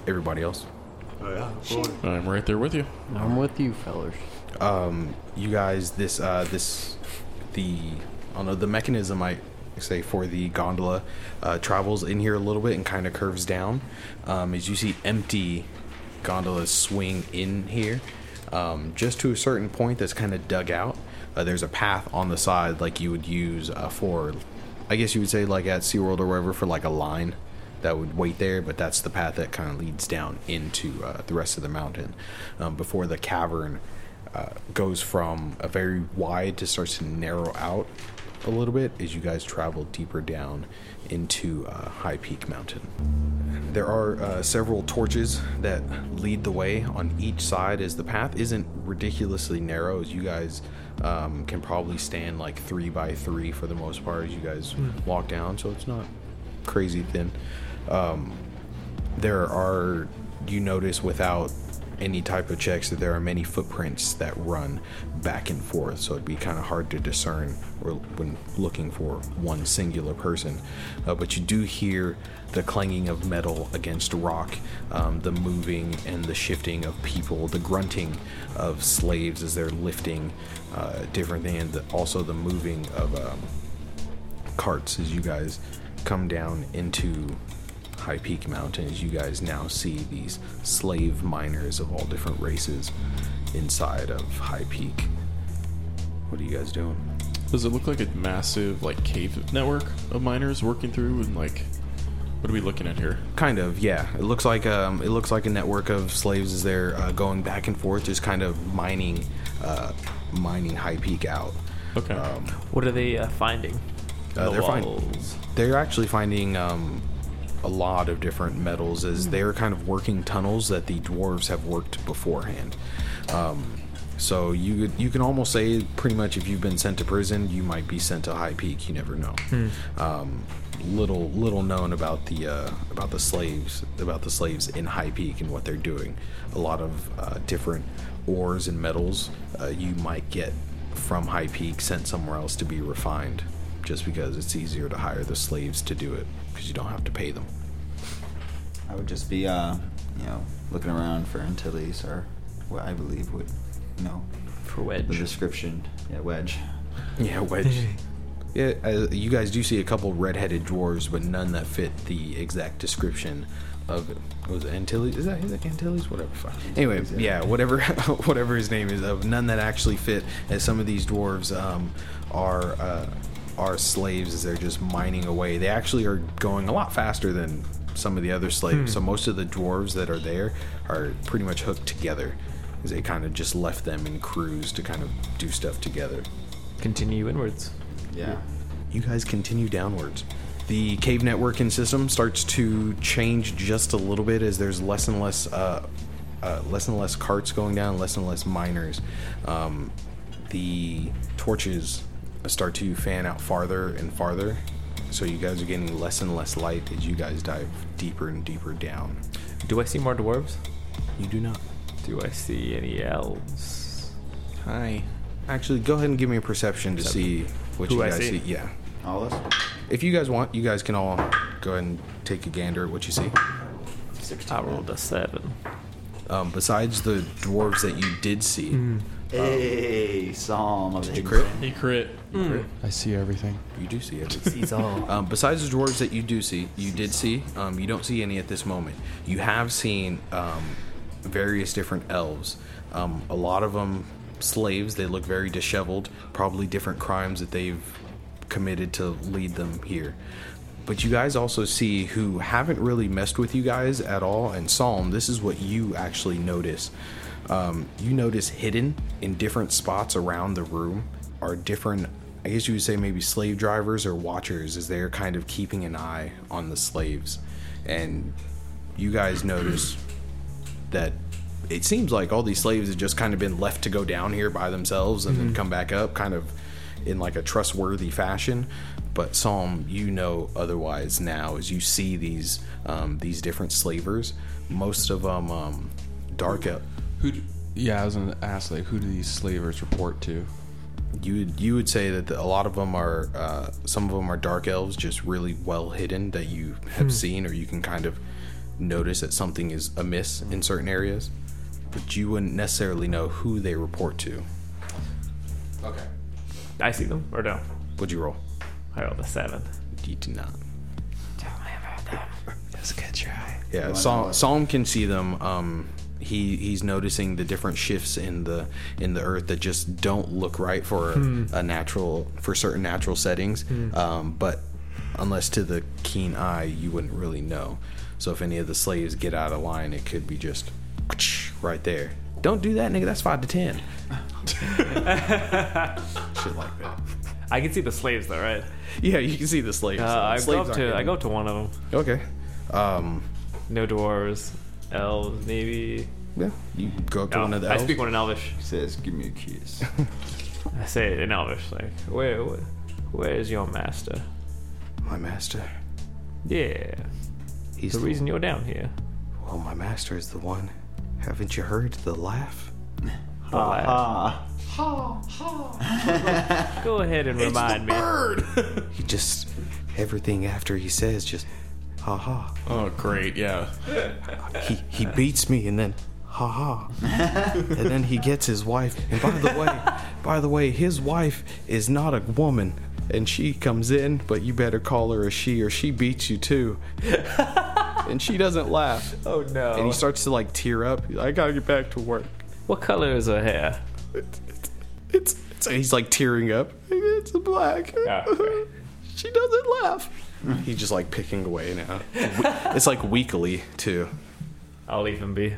Speaker 4: Everybody else.
Speaker 10: Oh,
Speaker 7: I'm right there with you.
Speaker 2: I'm with you, fellers.
Speaker 4: um, you guys this uh, this the I don't know the mechanism I say for the gondola uh, travels in here a little bit and kind of curves down um, as you see empty gondolas swing in here um, just to a certain point that's kind of dug out uh, there's a path on the side like you would use uh, for I guess you would say like at SeaWorld or wherever for like a line that would wait there, but that's the path that kind of leads down into uh, the rest of the mountain um, before the cavern uh, goes from a very wide to starts to narrow out a little bit as you guys travel deeper down into uh, High Peak Mountain. There are uh, several torches that lead the way on each side as the path isn't ridiculously narrow as you guys um, can probably stand like three by three for the most part as you guys
Speaker 10: Mm.
Speaker 4: walk down, so it's not crazy thin. Um, there are, you notice without any type of checks that there are many footprints that run back and forth, so it'd be kind of hard to discern or when looking for one singular person. Uh, but you do hear the clanging of metal against rock, um, the moving and the shifting of people, the grunting of slaves as they're lifting uh, different things, also the moving of. Um, carts as you guys come down into High Peak Mountain. As you guys now see these slave miners of all different races inside of High Peak. What are you guys doing?
Speaker 7: Does it look like a massive like cave network of miners working through and like what are we looking at here?
Speaker 4: Kind of, yeah. It looks like um, it looks like a network of slaves as they're uh, going back and forth, just kind of mining, uh, mining High Peak out.
Speaker 7: Okay.
Speaker 4: Um,
Speaker 8: What are they uh, finding?
Speaker 4: Uh,
Speaker 8: The
Speaker 4: they're finding.
Speaker 8: walls.
Speaker 4: They're actually finding um, a lot of different metals as they're kind of working tunnels that the dwarves have worked beforehand. Um, so you could- you can almost say pretty much if you've been sent to prison, you might be sent to High Peak. You never know.
Speaker 10: Hmm.
Speaker 4: Um, little little known about the uh, about the slaves about the slaves in High Peak and what they're doing. A lot of uh, different ores and metals uh, you might get from High Peak sent somewhere else to be refined, just because it's easier to hire the slaves to do it because you don't have to pay them.
Speaker 5: I would just be, uh, you know, looking around for Antilles or what I believe would, you know,
Speaker 8: for wedge.
Speaker 5: The description, yeah, wedge.
Speaker 4: Yeah, wedge. yeah, uh, you guys do see a couple red-headed dwarves, but none that fit the exact description of what was it Antilles. Is that his Antilles? Whatever. Fuck. Anyway, yeah, whatever, whatever his name is. Of none that actually fit, as some of these dwarves um, are. Uh, are slaves as they're just mining away. They actually are going a lot faster than some of the other slaves.
Speaker 10: Hmm.
Speaker 4: So most of the dwarves that are there are pretty much hooked together. 'cause They kind of just left them in crews to kind of do stuff together.
Speaker 8: Continue inwards.
Speaker 5: Yeah.
Speaker 4: You guys continue downwards. The cave networking system starts to change just a little bit as there's less and less, uh, uh, less and less carts going down, less and less miners. Um, the torches start to fan out farther and farther, so you guys are getting less and less light as you guys dive deeper and deeper down.
Speaker 8: Do I see more dwarves?
Speaker 4: You do not.
Speaker 8: Do I see any elves?
Speaker 4: Hi. Actually, go ahead and give me a perception to see what
Speaker 8: Who
Speaker 4: you
Speaker 8: I
Speaker 4: guys
Speaker 8: see?
Speaker 4: see. Yeah.
Speaker 5: All us?
Speaker 4: If you guys want, you guys can all go ahead and take a gander at what you see.
Speaker 8: I rolled a seven.
Speaker 4: Um, besides the dwarves that you did see, uh,
Speaker 8: Mm.
Speaker 5: Hey, Psalm of
Speaker 4: did you crit?
Speaker 7: He crit.
Speaker 2: Hmm.
Speaker 4: I see everything. You do see everything.
Speaker 5: Sees all.
Speaker 4: Um, besides the dwarves that you do see, you did see. Um, you don't see any at this moment. You have seen um, various different elves. Um, a lot of them slaves. They look very disheveled. Probably different crimes that they've committed to lead them here. But you guys also see who haven't really messed with you guys at all. And Psalm, this is what you actually notice. Um, you notice hidden in different spots around the room are different, I guess you would say maybe slave drivers or watchers, as they're kind of keeping an eye on the slaves. And you guys notice that it seems like all these slaves have just kind of been left to go down here by themselves and
Speaker 6: Mm-hmm.
Speaker 4: then
Speaker 10: Mhm.
Speaker 4: come back up kind of in like a trustworthy fashion but psalm you know otherwise now as you see these um, these different slavers most of them um, dark up
Speaker 6: Who? d- Yeah, I was gonna ask like, who do these slavers report to?
Speaker 4: you would you would say that the, a lot of them are uh, some of them are dark elves just really well hidden that you have
Speaker 10: Hmm.
Speaker 4: seen or you can kind of notice that something is amiss in certain areas but you wouldn't necessarily know who they report to
Speaker 6: Okay.
Speaker 8: I see them, or no?
Speaker 4: What'd you roll?
Speaker 8: I rolled a seven.
Speaker 4: You did not.
Speaker 6: That's a good try.
Speaker 4: Yeah, Psalm, Psalm can see them. Um, he he's noticing the different shifts in the in the earth that just don't look right for
Speaker 10: Hmm.
Speaker 4: a natural for certain natural settings.
Speaker 10: Hmm.
Speaker 4: Um, but unless to the keen eye, you wouldn't really know. So if any of the slaves get out of line, it could be just right there. Don't do that, nigga. That's five to ten. Shit like that.
Speaker 8: I can see the slaves though, right?
Speaker 4: Yeah, you can see the slaves.
Speaker 8: Uh, I go
Speaker 4: Slaves
Speaker 8: up
Speaker 4: aren't
Speaker 8: to I
Speaker 4: hidden.
Speaker 8: go up to one of them.
Speaker 4: Okay. Um,
Speaker 8: no dwarves, elves maybe.
Speaker 4: Yeah, you go up to one of the
Speaker 8: I
Speaker 4: elves.
Speaker 8: speak one in Elvish.
Speaker 5: says, "Give me a kiss."
Speaker 8: I say it in Elvish, like, where, where, where is your master?
Speaker 4: My master.
Speaker 8: Yeah.
Speaker 4: He's
Speaker 8: the,
Speaker 4: the-
Speaker 8: reason you're down here.
Speaker 4: Well, my master is the one. Haven't you heard the laugh? Ah.
Speaker 8: The laugh.
Speaker 9: Ha ha.
Speaker 8: Go ahead and remind me.
Speaker 4: He just everything after he says just ha ha.
Speaker 7: Oh, great. Yeah.
Speaker 4: He he beats me and then ha ha. and then he gets his wife. And by the way, by the way, his wife is not a woman. And she comes in, but you better call her a she or she beats you too. and she doesn't laugh.
Speaker 8: Oh no.
Speaker 4: And he starts to like tear up. He's like, I gotta get back to work.
Speaker 8: What color is her hair?
Speaker 4: It's, it's he's like tearing up. It's black. she doesn't laugh. He's just like picking away now. It's like weekly too.
Speaker 8: I'll leave him be.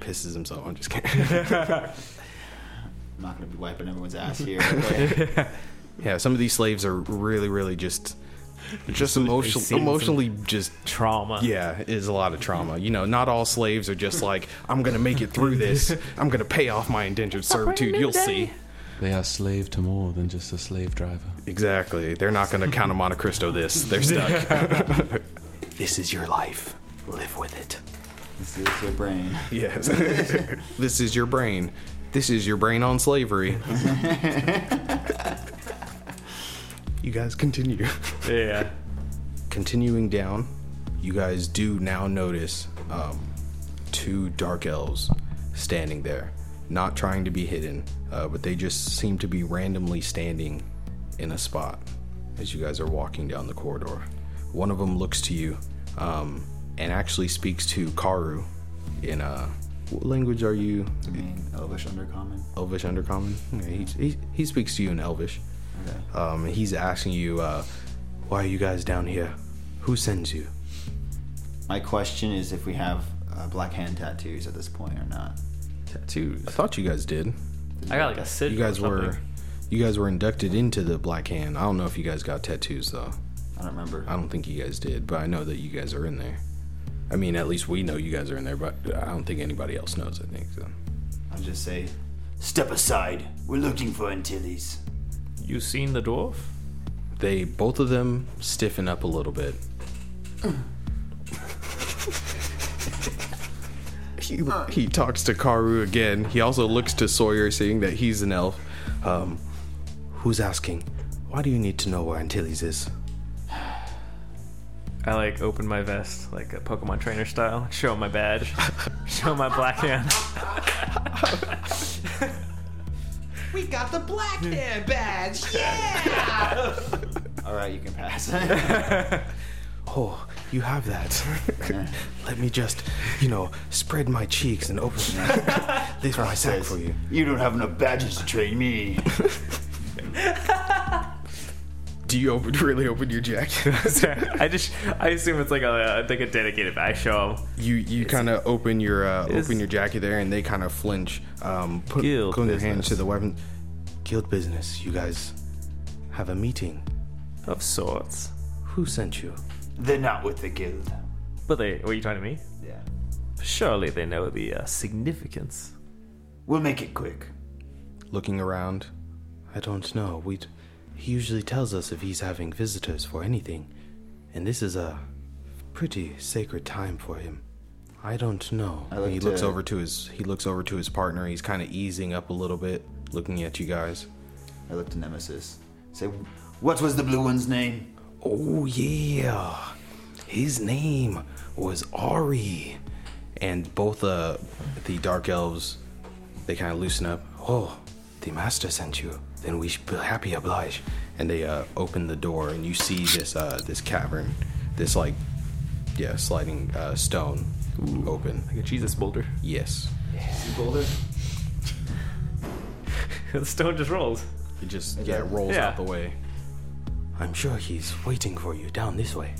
Speaker 4: Pisses himself. I'm just kidding.
Speaker 5: I'm not gonna be wiping everyone's ass here. okay?
Speaker 4: yeah, some of these slaves are really, really just, just
Speaker 5: they've
Speaker 4: emotional,
Speaker 5: seen
Speaker 4: emotionally just
Speaker 8: trauma.
Speaker 4: Yeah, it is a lot of trauma. You know, not all slaves are just like, I'm gonna make it through this. I'm gonna pay off my indentured servitude. You'll see.
Speaker 6: They are slave to more than just a slave driver.
Speaker 4: Exactly. They're not gonna count a Monte Cristo this. They're stuck. this is your life. Live with it.
Speaker 5: This is your brain.
Speaker 4: Yes. this is your brain. This is your brain on slavery. you guys continue.
Speaker 8: Yeah.
Speaker 4: Continuing down, you guys do now notice um, two dark elves standing there, not trying to be hidden, uh, but they just seem to be randomly standing in a spot as you guys are walking down the corridor. One of them looks to you um, and actually speaks to Karu in uh, what language are you?
Speaker 5: I mean, Elvish Undercommon.
Speaker 4: Elvish Undercommon. Yeah, he, he, he speaks to you in Elvish.
Speaker 5: Okay.
Speaker 4: Um, and he's asking you, uh, why are you guys down here? Who sends you?
Speaker 5: My question is if we have uh, black hand tattoos at this point or not.
Speaker 4: Tattoos. I thought you guys did.
Speaker 8: I got like a sigil.
Speaker 4: You guys
Speaker 8: or something.
Speaker 4: were, you guys were inducted into the Black Hand. I don't know if you guys got tattoos though.
Speaker 5: I don't remember.
Speaker 4: I don't think you guys did, but I know that you guys are in there. I mean, at least we know you guys are in there, but I don't think anybody else knows. I think so.
Speaker 5: I'll just say,
Speaker 11: Step aside. We're looking for Antilles.
Speaker 8: You seen the dwarf?
Speaker 4: They both of them stiffen up a little bit. he, he talks to Karu again. He also looks to Sawyer, seeing that he's an elf. Um, who's asking? Why do you need to know where Antilles is?
Speaker 8: I like open my vest like a Pokemon trainer style. Show my badge. show my black hand.
Speaker 9: We got the black
Speaker 1: Hmm.
Speaker 9: hand badge. Yeah.
Speaker 5: all right, you can pass.
Speaker 10: Oh, you have that. Let me just, you know, spread my cheeks and open this my sack for you.
Speaker 11: You don't have enough badges to train me.
Speaker 4: Do you open, really open your jacket?
Speaker 8: I just I assume it's like a like a dedicated bag. Show them.
Speaker 4: You you kind of open your uh,
Speaker 8: It's-
Speaker 4: open your jacket there, and they kind of flinch. Um, put
Speaker 10: Guild
Speaker 4: put their
Speaker 10: business.
Speaker 4: hands to the weapon.
Speaker 10: Guild business. You guys have a meeting.
Speaker 8: Of sorts.
Speaker 10: Who sent you?
Speaker 11: They're not with the guild.
Speaker 8: But they, were you talking to me?
Speaker 11: Yeah.
Speaker 8: Surely they know the uh, significance.
Speaker 11: We'll make it quick.
Speaker 4: Looking around,
Speaker 10: I don't know. We he usually tells us if he's having visitors for anything, and this is a pretty sacred time for him. I don't know.
Speaker 4: he looks over to his he looks over to his partner. He's kind of easing up a little bit, looking at you guys.
Speaker 5: I look to Nemesis. Say, what was the blue one's name?
Speaker 10: Oh yeah,
Speaker 4: His name was Ari, and both uh, the dark elves they kind of loosen up.
Speaker 10: Oh, the master sent you.
Speaker 4: Then we should be happy oblige. And they uh, open the door, and you see this uh, this cavern, this like yeah sliding uh, stone open
Speaker 8: like a Jesus boulder.
Speaker 4: Yes,
Speaker 5: Boulder.
Speaker 8: the stone just rolls.
Speaker 4: It just yeah it rolls
Speaker 8: Yeah.
Speaker 4: out the way.
Speaker 10: I'm sure he's waiting for you down this way.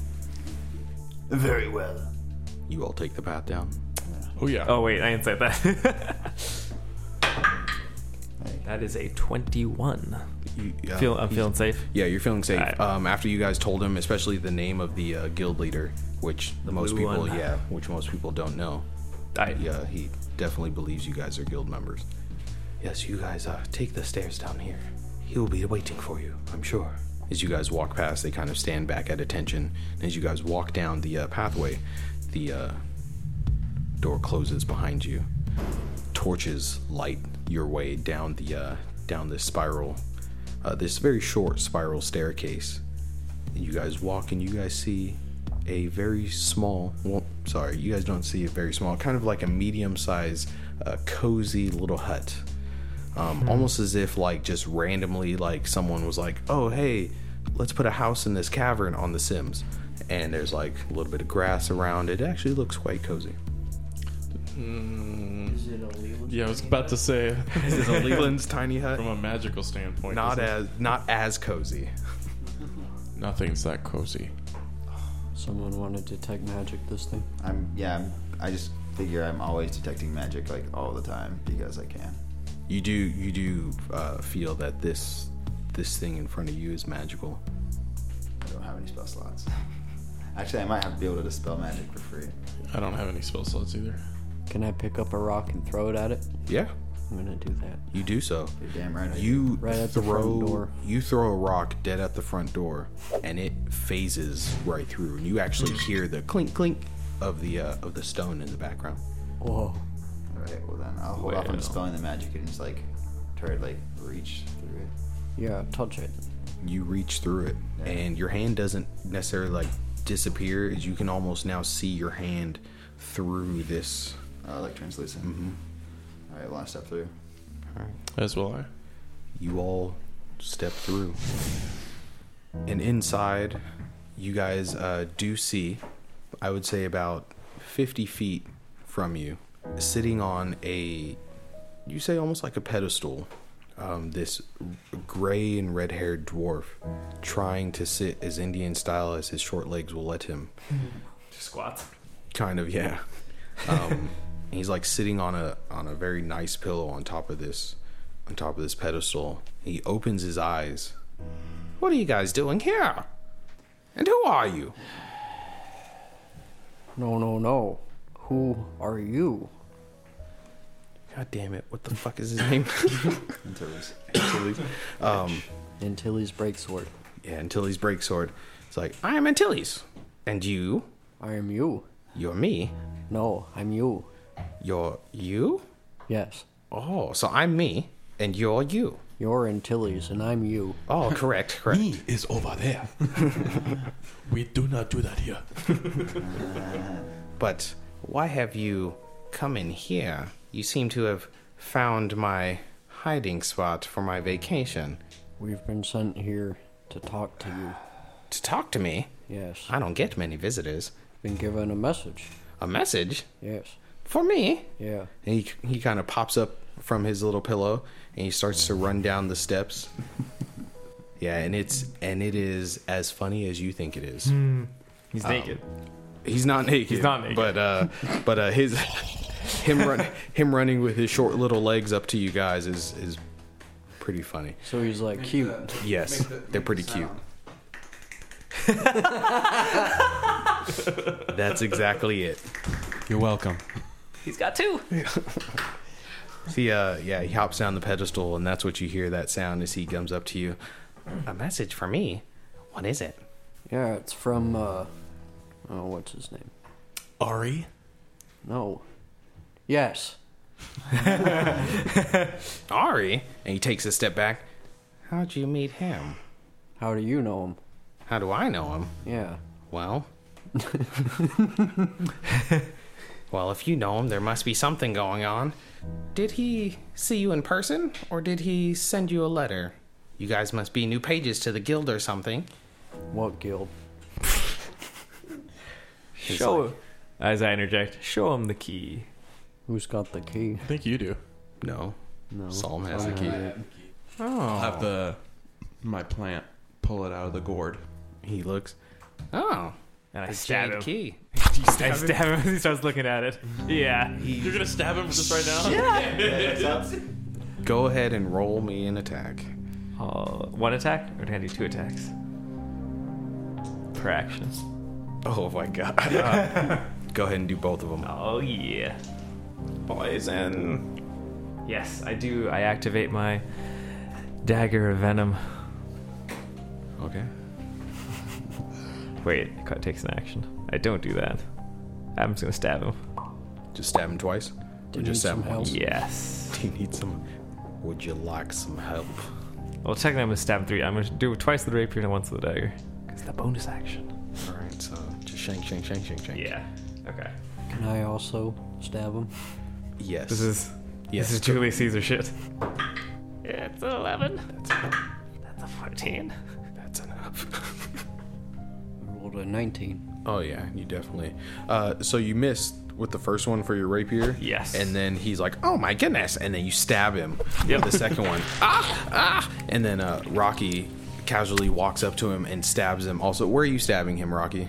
Speaker 11: Very well.
Speaker 4: You all take the path down.
Speaker 7: Oh yeah.
Speaker 8: Oh wait, I inside that. that is a twenty-one.
Speaker 4: Yeah.
Speaker 8: Feel I'm feeling safe.
Speaker 4: Yeah, you're feeling safe. Um, after you guys told him, especially the name of the uh, guild leader, which
Speaker 8: The
Speaker 4: most
Speaker 8: blue
Speaker 4: people,
Speaker 8: one.
Speaker 4: yeah, which most people don't know.
Speaker 8: I,
Speaker 4: yeah, he definitely believes you guys are guild members.
Speaker 10: Yes, you guys uh, take the stairs down here. He will be waiting for you, I'm sure.
Speaker 4: As you guys walk past, they kind of stand back at attention. And as you guys walk down the uh, pathway, the uh, door closes behind you. Torches light your way down the uh, down this spiral, uh, this very short spiral staircase. And you guys walk, and you guys see a very small. Well, sorry, you guys don't see a very small, kind of like a medium-sized, uh, cozy little hut. Um, Almost as if like just randomly, like someone was like, "Oh, hey, let's put a house in this cavern on The Sims," and there's like a little bit of grass around. It actually looks quite cozy.
Speaker 7: Hmm.
Speaker 2: Is it illegal?
Speaker 7: Yeah, I was about to say.
Speaker 4: This is a Leland's tiny hut.
Speaker 7: From a magical standpoint,
Speaker 4: Not
Speaker 7: isn't it?
Speaker 4: as not as cozy.
Speaker 7: Nothing's that cozy.
Speaker 2: Someone want to detect magic this thing?
Speaker 5: I'm yeah. I'm, I just figure I'm always detecting magic like all the time because I can.
Speaker 4: You do you do uh, feel that this this thing in front of you is magical.
Speaker 5: I don't have any spell slots. Actually, I might have to be able to dispel magic for free.
Speaker 7: I don't have any spell slots either.
Speaker 2: Can I pick up a rock and throw it at it?
Speaker 4: Yeah,
Speaker 2: I'm gonna do that.
Speaker 4: you do so.
Speaker 5: You're damn right. I do.
Speaker 4: You
Speaker 2: Right at the
Speaker 4: throw
Speaker 2: front door.
Speaker 4: you throw a rock dead at the front door, and it phases right through, and you actually hear the clink clink of the uh, of the stone in the background.
Speaker 2: Whoa.
Speaker 5: All right. Well then, I'll hold off on dispelling the magic and just like try to like reach through it.
Speaker 2: Yeah, touch it.
Speaker 4: you reach through it and your hand doesn't necessarily like disappear as you can almost now see your hand through this Mm-hmm.
Speaker 5: Uh, like translucent. All right, well, I step through.
Speaker 7: As will I.
Speaker 4: You all step through. And inside, you guys uh, do see, I would say about 50 feet from you, sitting on a, you say almost like a pedestal, um, this gray and red haired dwarf trying to sit as Indian style as his short legs will let him.
Speaker 8: Squats.
Speaker 4: Kind of, yeah. Um, and he's like sitting on a on a very nice pillow on top of this on top of this pedestal. He opens his eyes. What are you guys doing here? And who are you?
Speaker 2: No, no, no. Who are you?
Speaker 4: God damn it! What the fuck is his name?
Speaker 5: Antilles.
Speaker 4: Antilles. Um,
Speaker 2: Antilles Breaksword.
Speaker 4: Yeah, Antilles Breaksword. It's like I am Antilles, and you.
Speaker 2: I am you.
Speaker 4: You're me.
Speaker 2: No, I'm you.
Speaker 4: You're you.
Speaker 2: Yes.
Speaker 4: Oh, so I'm me, and you're you.
Speaker 2: You're Antilles, and I'm you.
Speaker 4: Oh, correct, correct.
Speaker 7: Me is over there. we do not do that here.
Speaker 4: But why have you come in here? You seem to have found my hiding spot for my vacation.
Speaker 2: We've been sent here to talk to you.
Speaker 4: To talk to me?
Speaker 2: Yes.
Speaker 4: I don't get many visitors.
Speaker 2: Been given a message.
Speaker 4: A message?
Speaker 2: Yes.
Speaker 4: For me?
Speaker 2: Yeah.
Speaker 4: And he, he kind of pops up from his little pillow and he starts to run down the steps. yeah, and it's and it is as funny as you think it is.
Speaker 8: He's
Speaker 4: Um,
Speaker 8: naked.
Speaker 4: He's not naked.
Speaker 8: Hmm. He's not naked.
Speaker 4: But uh, but uh, his him run him running with his short little legs up to you guys is is pretty funny.
Speaker 2: So he's like cute.
Speaker 4: Yes, they're pretty cute. That's exactly it.
Speaker 6: You're welcome.
Speaker 8: He's got two.
Speaker 4: See, uh, yeah, he hops down the pedestal, and that's what you hear that sound as he comes up to you. A message for me? What is it?
Speaker 2: Yeah, it's from uh oh what's his name?
Speaker 7: Ari?
Speaker 2: No. Yes.
Speaker 4: Ari? And he takes a step back. How'd you meet him?
Speaker 2: How do you know him?
Speaker 4: How do I know him?
Speaker 2: Yeah.
Speaker 4: Well. well, if you know him, there must be something going on. Did he see you in person, or did he send you a letter? You guys must be new pages to the guild or something.
Speaker 2: What guild?
Speaker 8: Show him. As I interject, show him the key.
Speaker 2: Who's got the key?
Speaker 7: I think you do.
Speaker 4: No.
Speaker 2: No. Oh,
Speaker 4: Solomon has the key.
Speaker 7: I'll
Speaker 4: Oh.
Speaker 7: have the my plant pull it out of the gourd.
Speaker 4: He looks. Oh.
Speaker 8: And I
Speaker 4: The
Speaker 8: stab him.
Speaker 4: jade key.
Speaker 8: I stab him as he starts looking at it. Yeah.
Speaker 7: You're gonna stab him just right now?
Speaker 4: Go ahead and roll me an attack.
Speaker 8: Uh, one attack, or do I do two attacks? Per action. Uh,
Speaker 4: Oh my god. go ahead and do both of them.
Speaker 8: Oh yeah.
Speaker 4: Poison.
Speaker 8: Yes, I do. I activate my dagger of venom.
Speaker 4: Okay.
Speaker 8: Wait, it cut- takes an action. I don't do that. I'm just gonna stab him.
Speaker 4: Just stab him twice.
Speaker 2: Do you
Speaker 4: just
Speaker 2: need
Speaker 4: stab
Speaker 2: some
Speaker 4: him once.
Speaker 8: Yes.
Speaker 4: Do you need some? Would you like some help?
Speaker 8: Well, technically, I'm gonna stab him three. I'm gonna do twice the rapier and once the dagger. Cause the bonus action.
Speaker 4: All right, so just shank, shank, shank, shank, shank.
Speaker 8: Yeah. Okay.
Speaker 2: Can I also stab him?
Speaker 4: Yes.
Speaker 8: This is
Speaker 4: Yes.
Speaker 8: this is Julius Caesar shit. It's an eleven. That's a fourteen.
Speaker 4: That's enough.
Speaker 2: I rolled a nineteen.
Speaker 4: oh yeah, you definitely. Uh, so you missed with the first one for your rapier.
Speaker 8: Yes.
Speaker 4: And then he's like, "Oh my goodness!" And then you stab him
Speaker 8: Yep.
Speaker 4: with the second one. ah, ah! And then uh, Rocky casually walks up to him and stabs him. Also, where are you stabbing him, Rocky?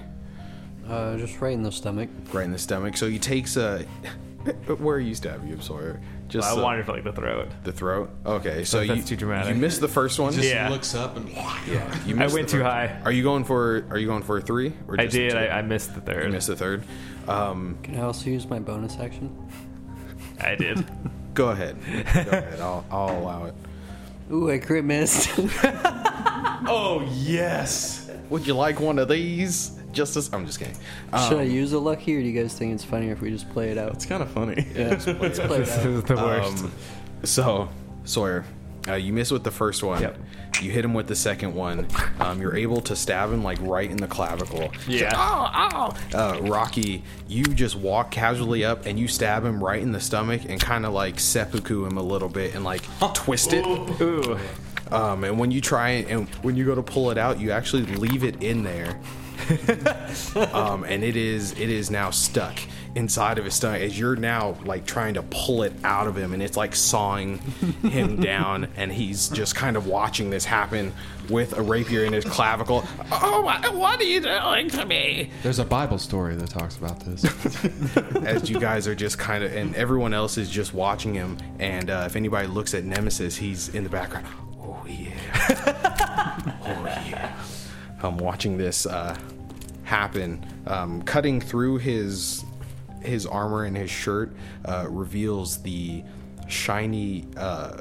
Speaker 2: Uh just right in the stomach.
Speaker 4: Right in the stomach. So he takes a. where are you stabbing him, Sawyer? Just
Speaker 8: I
Speaker 4: uh,
Speaker 8: wanted for like the throat.
Speaker 4: the throat. Okay, so
Speaker 8: that's
Speaker 4: you,
Speaker 8: too dramatic.
Speaker 4: You missed the first one.
Speaker 7: Just
Speaker 8: Yeah.
Speaker 7: looks up and
Speaker 4: Yeah, you
Speaker 8: I
Speaker 4: missed
Speaker 8: went
Speaker 4: the
Speaker 8: too
Speaker 4: first-
Speaker 8: high.
Speaker 4: Are you going for? Are you going for a three? Or
Speaker 8: I
Speaker 4: just a
Speaker 8: did.
Speaker 4: two?
Speaker 8: I, I missed the
Speaker 4: You
Speaker 8: third.
Speaker 4: missed the third. Um,
Speaker 2: Can I also use my bonus action?
Speaker 8: I did.
Speaker 4: go ahead. Go ahead. I'll, I'll allow it.
Speaker 2: Ooh, I crit missed.
Speaker 7: Oh yes.
Speaker 4: Would you like one of these? Just as I'm just kidding. Um,
Speaker 2: Should I use a lucky, or do you guys think it's funnier if we just play it out?
Speaker 7: It's kinda funny.
Speaker 2: Let's play it out.
Speaker 8: this is the worst.
Speaker 4: Um, so Um, Sawyer, Uh, you miss with the first one. You hit him with the second one. Um, you're able to stab him like right in the clavicle. He's like,
Speaker 9: Oh, oh.
Speaker 4: uh, Rocky, you just walk casually up and you stab him right in the stomach and kind of like seppuku him a little bit and like twist it. Um, and when you try and when you go to pull it out, you actually leave it in there. um, and it is it is now stuck inside of his stomach as you're now like trying to pull it out of him and it's like sawing him down and he's just kind of watching this happen with a rapier in his clavicle
Speaker 9: Oh, what, what are you doing to me?
Speaker 4: There's a Bible story that talks about this. As you guys are just kind of, and everyone else is just watching him. And uh, if anybody looks at Nemesis, he's in the background. Oh yeah. oh yeah. I'm watching this uh, happen, um, cutting through his his armor and his shirt uh, reveals the shiny. Uh,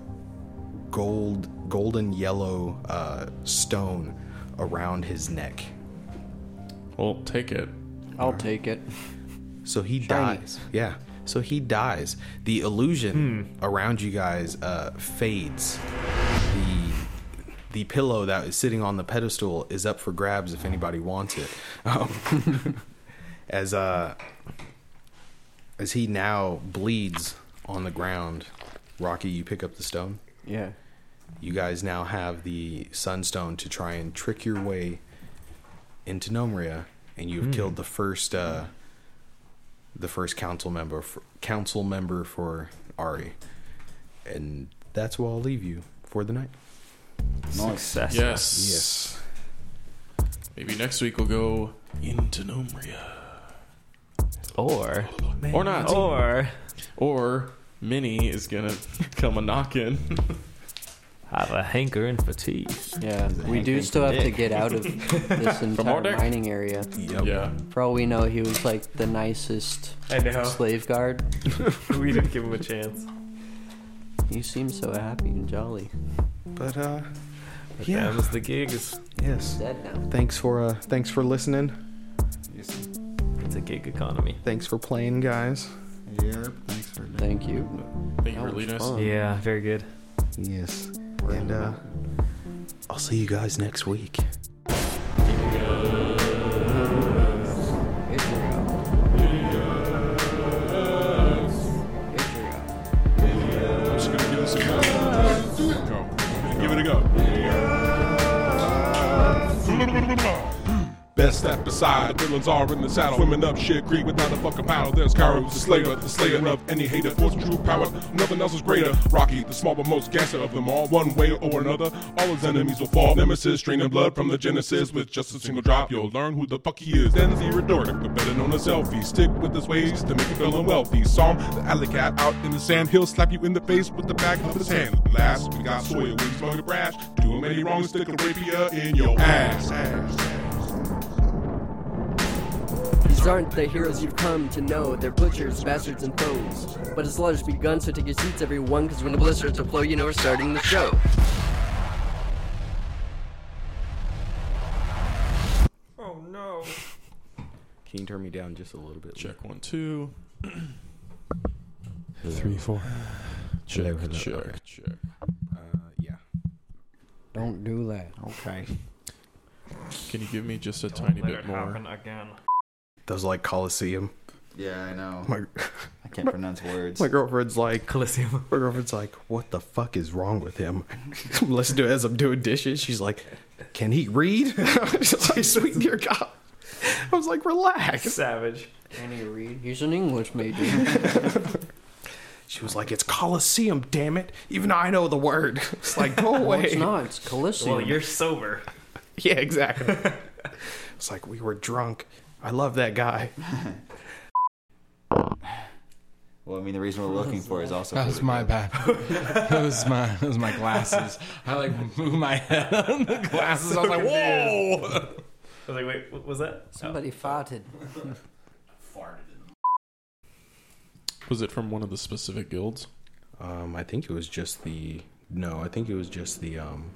Speaker 4: gold golden yellow uh, stone around his neck.
Speaker 7: Well, take it.
Speaker 2: I'll take it.
Speaker 4: So he dies. Yeah. So he dies. The illusion
Speaker 7: Hmm.
Speaker 4: around you guys uh, fades. The the pillow that is sitting on the pedestal is up for grabs if anybody wants it. Um, as uh as he now bleeds on the ground, Rocky, you pick up the stone.
Speaker 2: Yeah.
Speaker 4: You guys now have the sunstone to try and trick your way into Nomria, and you've
Speaker 10: Hmm.
Speaker 4: killed the first uh, the first council member for, council member for Ari, and that's where I'll leave you for the night.
Speaker 7: Yes. Yes. Maybe next week we'll go into Nomria.
Speaker 8: Or.
Speaker 7: Or not.
Speaker 8: Or.
Speaker 7: Or Minnie is gonna come a knockin'.
Speaker 8: Have a hankering for tea.
Speaker 2: Yeah, we do still have to get out of this entire mining area.
Speaker 7: Yep. Yeah.
Speaker 2: For all we know, he was like the nicest
Speaker 8: I know.
Speaker 2: slave guard.
Speaker 8: we didn't give him a chance.
Speaker 2: You seem so happy and jolly.
Speaker 4: But uh,
Speaker 8: But
Speaker 4: Yeah.
Speaker 8: That was the gigs.
Speaker 4: Yes.
Speaker 2: Dead now.
Speaker 4: Thanks for uh, thanks for listening.
Speaker 8: It's a gig economy.
Speaker 4: Thanks for playing, guys.
Speaker 5: Yeah. Thanks for.
Speaker 2: Thank you.
Speaker 7: Thank you for leading us.
Speaker 8: Yeah, very good.
Speaker 4: Yes. And uh, I'll see you guys next week.
Speaker 1: I'm just gonna give this a go. Go. Give it a go. Best step aside, villains are in the saddle. Swimming up shit creek without a fucking paddle. There's Cairo, the slayer, the slayer of any hater. Force true power, nothing else is greater. Rocky, the small but most gangster of them all. One way or another, all his enemies will fall. Nemesis, draining blood from the genesis. With just a single drop, you'll learn who the fuck he is. Then zero door, better known as selfie. Stick with his ways to make you feeling wealthy. Psalm, the alley cat out in the sand. He'll slap you in the face with the back of his hand. Last, we got Sawyer, we smoke a brash. Do him any wrong, stick a rapier in your ass.
Speaker 3: These aren't the heroes you've come to know. They're butchers, bastards, and foes. But it's large begun, so take your seats, everyone, because when the blizzards will blow, you know we're starting the show.
Speaker 8: Oh no.
Speaker 4: Can you turn me down just a little bit?
Speaker 7: Check one, two.
Speaker 12: Three, four.
Speaker 7: Check, check, check. Uh,
Speaker 2: Don't do that.
Speaker 5: Okay.
Speaker 7: Can you give me just a tiny
Speaker 8: let
Speaker 7: bit
Speaker 8: it
Speaker 7: more?
Speaker 8: happen again.
Speaker 4: Those like Coliseum.
Speaker 5: Yeah, I know.
Speaker 4: My-
Speaker 5: I can't pronounce words.
Speaker 4: My girlfriend's like Coliseum. My girlfriend's like, what the fuck is wrong with him? I'm listening to it as I'm doing dishes. She's like, can he read? I'm just like, sweet dear God. I was like, relax.
Speaker 8: Savage.
Speaker 2: Can you read? He's an English major.
Speaker 4: She was like, it's Coliseum, damn it. Even I know the word. It's like, go
Speaker 2: No,
Speaker 4: away.
Speaker 2: it's not. It's Coliseum.
Speaker 8: Well, you're sober.
Speaker 4: Yeah, exactly. it's like we were drunk. I love that guy.
Speaker 5: Well, I mean, the reason we're looking for is also.
Speaker 6: That was my bad. that was my that was my glasses. I like moved my head on the glasses. I was like, whoa.
Speaker 8: I was like, wait, what was that? Oh.
Speaker 2: Somebody farted.
Speaker 7: Was it from one of the specific guilds?
Speaker 4: Um, I think it was just the no. I think it was just the um,